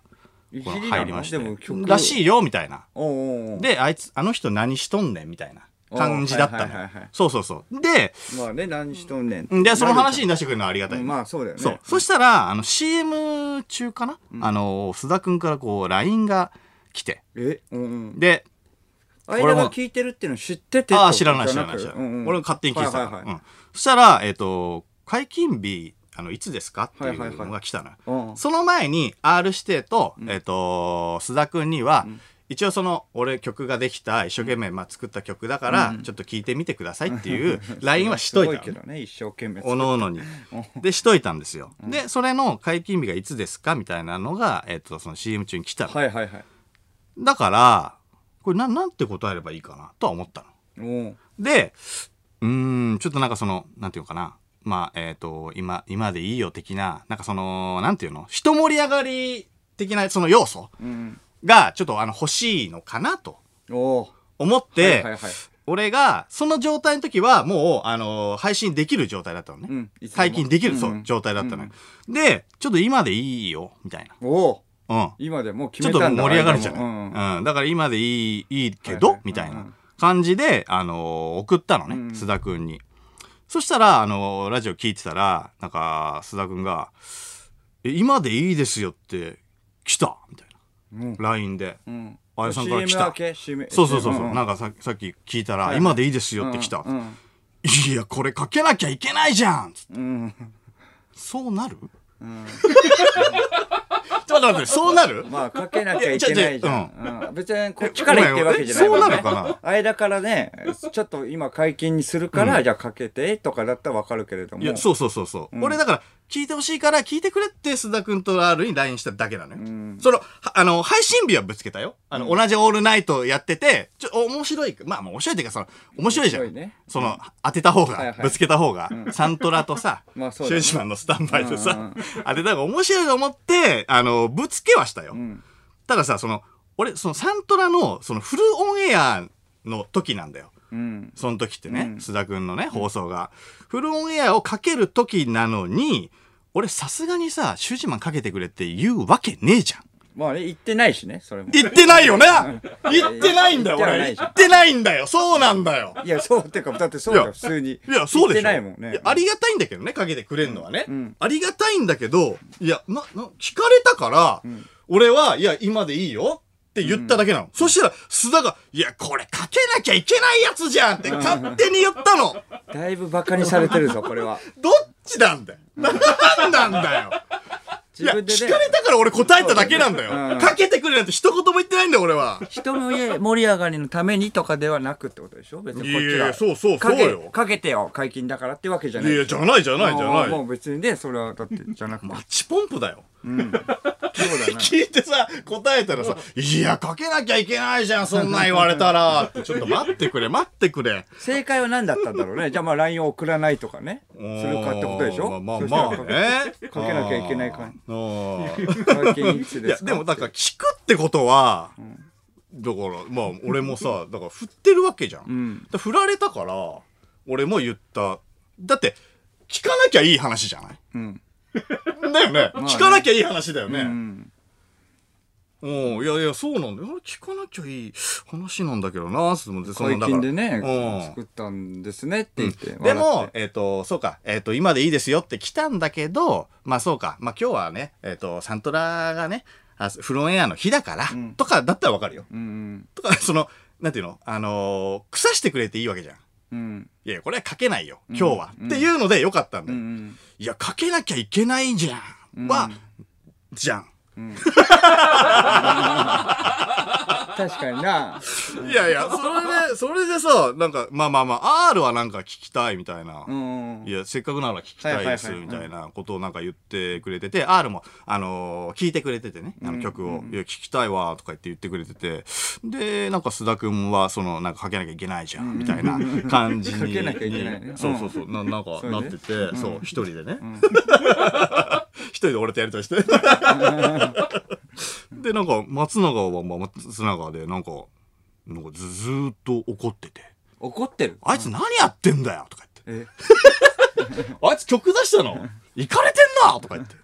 Speaker 2: い
Speaker 1: こ
Speaker 2: じ
Speaker 1: の
Speaker 2: りなの
Speaker 1: 入りまして
Speaker 2: でも、曲
Speaker 1: らしいよ、みたいな。
Speaker 2: おーおーおー
Speaker 1: で、あいつ、あの人何しとんねん、みたいな感じだった
Speaker 2: おーはい
Speaker 1: の
Speaker 2: はい
Speaker 1: よ
Speaker 2: はいはい。
Speaker 1: そうそうそう。で、
Speaker 2: まあね何しとんねん
Speaker 1: で、その話
Speaker 2: に
Speaker 1: に出してくれるのはありがたいね。
Speaker 2: まあそうだよね
Speaker 1: そう。そしたら、あの、CM 中かな、あの、須田くんからこう、LINE が来て。
Speaker 2: えうんうん
Speaker 1: で、
Speaker 2: 間が聞いてるっていうの知ってて
Speaker 1: ああ、
Speaker 2: って
Speaker 1: 知
Speaker 2: こ
Speaker 1: らな
Speaker 2: と
Speaker 1: い
Speaker 2: じ
Speaker 1: 知
Speaker 2: ゃ
Speaker 1: ら
Speaker 2: く
Speaker 1: ない知らない。
Speaker 2: うんうん
Speaker 1: 俺も勝手に聞いてたから、
Speaker 2: はいはいはい
Speaker 1: うんそしたら、えっ、と、解禁日、あの、いつですかってい
Speaker 2: はいうはいはい
Speaker 1: のが来たのよ。
Speaker 2: うん
Speaker 1: その前に、R 指定と、えっ、と、須田くんには、一応その、俺曲ができた、一生懸命、まあ、作った曲だから、ちょっと聞いてみてくださいっていう LINE はしといた
Speaker 2: す
Speaker 1: の
Speaker 2: ごけどね一生懸命
Speaker 1: おのおのに。で、しといたんですよ。で、それの解禁日がいつですかみたいなのが、えっ、と、その CM 中に来たの。
Speaker 2: はいはいはい
Speaker 1: だから、これな、なんて答えればいいかなとは思ったの。
Speaker 2: おー
Speaker 1: で、うーん、ちょっとなんかその、なんていうのかな。まあ、えっ、と、今、今でいいよ的な、なんかその、なんていうの人盛り上がり的なその要素
Speaker 2: うん
Speaker 1: が、ちょっとあの、欲しいのかなと
Speaker 2: おー
Speaker 1: 思っ
Speaker 2: は
Speaker 1: て、
Speaker 2: いはいはい
Speaker 1: 俺が、その状態の時は、もう、あの配信できる状態だったのね。
Speaker 2: うんいつでも
Speaker 1: 解禁できる、
Speaker 2: うん
Speaker 1: そうう、
Speaker 2: ん
Speaker 1: 状態だったのよ、で、ちょっと今でいいよ、みたいな。
Speaker 2: おー
Speaker 1: うん。
Speaker 2: 今でもう決
Speaker 1: ちょ
Speaker 2: め
Speaker 1: っと
Speaker 2: たんだ
Speaker 1: 盛り上がるじゃ
Speaker 2: 間もうんうん
Speaker 1: ない。うん。だから今でいい、いいけ
Speaker 2: はい
Speaker 1: ど
Speaker 2: はい、
Speaker 1: みたい
Speaker 2: うんう
Speaker 1: なん感じで、あの送ったのね、
Speaker 2: うん
Speaker 1: 須田くんに。そしたら、あのラジオ聞いてたら、なんか、須田くんが、え、今でいいですよって、来たみたい
Speaker 2: うん
Speaker 1: な。LIne で。
Speaker 2: うん
Speaker 1: あやさんから来
Speaker 2: CM 明
Speaker 1: た。
Speaker 2: け CM
Speaker 1: そうそうそうそう、
Speaker 2: ん
Speaker 1: なんかささっき聞いたら、
Speaker 2: いはい
Speaker 1: 今でいいですよって来た、
Speaker 2: うんうん
Speaker 1: いやこれかけなきゃいけないじゃんつって
Speaker 2: うん
Speaker 1: そうなるちょ
Speaker 2: うん
Speaker 1: っと待ってそうなる
Speaker 2: まあかけなきゃいけないじ ゃ
Speaker 1: いや
Speaker 2: ん。うん別にこっちから言ってるわけじゃない
Speaker 1: え
Speaker 2: もんね
Speaker 1: そうなのか
Speaker 2: 間からね、ちょっと今解禁にするから、じゃあかけてとかだったらわかるけれども。
Speaker 1: いやそうそうそうそう、俺だから聞いてほしいから聞いてくれって須田君と R に LINE しただけなのよ、
Speaker 2: ん
Speaker 1: そのはあの配信日はぶつけたよあの、同じ「オールナイト」やっててちょ面白いまあまあ面白いっていうかその面白いじゃん
Speaker 2: 面白いね
Speaker 1: その当てた方が、
Speaker 2: はいはい
Speaker 1: ぶつけた方が、サントラとさ
Speaker 2: ま あそう
Speaker 1: シュー
Speaker 2: だね
Speaker 1: ジマンのスタンバイとさ、
Speaker 2: うんうん
Speaker 1: 当てた方が面白いと思ってあのぶつけはしたよ、
Speaker 2: ん
Speaker 1: たださその俺そのサントラのそのフルオンエアの時なんだよ
Speaker 2: うん。
Speaker 1: その時ってね、
Speaker 2: うん
Speaker 1: 須田君のね、放送が。フルオンエアをかける時なのに、俺さすがにさ、シュージマンかけてくれって言うわけねえじゃん。
Speaker 2: まあね、言ってないしね、それも。
Speaker 1: 言ってないよね言ってないんだよ、
Speaker 2: 言ってはな
Speaker 1: 俺。
Speaker 2: いじゃ
Speaker 1: 言
Speaker 2: ん
Speaker 1: ってないんだよ、そうなんだよ。
Speaker 2: いや、そうってか、だってそうだ
Speaker 1: いや
Speaker 2: よ、普通に。
Speaker 1: いや、そうでしょ。
Speaker 2: 言ってないもん
Speaker 1: い
Speaker 2: ね
Speaker 1: や。ありがたいんだけどね、かけてくれるのはね、
Speaker 2: ん
Speaker 1: ありがたいんだけど、いや、な、な、聞かれたから、俺は、いや、今でいいよ。って言っただけなの。そしたら、須田が、いや、これかけなきゃいけないやつじゃんって勝手に言ったの。
Speaker 2: だいぶバカにされてるぞ、これは。
Speaker 1: どっちなんだよ。なんなんだよ。い
Speaker 2: 自
Speaker 1: や、
Speaker 2: 分で
Speaker 1: 聞
Speaker 2: ね
Speaker 1: か、れたから俺答えただけなんだよ。
Speaker 2: うん
Speaker 1: かけてくれなんて一言も言ってないんだよ、俺は。
Speaker 2: 人の家盛り上がりのためにとかではなくってことでしょ別にこっ
Speaker 1: い
Speaker 2: ち
Speaker 1: やい
Speaker 2: が。
Speaker 1: やそうそう
Speaker 2: かけ
Speaker 1: そうよ
Speaker 2: かけてよ、解禁だからってわけじゃ
Speaker 1: い
Speaker 2: ない。
Speaker 1: や、じゃないじゃないじゃ
Speaker 2: も
Speaker 1: ない。
Speaker 2: う別にね、それはだって、じゃなくて
Speaker 1: マ。ッチポンプだよ。
Speaker 2: うん。そうだな。
Speaker 1: 聞いてさ、答えたらさ、いや、かけなきゃいけないじゃん、そんなん言われたら。って ちょっと待ってくれ、待ってくれ。
Speaker 2: 正解は何だったんだろうね。じゃあまあ LINE を送らないとかね。それを買ってことでしょ
Speaker 1: まあまあ
Speaker 2: そしたら
Speaker 1: まあね。
Speaker 2: かけなきゃいけないか
Speaker 1: あー。
Speaker 2: 会見いつ
Speaker 1: い
Speaker 2: で
Speaker 1: や
Speaker 2: すか
Speaker 1: でもだから聞くってことは、だからまあ俺も さだから振ってるわけじゃん、
Speaker 2: ん
Speaker 1: だから振られたから俺も言っただって聞かなきゃいい話じゃない
Speaker 2: うん。
Speaker 1: だよね,、
Speaker 2: あね
Speaker 1: 聞かなきゃいい話だよ
Speaker 2: う
Speaker 1: ね、
Speaker 2: ん。
Speaker 1: うん、いやいやそうなんだよあれ聞かなきゃいい話なんだけどなって思ってその
Speaker 2: 会
Speaker 1: だから
Speaker 2: 見でね、
Speaker 1: うん
Speaker 2: 作ったんですねって言って。
Speaker 1: で
Speaker 2: 笑
Speaker 1: も
Speaker 2: っ、て
Speaker 1: えっ、と、そうか、えっ、と、今でいいですよって来たんだけど、まあそうか、まあ今日はね、えっ、と、サントラがね、あフロンエアの日だから、
Speaker 2: ん
Speaker 1: とかだったらわかるよ。
Speaker 2: うん
Speaker 1: とか、 その、なんていうのあのー腐してくれていいわけじゃん。い
Speaker 2: うん。うん。
Speaker 1: やいや、これはかけないよ、今日は。っていうのでよかったんだ
Speaker 2: う
Speaker 1: よ。
Speaker 2: ん。
Speaker 1: いや、かけなきゃいけないじゃん。は、じゃん。
Speaker 2: 確かにな。
Speaker 1: いやいや、それで、それでさ、なんか、まあまあまあ、R はなんか聞きたいみたいな。
Speaker 2: うん。
Speaker 1: いや、せっかくなら聞きたいです、
Speaker 2: はいはいはい
Speaker 1: みたいなことをなんか言ってくれてて、R も、あのー聞いてくれててね、あの曲を、いや、聞きたいわ、とか言って言ってくれてて、で、なんか須田くんは、その、なんかかけなきゃいけないじゃん、みたいな感じに。
Speaker 2: かけなきゃいけないね
Speaker 1: そうそうそう、ななんか
Speaker 2: そう
Speaker 1: な
Speaker 2: ね
Speaker 1: ってて、そう、一人でね。 一人で俺とやり とりして。で、なんか、松永は、まあ、松永で、なんか、なんかずずーっと怒ってて、
Speaker 2: 怒ってる。
Speaker 1: あいつ何やってんだよとか言って。
Speaker 2: え
Speaker 1: あいつ曲出した の行かれてんなとか言って。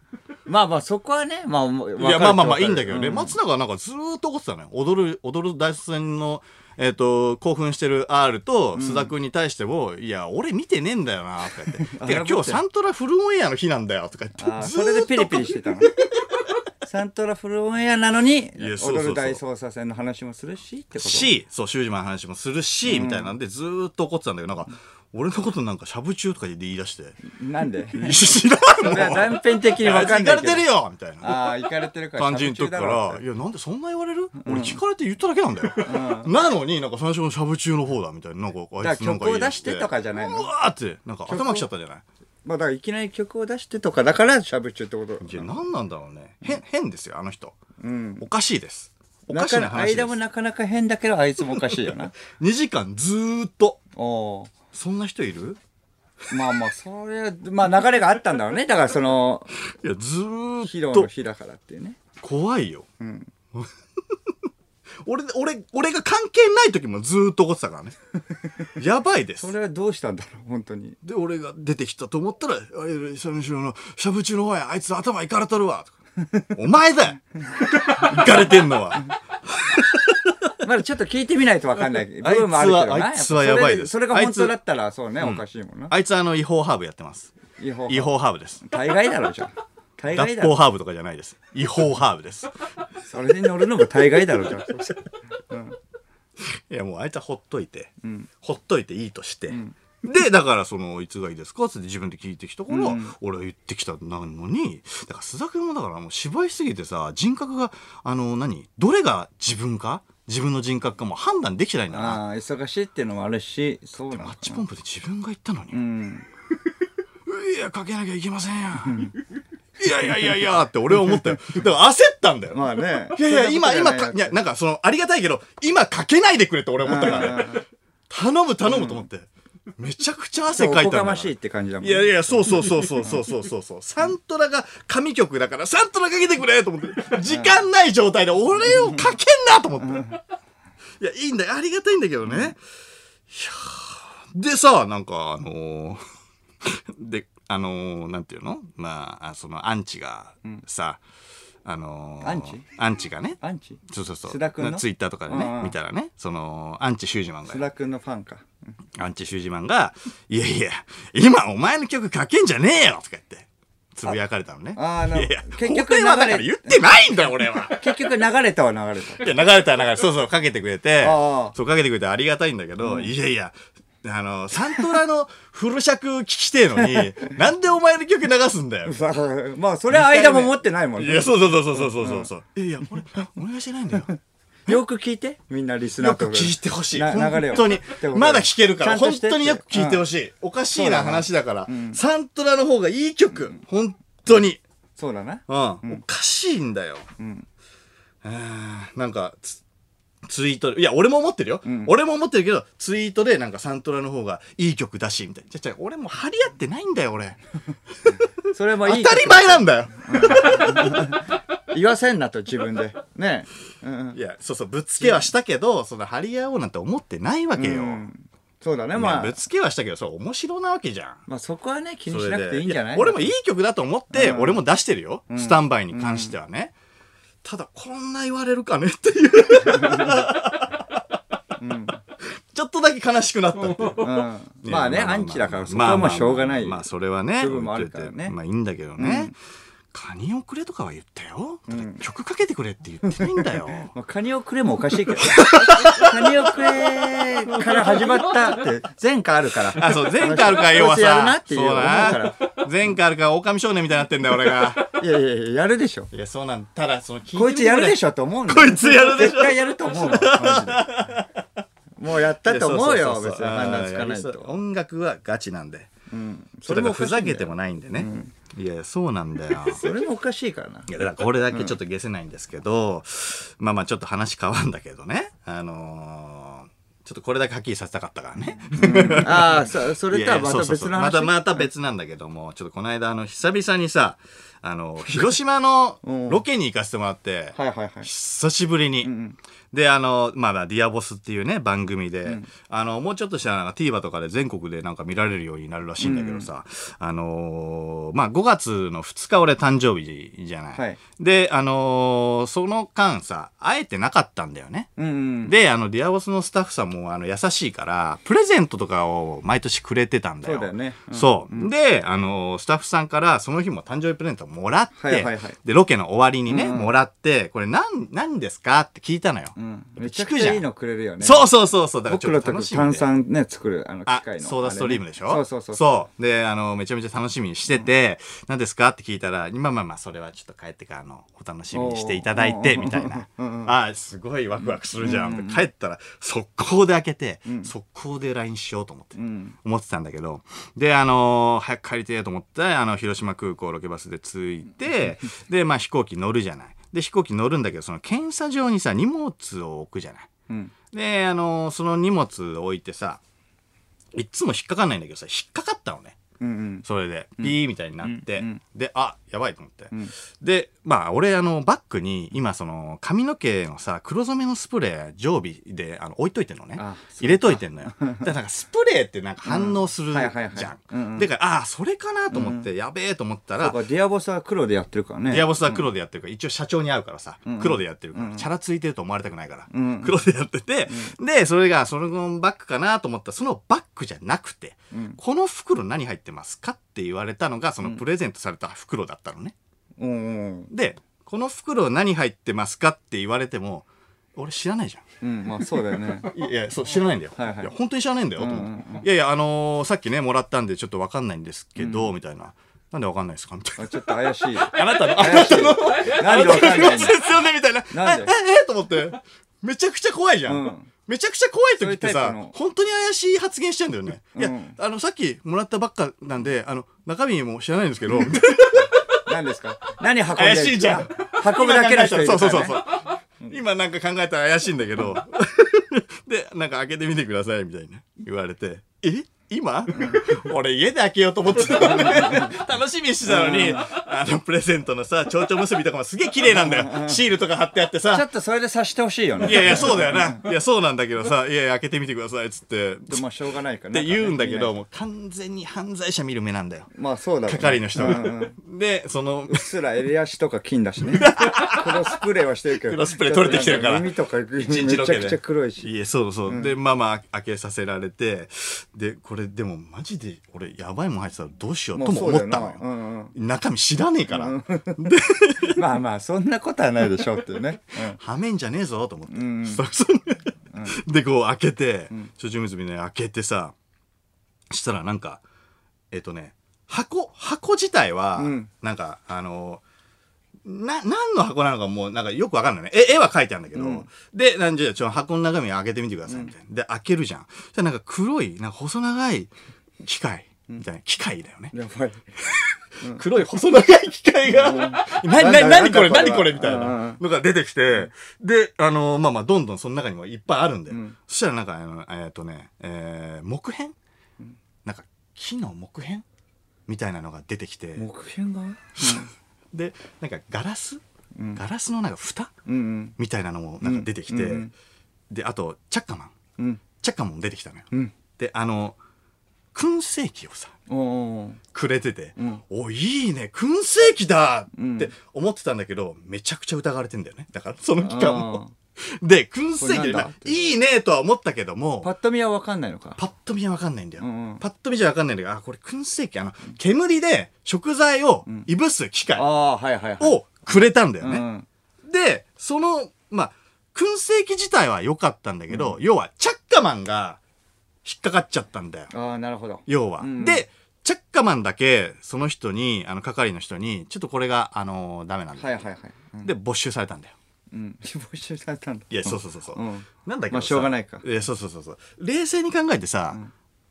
Speaker 2: まあまあそこはね、まあ、もう
Speaker 1: いや、まあまあまあいいんだけど。
Speaker 2: わかる
Speaker 1: ね。
Speaker 2: っちゃ
Speaker 1: 松
Speaker 2: わかる
Speaker 1: 永はなんかずーっと怒ってたのよ。踊る、踊る大卒戦の、えっ、と、興奮してる R と須田くんに対しても、いや、俺見てねえんだよなとか言って。て か
Speaker 2: や
Speaker 1: 今日サントラフルオンエアの日なんだよとか
Speaker 2: うん
Speaker 1: 言
Speaker 2: あ
Speaker 1: っ
Speaker 2: ー
Speaker 1: て。
Speaker 2: それでピリピリ
Speaker 1: ずー
Speaker 2: し
Speaker 1: って
Speaker 2: たの。サントラフルオンエアなのに、
Speaker 1: やそうそうそう
Speaker 2: 踊る大捜査線の話もするしってこと
Speaker 1: と。し、そう、シュージマンの話もするし、みたいなんでずーっと怒ってたんだけど、なんか、俺のことなんかしゃぶ中とか言い出して。
Speaker 2: なんで
Speaker 1: 知らんも
Speaker 2: それは
Speaker 1: ん。
Speaker 2: 断片的に
Speaker 1: あ
Speaker 2: 分
Speaker 1: いつ行
Speaker 2: か
Speaker 1: か
Speaker 2: んない
Speaker 1: れ
Speaker 2: けど。
Speaker 1: てるよみたいな。
Speaker 2: ああ、行かれてるから。
Speaker 1: 感じの時か
Speaker 2: 作中だ
Speaker 1: ら、
Speaker 2: ろ
Speaker 1: いや、なんでそんな言われる、俺聞かれて言っただけなんだよ。なのに、なんか最初のしゃぶ中の方だ、みたいな。なんか、あいつなんか
Speaker 2: だから曲を出してとかじゃないの
Speaker 1: うわーって、なんか頭きちゃったじゃない
Speaker 2: まあだからいきなり曲を出してとかだからしゃぶっちゅうってこと。
Speaker 1: いや、なんなんだろうね。変、変ですよ、あの人。
Speaker 2: うん。
Speaker 1: おかしいです。お
Speaker 2: な
Speaker 1: かし
Speaker 2: か
Speaker 1: い
Speaker 2: な
Speaker 1: な
Speaker 2: か
Speaker 1: 話で
Speaker 2: 間
Speaker 1: す
Speaker 2: も。なかなか変だけどあいつもおかしい よな。
Speaker 1: 2時間ずーっと。
Speaker 2: おお。
Speaker 1: そんな人いる
Speaker 2: まあまあ、それは、まあ流れがあったんだろうね。だからその、
Speaker 1: いや、ず
Speaker 2: 披
Speaker 1: ー
Speaker 2: 露
Speaker 1: っと
Speaker 2: の。日だからっていうね。
Speaker 1: 怖いよ。
Speaker 2: ん
Speaker 1: 俺、俺、俺が関係ない時もずーっと怒ってたからね。やばい です
Speaker 2: そ。れはどうしたんだろう、本当に。
Speaker 1: で、俺が出てきたと思ったら、あいや、寂しいの、しゃぶ中の方や、あいつ頭いかれとるわ。とかお前だよいかれてんのは。
Speaker 2: まだちょっと聞いてみないとわかんない部
Speaker 1: あいつは
Speaker 2: 分もあるけどな。
Speaker 1: あいつはやばいです
Speaker 2: それそれが本
Speaker 1: あい
Speaker 2: 当
Speaker 1: つ
Speaker 2: だったら、そうね、おかしいもんな。
Speaker 1: あいつあの、違法ハーブやってます。
Speaker 2: 違法。
Speaker 1: 違。法ハーブです。
Speaker 2: 大概だろ、じゃあ。大
Speaker 1: 脱
Speaker 2: 概だ
Speaker 1: 法
Speaker 2: ろ。
Speaker 1: ハーブとかじゃないです。違法ハーブです。
Speaker 2: それに乗るのも大概 だろ、じゃあ。
Speaker 1: いや、もうあいつはほっといて、ほっといていいとして。で、だから、その、いつがいいですかって自分で聞いてきたから、俺は言ってきたのに、だから、須田君もだからもう芝居すぎてさ、人格が、あの、何どれが自分か自分の人格かもう判断できてないんだな。
Speaker 2: ああ、忙しいっていうのもあるし、そうなの
Speaker 1: マッ
Speaker 2: か
Speaker 1: チ
Speaker 2: な
Speaker 1: ポンプで自分が言ったのに、
Speaker 2: うん。
Speaker 1: いや、かけなきゃいけませんやん。いやいやいやいやって俺は思ったよ。だから焦ったんだよ。
Speaker 2: まあね。
Speaker 1: いやいや、今、今か、い
Speaker 2: いや、
Speaker 1: や、なんかその、ありがたいけど、今かけないでくれって俺は思ったから、ね、頼む頼むと思って、めちゃくちゃ汗
Speaker 2: お
Speaker 1: かいたん
Speaker 2: こ
Speaker 1: だ
Speaker 2: が
Speaker 1: か
Speaker 2: ま
Speaker 1: ら
Speaker 2: しいって感じだもん
Speaker 1: い
Speaker 2: ね。
Speaker 1: やいや、そうそうそうそうそうそうそうそう。サントラが神曲だから、サントラかけてくれと思って、時間ない状態で俺をかけんなと思って。いや、いいんだよ。ありがたいんだけどね。いやーでさ、なんか、あのーで、あのーなんていうのまああ、その、アンチがさ、あのー
Speaker 2: アンチ
Speaker 1: アンチがね。
Speaker 2: アンチ
Speaker 1: そうそうそう。
Speaker 2: 須田君の
Speaker 1: ツイッターとかでね、
Speaker 2: うんうん
Speaker 1: 見たらね、その、アンチシュージマンが
Speaker 2: 須田君のファンか。うん
Speaker 1: アンチシュージマンが、いやいや、今お前の曲かけんじゃねえよとか言って、つぶやかれたのね。
Speaker 2: ああなる
Speaker 1: い
Speaker 2: ほ
Speaker 1: やい
Speaker 2: ど
Speaker 1: や、
Speaker 2: 結局
Speaker 1: 俺はだ
Speaker 2: 流れ
Speaker 1: から言ってないんだよ、俺は。
Speaker 2: 結局流れたは流れた。
Speaker 1: いや、流れたら流れた、そうそう、かけてくれて
Speaker 2: ああ、
Speaker 1: そう、かけてくれてありがたいんだけど、いやいや、あの、サントラのフル尺聞きてえのに、 なんでお前の曲流すんだよ。
Speaker 2: さあまあ、それは間も持ってないもん
Speaker 1: い
Speaker 2: ね
Speaker 1: や、。そうそうそうそうそうそうそう。いやいや、俺、お願いしてないんだよ。
Speaker 2: よく聞いて、みんなリスナー
Speaker 1: よく聞いてほしい。
Speaker 2: な流れ
Speaker 1: 本
Speaker 2: を
Speaker 1: 当に
Speaker 2: ってこ。と
Speaker 1: まだ聞けるか
Speaker 2: ちゃ
Speaker 1: ら、
Speaker 2: んと
Speaker 1: 本
Speaker 2: して
Speaker 1: 当によく聞いてほしい。おかしいな話だから、サントラの方がいい曲。本当に。
Speaker 2: そうだな。
Speaker 1: うん、おかしいんだよ。
Speaker 2: ん
Speaker 1: えーなんかツ、ツイートで、いや、俺も思ってるよ。俺も思ってるけど、ツイートでなんかサントラの方がいい曲だし、みたいな。じゃじゃ俺も張り合ってないんだよ、俺。
Speaker 2: それも
Speaker 1: 当
Speaker 2: いい。
Speaker 1: たり前なんだよ。
Speaker 2: 言わせんなと、自分で。ねえ。うんうん
Speaker 1: いや、そうそう、ぶつけはしたけど、その張り合おうなんて思ってないわけよ。
Speaker 2: うん。そうだね、
Speaker 1: まあ、
Speaker 2: まあ
Speaker 1: ぶ。つけはしたけど、そう、面白なわけじゃん。
Speaker 2: まあそこはね、気にしなくていいんじゃない
Speaker 1: や俺もい
Speaker 2: い。
Speaker 1: い曲だと思って、
Speaker 2: うん
Speaker 1: 俺も出してるよ、
Speaker 2: うん
Speaker 1: スタンバイに関してはね、ただこんな言われるかねっていう
Speaker 2: うん。
Speaker 1: ちょっとだけ悲しくなったっていう
Speaker 2: うん まあね、アンチだから、そこ
Speaker 1: まあ
Speaker 2: は
Speaker 1: ま
Speaker 2: も
Speaker 1: あ
Speaker 2: うしょうがない。
Speaker 1: まあそれはね
Speaker 2: 部分もあるからね
Speaker 1: 置いといてまあいいんだけどね、カニをくれとかは言ったよ。ただ曲かけてくれって言ってないんだよ。
Speaker 2: まあ、カニをくれもおかしいけどね。カニをくれから始まったって、前回あるから。
Speaker 1: あ、そう、前回あるから、要は
Speaker 2: どうせやるな
Speaker 1: さ
Speaker 2: っ、ていう
Speaker 1: そう
Speaker 2: 思う
Speaker 1: だ
Speaker 2: か
Speaker 1: な。前回あるから、狼少年みたいになってんだよ、俺が。
Speaker 2: ら。いやいやいや、やるでしょ。
Speaker 1: いや、そうなんただ、その、
Speaker 2: こいつやるで
Speaker 1: し
Speaker 2: しょと思うんだよ
Speaker 1: こいつやるでしょ
Speaker 2: 絶対やると思うの。マジでもうやったと思うよ、別に判断つかないと。
Speaker 1: 音楽はガチなんで。
Speaker 2: うん。
Speaker 1: それもふざけて
Speaker 2: も。
Speaker 1: もないんでね、いやそうなんだよ
Speaker 2: それもおかしいからな。
Speaker 1: いやだからこれだけちょっと消せないんですけど、まあまあちょっと話変わんだけどねあのーちょっとこれだけはっきりさせたかったからね。
Speaker 2: ああ、そそれとは
Speaker 1: や
Speaker 2: い ま
Speaker 1: いや
Speaker 2: た
Speaker 1: そうそう
Speaker 2: 別
Speaker 1: そう
Speaker 2: の話。
Speaker 1: またまた別なんだけども、ちょっとこの間、あの、久々にさ、あの、広島の
Speaker 2: うん
Speaker 1: ロケに行かせてもらって、
Speaker 2: はいはいはい。
Speaker 1: 久しぶりに。
Speaker 2: ん
Speaker 1: で、あの、まあまあ、ディアボスっていうね、番組で、あの、もうちょっとしたらなんか TVer とかで全国でなんか見られるようになるらしいんだけどさ、あのーまあ、5月の2日俺誕生日じゃない。
Speaker 2: はい
Speaker 1: で、あのーその間さ、会えてなかったんだよね。
Speaker 2: うんうん。
Speaker 1: で、あの、ディアボスのスタッフさんも、あの、優しいから、プレゼントとかを毎年くれてたんだよ。
Speaker 2: そうだよねうん
Speaker 1: そうで、あの、スタッフさんから、その日も誕生日プレゼントをもらって、
Speaker 2: はいはいはい
Speaker 1: で、ロケの終わりにね、
Speaker 2: うんうん
Speaker 1: もらって、これ何、何ですかって聞いたのよ。
Speaker 2: うん。めち
Speaker 1: 聞
Speaker 2: ゃく
Speaker 1: く
Speaker 2: ち
Speaker 1: じ
Speaker 2: ゃ
Speaker 1: ゃ
Speaker 2: いい
Speaker 1: ん。
Speaker 2: のくれるよね。
Speaker 1: そうそうそうそう。だからち
Speaker 2: 僕
Speaker 1: ょ
Speaker 2: ら
Speaker 1: っと
Speaker 2: と
Speaker 1: 楽しみで
Speaker 2: 炭酸ね作るあの機
Speaker 1: あ
Speaker 2: 械の
Speaker 1: ソーダストリームでしょ
Speaker 2: あれねそうそうそう
Speaker 1: そうであのめちゃめちゃ楽しみにしてて、何ですかって聞いたらまあまあまあそれはちょっと帰ってからのお楽しみにしていただいて
Speaker 2: おー
Speaker 1: みたいな、
Speaker 2: うんうんうん
Speaker 1: あすごいワクワクするじゃん、帰ったら速攻で開けて、
Speaker 2: ん
Speaker 1: 速攻で LINE しようと思って、
Speaker 2: うん
Speaker 1: 思ってたんだけどであのー早く帰りてえと思ってあの広島空港ロケバスで着い てでまあ飛行機乗るじゃないで飛行機乗るんだけどその検査場にさ荷物を置くじゃない
Speaker 2: うん
Speaker 1: で、あのその荷物置いてさ、いっつも引っかかんないんだけどさ、引っかかったのね。
Speaker 2: うんうん
Speaker 1: それで、ピーみたいになって、
Speaker 2: うんうん
Speaker 1: で、あ、やばいと思って。
Speaker 2: ん
Speaker 1: で、まあ、俺、あの、バッグに、今、その、髪の毛のさ、黒染めのスプレー、常備で、あの、置いといてんのね
Speaker 2: あ。
Speaker 1: 入れといてん のよ。だから、なんか、スプレーってなんか反応する
Speaker 2: うんはいはいはい
Speaker 1: じゃん。
Speaker 2: うんうん
Speaker 1: だから、あー、それかなと思って、やべえと思った
Speaker 2: だ
Speaker 1: ら
Speaker 2: か、らディアボスは黒でやってるからね
Speaker 1: ディアボスは黒でやってるから、一応社長に会うからさ、黒でやってるから、チャラついてると思われたくないから、
Speaker 2: ん
Speaker 1: 黒でやってて、で、それが、そのバッグかなと思ったら、そのバッグじゃなくて、この袋何入ってますかって言われたのが、そのプレゼントされた袋だったのね。
Speaker 2: うんうん
Speaker 1: で、この袋何入ってますかって言われても、俺知らないじゃん。
Speaker 2: うんまあそうだよね
Speaker 1: いやいや、そう、知らないんだよ。
Speaker 2: はいはい
Speaker 1: や、本当に知らないんだよ、と思って。いやいや、あのーさっきね、もらったんで、ちょっとわかんないんですけど、みたいな。なんでわかんないですかみたいな。
Speaker 2: あちょっと怪しい
Speaker 1: あな たの、あ
Speaker 2: 怪しいなんでわかんないん
Speaker 1: で
Speaker 2: だ
Speaker 1: すよねみたいな。
Speaker 2: なんで
Speaker 1: え、え、えと思って。めちゃくちゃ怖いじゃん。
Speaker 2: うん
Speaker 1: めちゃくちゃ怖い時って
Speaker 2: そうい
Speaker 1: さ
Speaker 2: うタイプの、
Speaker 1: 本当に怪しい発言しちゃうんだよね。いや
Speaker 2: うん、
Speaker 1: あの、さっきもらったばっかなんで、あの、中身も知らないんですけど、
Speaker 2: 何ですか何運んでる
Speaker 1: 怪しいじゃん。
Speaker 2: 運ぶだけの 人いるか
Speaker 1: 今考えたらそう
Speaker 2: らね
Speaker 1: そうそうそう。今なんか考えたら怪しいんだけど、 で、なんか開けてみてくださいみたいな言われて、え今俺家で開けようと思ってた のね楽しみにしてたのに、あの、プレゼントのさ、蝶々結びとかもすげえ綺麗なんだよ。シールとか貼ってあって
Speaker 2: ちょ
Speaker 1: さ。
Speaker 2: っとそれで察してほしいよね
Speaker 1: いやいや、そうだよな。いや、そうなんだけどさ、いやいや、開けてみてください、つって。っ
Speaker 2: でもしょうがないから
Speaker 1: て
Speaker 2: ね
Speaker 1: 言うんだけど、もう完全に犯罪者見る目なんだよ。
Speaker 2: まあそうだろうね
Speaker 1: 係の人
Speaker 2: うんうん
Speaker 1: が。で、その、
Speaker 2: うっすら襟足とか金だし ね黒スプレーはしてるけど
Speaker 1: 黒スプレー取れてきてるから
Speaker 2: 耳とかめ
Speaker 1: 一日
Speaker 2: ちゃ
Speaker 1: ロケで
Speaker 2: くちゃ黒いし
Speaker 1: いやそうそう、でまあまあ開けさせられてでこれでもマジで俺やばいもん入ってたらどうしようとも思ったのよ
Speaker 2: もうそうだよなうん
Speaker 1: 中身知らねえから、
Speaker 2: まあまあそんなことはないでしょうっていうね、
Speaker 1: はめんじゃねえぞと思って、スタッフさんがでこう開けてちょちょ結びね開けてさしたらなんかえっ、とね箱箱自体は、
Speaker 2: ん
Speaker 1: なんかあのな、何の箱なのかもうなんかよくわかんないね。え、絵は書いてあるんだけど。で、なんじゃ、ちょ、箱の中身開けてみてください、みたいな。で、開けるじゃん。そしたらなんか黒い、なんか細長い機械、みたいな。機械だよね。
Speaker 2: うん、やばい
Speaker 1: 黒い細長い機械が、な
Speaker 2: なん
Speaker 1: に、
Speaker 2: だ
Speaker 1: なにこれ、
Speaker 2: なんだこれは
Speaker 1: なにこれみたい
Speaker 2: うんう
Speaker 1: なんのが出てきて、で、あの、まあまあ、どんどんその中にもいっぱいあるんで
Speaker 2: うん、
Speaker 1: そしたらなんか、あのえっとね、えー木片なんか、木の木片みたいなのが出てきて、
Speaker 2: 目標が
Speaker 1: で、なんかガラス
Speaker 2: うん
Speaker 1: ガラスのなんか蓋
Speaker 2: うん
Speaker 1: みたいなのもなんか出てき
Speaker 2: うんう
Speaker 1: て
Speaker 2: ん、
Speaker 1: で、あと、チャッカマン。
Speaker 2: うんうん
Speaker 1: チャッカマンも出てきたのよ。
Speaker 2: うん
Speaker 1: で、あの、燻製器をさ、
Speaker 2: おお
Speaker 1: くれてて、
Speaker 2: うん
Speaker 1: おいいね燻製機だ
Speaker 2: うん
Speaker 1: って思ってたんだけど、めちゃくちゃ疑われてんだよねだからその期間も
Speaker 2: あ
Speaker 1: で燻製
Speaker 2: こ
Speaker 1: 機で
Speaker 2: れなんだ
Speaker 1: まあいいねとは思ったけど
Speaker 2: ーパ
Speaker 1: も
Speaker 2: ッと見は分かんないのか
Speaker 1: パッと見は分かんないんだよ、
Speaker 2: うんうん
Speaker 1: パッと見じゃ分かんないんだけどあこれ燻製機あの煙で食材を
Speaker 2: ん
Speaker 1: いぶす機械
Speaker 2: ああはいはいはい
Speaker 1: をくれたんだよ
Speaker 2: う
Speaker 1: ね、
Speaker 2: ん
Speaker 1: でそのまあ燻製機自体は良かったんだけど、要はチャッカマンが引っかかっちゃったんだよ
Speaker 2: ああなるほど
Speaker 1: 要は。
Speaker 2: うん
Speaker 1: で、チャッカマンだけ、その人に、あの、係の人に、ちょっとこれが、あのーダメなんだ。
Speaker 2: はいはいはいうん
Speaker 1: で、没収されたんだよ。
Speaker 2: うん 募集されたんだ
Speaker 1: いや、そうそうそうそう。
Speaker 2: うん
Speaker 1: なんだけどさ
Speaker 2: まあしょうがないか
Speaker 1: いや、そうそうそうそう。冷静に考えてさ、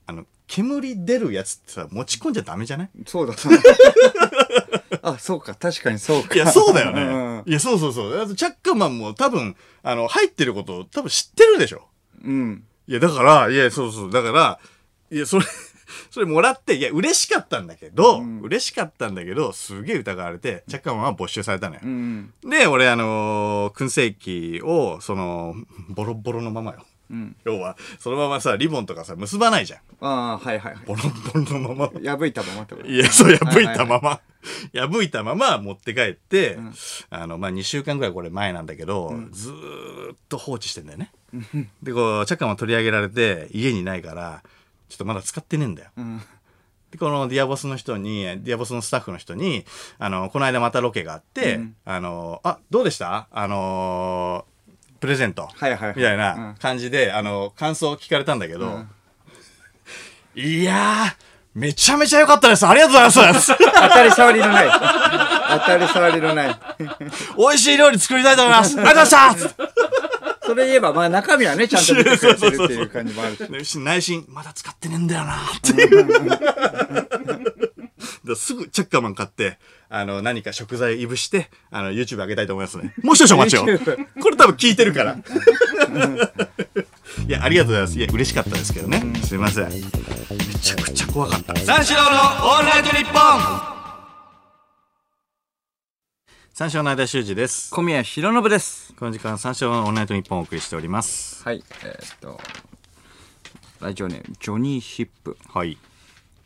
Speaker 1: あの、煙出るやつってさ、持ち込んじゃダメじゃない
Speaker 2: そうだ あそうか確かにそうか
Speaker 1: いや、そうだよ
Speaker 2: ん
Speaker 1: ね。いや、そうそうそう。あとチャッカマンも多分、あの、入ってることを多分知ってるでしょ。
Speaker 2: うん
Speaker 1: いや、だから、いや、そうそう、だから、いや、それ、 それもらって、いや、嬉しかったんだけど、
Speaker 2: ん
Speaker 1: 嬉しかったんだけど、すげえ疑われて、チャッカマンは没収されたのよ。
Speaker 2: うん
Speaker 1: で、俺、あのー、燻製機を、その、ボロボロのままよ。
Speaker 2: うん
Speaker 1: 要は、そのままさ、リボンとかさ、結ばないじゃん。
Speaker 2: ああーはいはいはい
Speaker 1: ボロボロのまま。
Speaker 2: 破いたままってこと
Speaker 1: いや、そう、破い
Speaker 2: はい
Speaker 1: たまま。 破いたまま持って帰って、
Speaker 2: ん
Speaker 1: あの、まあ、2週間ぐらいこれ前なんだけど、ずーっと放置してんだよね。で、こう、チャッカマン取り上げられて、家にないから、ちょっとまだ使ってねえんだよ。
Speaker 2: うん
Speaker 1: で、このディアボスの人に、ディアボスのスタッフの人に、あの、この間またロケがあって、
Speaker 2: うん
Speaker 1: あの、あ、どうでしたあのープレゼント。
Speaker 2: はいはいはい
Speaker 1: みたい
Speaker 2: うん
Speaker 1: な感じで、あの、感想を聞かれたんだけど、
Speaker 2: うん
Speaker 1: いやー、めちゃめちゃ良かったです。ありがとうございます。
Speaker 2: 当たり障りのない当たり障りのない
Speaker 1: 美味しい料理作りたいと思います。ありがとうございました
Speaker 2: それ言えばまあ中身はねちゃんと出てくれてるっていう感じもあるし
Speaker 1: 内心、まだ使ってねえんだよ なっていう。すぐチャッカーマン買って、あの、何か食材いぶして、あの、YouTube 上げたいと思いますね。もう少々お待ちを。
Speaker 2: YouTube
Speaker 1: これ多分聞いてるから。いや、ありがとうございます。いや、嬉しかったですけどね。すいません。めちゃくちゃ怖かった。三四郎のオールナイトニッポン三四郎の間修二です。
Speaker 2: 小宮弘信です
Speaker 1: この時間、三四郎のオールナイトニッポンをお送りしております。
Speaker 2: はいえーっとラジオネームジョニー・ヒップ
Speaker 1: はい。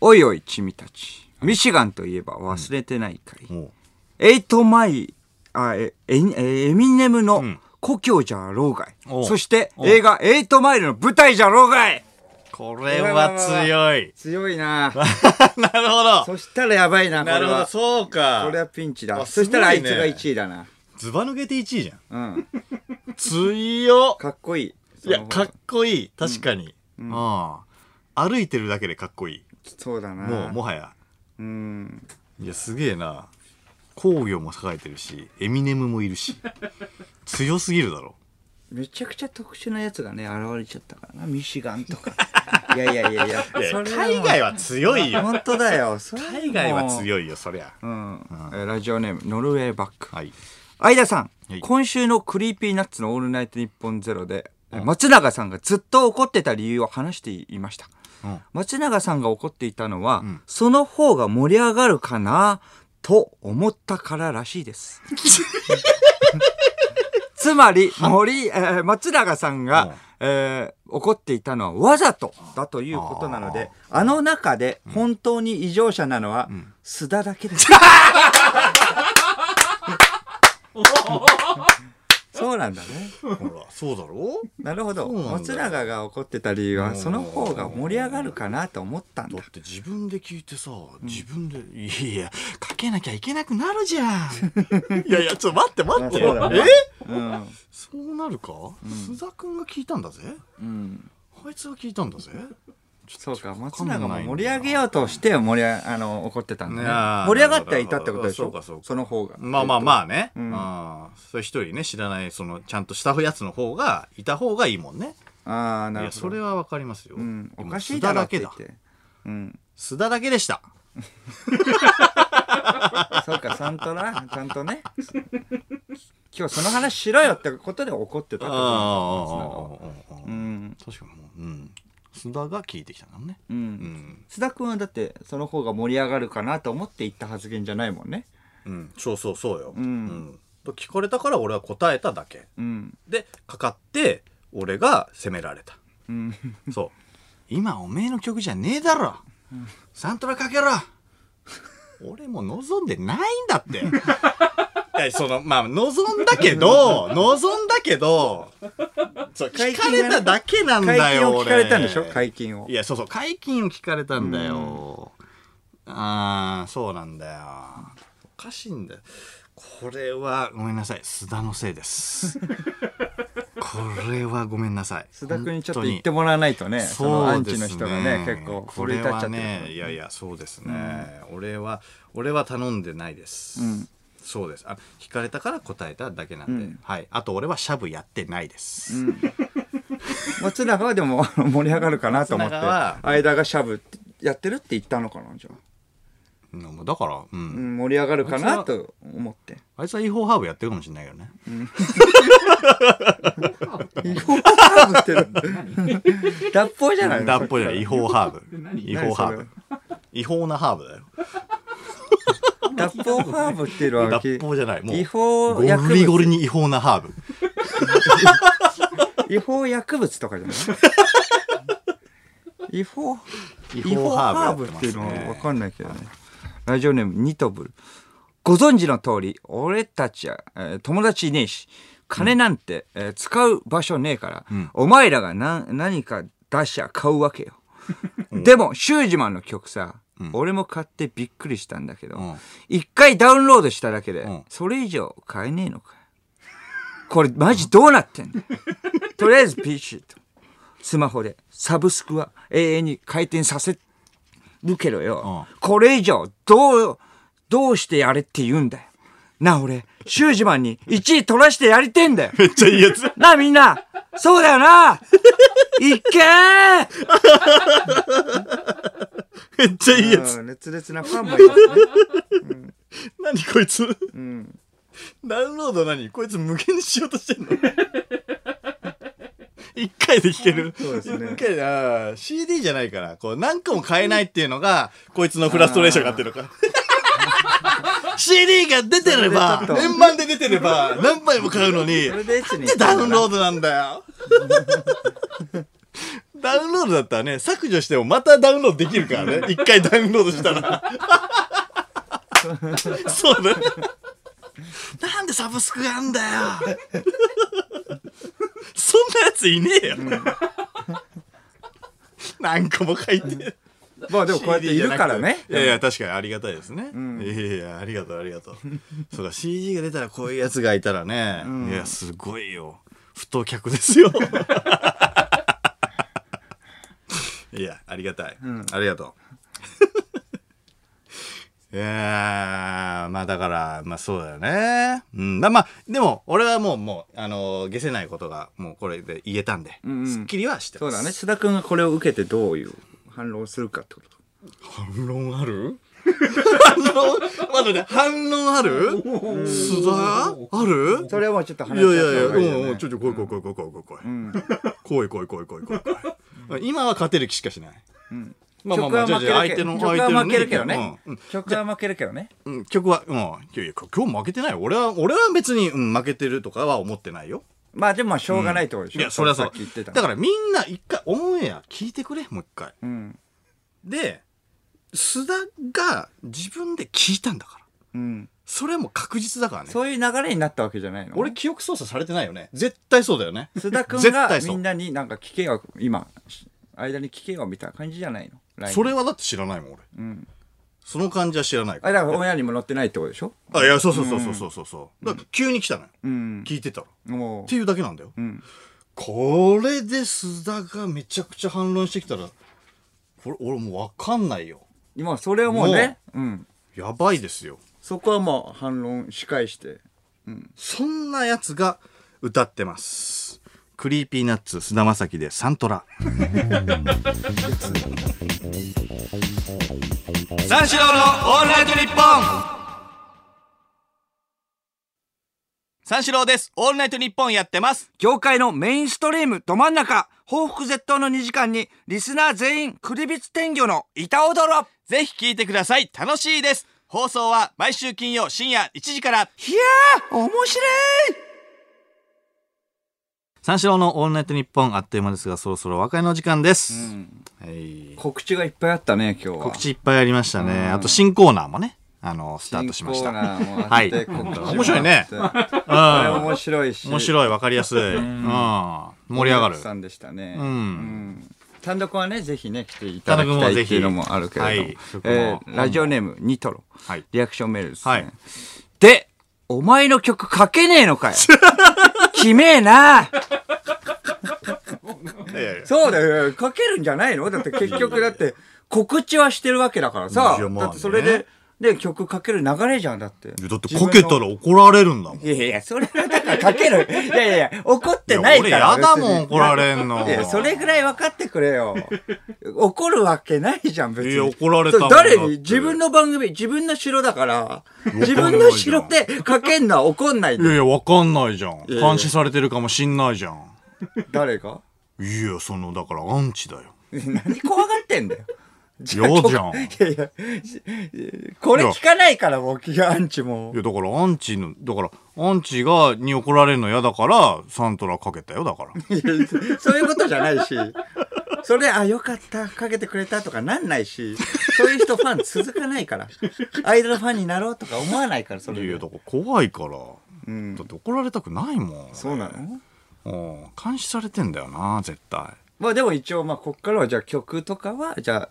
Speaker 2: おいおい君たちミシガンといえば忘れてないかい、
Speaker 1: も
Speaker 2: エイトマイあえエえーエミネムの故郷じゃろうがい、
Speaker 1: おう
Speaker 2: そして
Speaker 1: おう。
Speaker 2: 映画「エイトマイル」の舞台じゃろうがいう
Speaker 1: これは強い。
Speaker 2: 強い な
Speaker 1: なるほど。
Speaker 2: そしたらやばいなこ
Speaker 1: な
Speaker 2: れ
Speaker 1: るほど、
Speaker 2: は
Speaker 1: そうか。
Speaker 2: これはピンチだ
Speaker 1: あ
Speaker 2: そしたらあいつ
Speaker 1: すご
Speaker 2: が
Speaker 1: いね
Speaker 2: 1位だな、
Speaker 1: ずば抜けて1位じゃん。
Speaker 2: うん
Speaker 1: 強っ。
Speaker 2: かっこいい
Speaker 1: いや、かっこいい。確かに。うん。歩いてるだけでかっこいい。
Speaker 2: そうだな
Speaker 1: もう、もはや。
Speaker 2: うん
Speaker 1: いや、すげえな。工業も栄えてるし、エミネムもいるし。強すぎるだろ。
Speaker 2: めちゃくちゃ特殊なやつがね現れちゃったからなミシガン とかいやいやいやいや
Speaker 1: いや
Speaker 2: それ
Speaker 1: 海外は強いよ。
Speaker 2: 本当だよそれもう
Speaker 1: 海外は強いよ、そりゃ。
Speaker 2: うん、えーラジオネームノルウェーバック
Speaker 1: はい。
Speaker 2: 相田さん、
Speaker 1: はい
Speaker 2: 今週のクリーピーナッツのオールナイトニッポンゼロで、松永さんがずっと怒ってた理由を話していました。
Speaker 1: うん
Speaker 2: 松永さんが怒っていたのは、
Speaker 1: ん
Speaker 2: その方が盛り上がるかな、と思ったかららしい です。つまり、森、えー松永さんが、
Speaker 1: うん
Speaker 2: えー怒っていたのはわざとだということなので、あの中で本当に異常者なのは、須田だけです。 そうなんだね。
Speaker 1: ほら、そうだろ
Speaker 2: なるほど。
Speaker 1: そうなんだ
Speaker 2: 松永が怒ってた理由は、その方が盛り上がるかなと思ったんだ
Speaker 1: だっ。て自分で聞いてさ、自分で、いやいや、かけなきゃいけなくなるじゃん。 いやいや、ちょっと待って待って。
Speaker 2: まあそうだね
Speaker 1: え
Speaker 2: うん。
Speaker 1: そうなるか、須田くんが聞いたんだぜ。
Speaker 2: うん。
Speaker 1: あいつが聞いたん だぜ。
Speaker 2: そうか、松永も盛り上げようとして盛り上あの怒ってたんだね
Speaker 1: いやー。
Speaker 2: 盛り上がってはいたってことでしょ
Speaker 1: そうかそうか
Speaker 2: の方が。
Speaker 1: まあまあまあね。
Speaker 2: うん
Speaker 1: あーそれ一人ね、知らない、その、ちゃんとしたやつの方が、いた方がいいもんね。
Speaker 2: あ。ああ、
Speaker 1: い
Speaker 2: なる
Speaker 1: や、
Speaker 2: ほど。
Speaker 1: それはわかりますよ。
Speaker 2: うん、
Speaker 1: で
Speaker 2: お
Speaker 1: も
Speaker 2: かしいだろ
Speaker 1: 須
Speaker 2: っ
Speaker 1: 田
Speaker 2: て言
Speaker 1: だ
Speaker 2: っ
Speaker 1: けだ。
Speaker 2: て。うん。
Speaker 1: 須田だけでした。
Speaker 2: そうか、サントラ、ちゃんとね。今日その話しろよってことで怒ってたってこ
Speaker 1: ああああああ
Speaker 2: とうん。
Speaker 1: 確かにもう、うん、須田が聞いてきたんだもんね。
Speaker 2: う。
Speaker 1: うんん、
Speaker 2: 須田君はだって、その方が盛り上がるかなと思って言った発言じゃないもんね。
Speaker 1: うん、そうそうそうよ。
Speaker 2: うん
Speaker 1: と聞かれたから俺は答えただけ
Speaker 2: うん。
Speaker 1: でかかって俺が責められた。
Speaker 2: うん。
Speaker 1: そう今おめえの曲じゃねえだろ、サントラかけろ俺も望んでないんだ っていやそのまあ望んだけど望んだけどそう聞かれただけなんだ
Speaker 2: 解禁
Speaker 1: よ
Speaker 2: を
Speaker 1: 俺
Speaker 2: 聞かれたんでしょ解禁を
Speaker 1: い。やそうそう解禁を聞かれたんだよ、ああそうなんだよおかしいんだよこれはごめんなさい須田のせいです これはごめんなさい
Speaker 2: 須田君にちょっと
Speaker 1: 本当
Speaker 2: 言ってもらわないとね、そのア
Speaker 1: そう
Speaker 2: ン
Speaker 1: で
Speaker 2: チ
Speaker 1: す
Speaker 2: の人がね、結構
Speaker 1: こ
Speaker 2: 奮
Speaker 1: れ
Speaker 2: い立っちゃっ
Speaker 1: は
Speaker 2: てるから
Speaker 1: ねいやいやそうですね、俺は俺は頼んでないです、
Speaker 2: うん
Speaker 1: そうですあ引かれたから答えただけなんで、
Speaker 2: うん
Speaker 1: はいあと俺はシャブやってないです、
Speaker 2: 松永はでもあの盛り上がるかなと思って
Speaker 1: 松永は
Speaker 2: 間がシャブってやってるって言ったのかなじゃあ、
Speaker 1: うんだからうん、
Speaker 2: うん、盛り上がるかなと思って
Speaker 1: あいつは違法ハーブやってるかもしれないけどね
Speaker 2: 違法ハーブって脱法じゃないの
Speaker 1: だっぽいじゃない違法ハーブ
Speaker 3: 何
Speaker 1: 違法ハーブ違法なハーブだよ
Speaker 2: 脱法ハーブっていうのは
Speaker 1: 脱法じゃないもう
Speaker 2: 違法薬
Speaker 1: ゴ
Speaker 2: 物
Speaker 1: リゴリに違法なハーブ
Speaker 2: 違法薬物とかじ ゃない違法
Speaker 1: 違法ハーブ
Speaker 2: 違法ハーブっていうのは
Speaker 1: やってますね
Speaker 2: 分かんないけどねラジオネームニトブルご存知の通り俺たちは、えー友達いねえし金なんて、えー使う場所ねえから、お前らがな何か出しゃ買うわけよでもシュージマンの曲さ、俺も買ってびっくりしたんだけど
Speaker 1: うん
Speaker 2: 一、回ダウンロードしただけで、
Speaker 1: ん
Speaker 2: それ以上買えねえのかよこれマジどうなって んのとりあえずピシッとスマホでサブスクは永遠に回転させるけどよ、これ以上どうどうしてやれって言うんだよなあ俺シュージマンに1位取らしてやりてん だよ
Speaker 1: めっちゃいいやつ
Speaker 2: なあみんなそうだよ ないっけー
Speaker 1: めっちゃいいやつ
Speaker 2: うん熱烈なファンもいますね
Speaker 1: 何こいつ
Speaker 2: うん
Speaker 1: ダウンロード何こいつ無限にしようとしてんの一回で弾ける。
Speaker 2: そうですね
Speaker 1: 一回で、あー CD じゃないから、こう何個も買えないっていうのが、こいつのフラストレーションがあってるのか。CD が出てれば、
Speaker 2: それでちょっと
Speaker 1: 円盤で出てれば、何枚も買うのに、な
Speaker 2: それ
Speaker 1: ん
Speaker 2: でいつに
Speaker 1: でダウンロードなんだよ。 ダウンロードだったらね、削除してもまたダウンロードできるからね。一回ダウンロードした ら。そうだね。なんでサブスクがあんだよ。そんなやついねえよ。何個も書いて。
Speaker 2: まあでもこうやっているからね
Speaker 1: いやいや、確かにありがたいですね。いやいや、ありがとう、ありがとう。そうか、CG が出たらこういうやつがいたらね。いや、すごいよ。不当客ですよ。いや、ありがたい。ありがとう。いやーまあだから、まあそうだよね。うん。だまあ、でも、俺はもう、もう、あのー、下せないことが、もうこれで言えたんで、
Speaker 2: んうん
Speaker 1: すっきりはして
Speaker 2: そ
Speaker 1: ま
Speaker 2: う
Speaker 1: す。
Speaker 2: だね須田君がこれを受けてどういう反論をするかってこと
Speaker 1: 反論ある反論待って待って反論ある須田ある
Speaker 2: それはもうちょっと
Speaker 1: い
Speaker 2: 話
Speaker 1: や
Speaker 2: し
Speaker 1: い
Speaker 2: 合っ
Speaker 1: やいや、
Speaker 2: た方がいいよね
Speaker 1: うんうん、ちょちょ、来い来い来い来い来い来い。来い来い来い来い来い来い。今は勝てる気しかしない。まあまあ
Speaker 2: 曲
Speaker 1: ま
Speaker 2: は
Speaker 1: あ、じゃあ
Speaker 2: 負
Speaker 1: じ
Speaker 2: け
Speaker 1: ゃあ
Speaker 2: る
Speaker 1: 相
Speaker 2: け
Speaker 1: 手の、
Speaker 2: ど
Speaker 1: 相
Speaker 2: 曲
Speaker 1: 手
Speaker 2: は
Speaker 1: の
Speaker 2: 負けるけどね
Speaker 1: うんうん
Speaker 2: 曲は負けるけどね
Speaker 1: うん、曲は、うん、いやいや、今日負けてないよ。俺は、俺は別に、うん、負けてるとかは思ってないよ。
Speaker 2: まあでもまあしょうがないってことでしょ
Speaker 1: いや、それはそう
Speaker 2: さっき言って。た
Speaker 1: だからみんな一回、オンエア聞いてくれ、もう一回。
Speaker 2: うん
Speaker 1: で、須田が自分で聞いたんだから。
Speaker 2: うん
Speaker 1: それはもう確実だからね。
Speaker 2: そういう流れになったわけじゃないの
Speaker 1: 俺記憶操作されてないよね絶対そうだよね
Speaker 2: 須田君
Speaker 1: 絶
Speaker 2: が
Speaker 1: 対そう
Speaker 2: みんなになんか聞けよ今間に聞けよみたいな感じじゃないのライン
Speaker 1: それはだって知らないもん俺
Speaker 2: うん
Speaker 1: その感じは知らないか
Speaker 2: あ
Speaker 1: ら
Speaker 2: だから親にも載ってないってことでしょ
Speaker 1: あいやそうそうそうそうそうそうそうだから急に来たのよ
Speaker 2: うん
Speaker 1: 聞いてたらっ
Speaker 2: も
Speaker 1: ていうだけなんだよ
Speaker 2: ううん
Speaker 1: これで須田がめちゃくちゃ反論してきたらこれ俺もう分かんないよ
Speaker 2: 今それをもうねうん
Speaker 1: やばいですよ
Speaker 2: そこはまあ反論し返して
Speaker 1: そんなやつが歌ってますクリーピーナッツ須田まさきでサントラ三四郎のオールナイトニッポン三四郎です。オールナイトニッポンやってます。
Speaker 2: 業界のメインストリームど真ん中報復絶倒の2時間にリスナー全員クリビツ天魚の板踊ろ
Speaker 1: ぜひ聞いてください。楽しいです。放送は毎週金曜深夜1時から。
Speaker 2: いやー面白い
Speaker 1: 三四郎のオールナイトニッポンあっという間ですが、そろそろ和解の時間です。はい
Speaker 2: 告知がいっぱいあったね今日は
Speaker 1: 告知いっぱいありましたね。あと新コーナーもね、あの、スタートしました。は
Speaker 2: はい
Speaker 1: 面
Speaker 2: 面
Speaker 1: 白いね
Speaker 2: 面
Speaker 1: うん。
Speaker 2: 白いし
Speaker 1: 面
Speaker 2: い
Speaker 1: 白い、わかりやすい。うん。盛り上がる。
Speaker 2: さんでしたね
Speaker 1: う。
Speaker 2: うんん単独はねぜひね来ていただ
Speaker 1: 単
Speaker 2: き
Speaker 1: 独
Speaker 2: た
Speaker 1: も
Speaker 2: い
Speaker 1: ぜ
Speaker 2: っ
Speaker 1: ひ
Speaker 2: ていうのもあるけれども
Speaker 1: はい曲も
Speaker 2: えーラジオネームニトロ
Speaker 1: はい。
Speaker 2: リアクションメールですね、
Speaker 1: はい
Speaker 2: で、お前の曲書けねえの かよ。きめえな。そうだよ。書けるんじゃないのだって結局だって告知はしてるわけだからさ。
Speaker 1: いやまあね
Speaker 2: だってそれで、で、曲書ける流れじゃん、だって。
Speaker 1: だって、こけたら怒られるんだもん。
Speaker 2: いやいや、それはだから書ける。いやいやいや、怒ってないから。
Speaker 1: いや俺やだもん
Speaker 2: 別
Speaker 1: 怒
Speaker 2: に
Speaker 1: られんの
Speaker 2: いや、それぐらい分かってくれよ。怒るわけないじゃん、別に。
Speaker 1: いや怒られたもん
Speaker 2: 誰
Speaker 1: だって
Speaker 2: に自分の番組、自分の城だから、
Speaker 1: ないじ
Speaker 2: 自
Speaker 1: ゃん
Speaker 2: 分の城で書けんのは怒んない
Speaker 1: い
Speaker 2: で。
Speaker 1: やいや、わかんないじゃん。
Speaker 2: やいや
Speaker 1: 監視されてるかもしんないじゃん。
Speaker 2: 誰が
Speaker 1: いや、その、だから、アンチだよ。
Speaker 2: 何怖がってんだよ。
Speaker 1: 嫌じゃん。
Speaker 2: いやいや、これ聞かないから、僕がアンチも
Speaker 1: い。や、だから、アンチの、だから、アンチが、に怒られるの嫌だから、サントラかけたよ、だから。
Speaker 2: いや そういうことじゃないし。それで、あ、よかった、かけてくれたとかなんないし、そういう人ファン続かないから。アイドルファンになろうとか思わないから、それ
Speaker 1: いや、
Speaker 2: で
Speaker 1: だ。から、怖いから。
Speaker 2: うん
Speaker 1: だって怒られたくないもん。
Speaker 2: そうなの
Speaker 1: うん監視されてんだよな、絶対。
Speaker 2: まあでも一応、まあこっからはじゃあ曲とかは、じゃあ、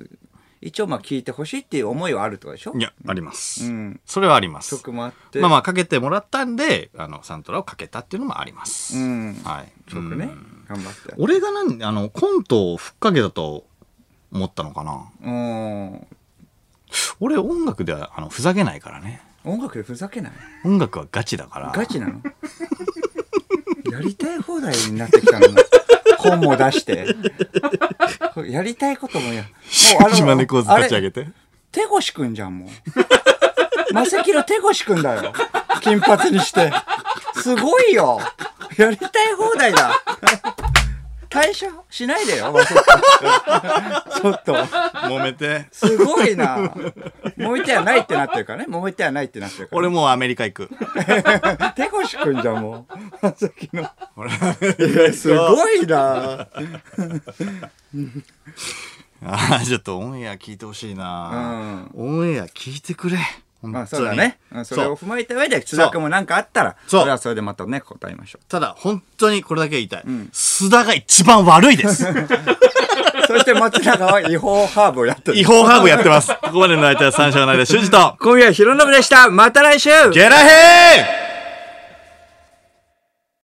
Speaker 2: 一応まあ聴いてほしいっていう思いはあるとかでしょ
Speaker 1: いや、あります。
Speaker 2: うん
Speaker 1: それはあります。
Speaker 2: 曲もあって。
Speaker 1: まあまあ、かけてもらったんで、あの、サントラをかけたっていうのもあります。
Speaker 2: うん
Speaker 1: はい。
Speaker 2: 曲
Speaker 1: う
Speaker 2: ね
Speaker 1: ん。
Speaker 2: 頑張って。
Speaker 1: 俺がなん、あの、コントをふっかけたと思ったのかな。
Speaker 2: うん。
Speaker 1: 俺、音楽では、あの、ふざけないからね。
Speaker 2: 音楽でふざけない
Speaker 1: 音楽はガチだから。
Speaker 2: ガチなの やりたい放題になってきたの。本も出して。やりたいこともや。もう
Speaker 1: 島根コーズ立ち上げ
Speaker 2: て。
Speaker 1: て。
Speaker 2: 手越くんじゃん、もう。マセキの手越くんだよ。金髪にして。すごいよ。やりたい放題だ。退社しないでよ、マセキ君ちょっと。
Speaker 1: 揉めて。
Speaker 2: すごいな。揉めてはないってなってるからね。揉めてはないってなってるから、
Speaker 1: 俺もうアメリカ行く。
Speaker 2: 手越くんじゃん、もう。マセキの。
Speaker 1: 俺
Speaker 2: すごいな。
Speaker 1: ああ、ちょっとオンエア聞いてほしいな、オンエア聞いてくれ。本当に
Speaker 2: まあそうだね。うんそれ
Speaker 1: そ
Speaker 2: を
Speaker 1: う
Speaker 2: 踏まえた上で、津田君もなんかあったら、
Speaker 1: そう
Speaker 2: それはそれでまたね、答えましょ
Speaker 1: ただ、本当にこれだけは言いたい。須田が一番悪い です。
Speaker 2: う。そして松永は違法ハーブをやって
Speaker 1: 違
Speaker 2: る。
Speaker 1: 法ハーブやってます。ここまでの相手は三章の間、修二と、
Speaker 2: 今夜はヒロノブでした。また来週
Speaker 1: ゲラヘイ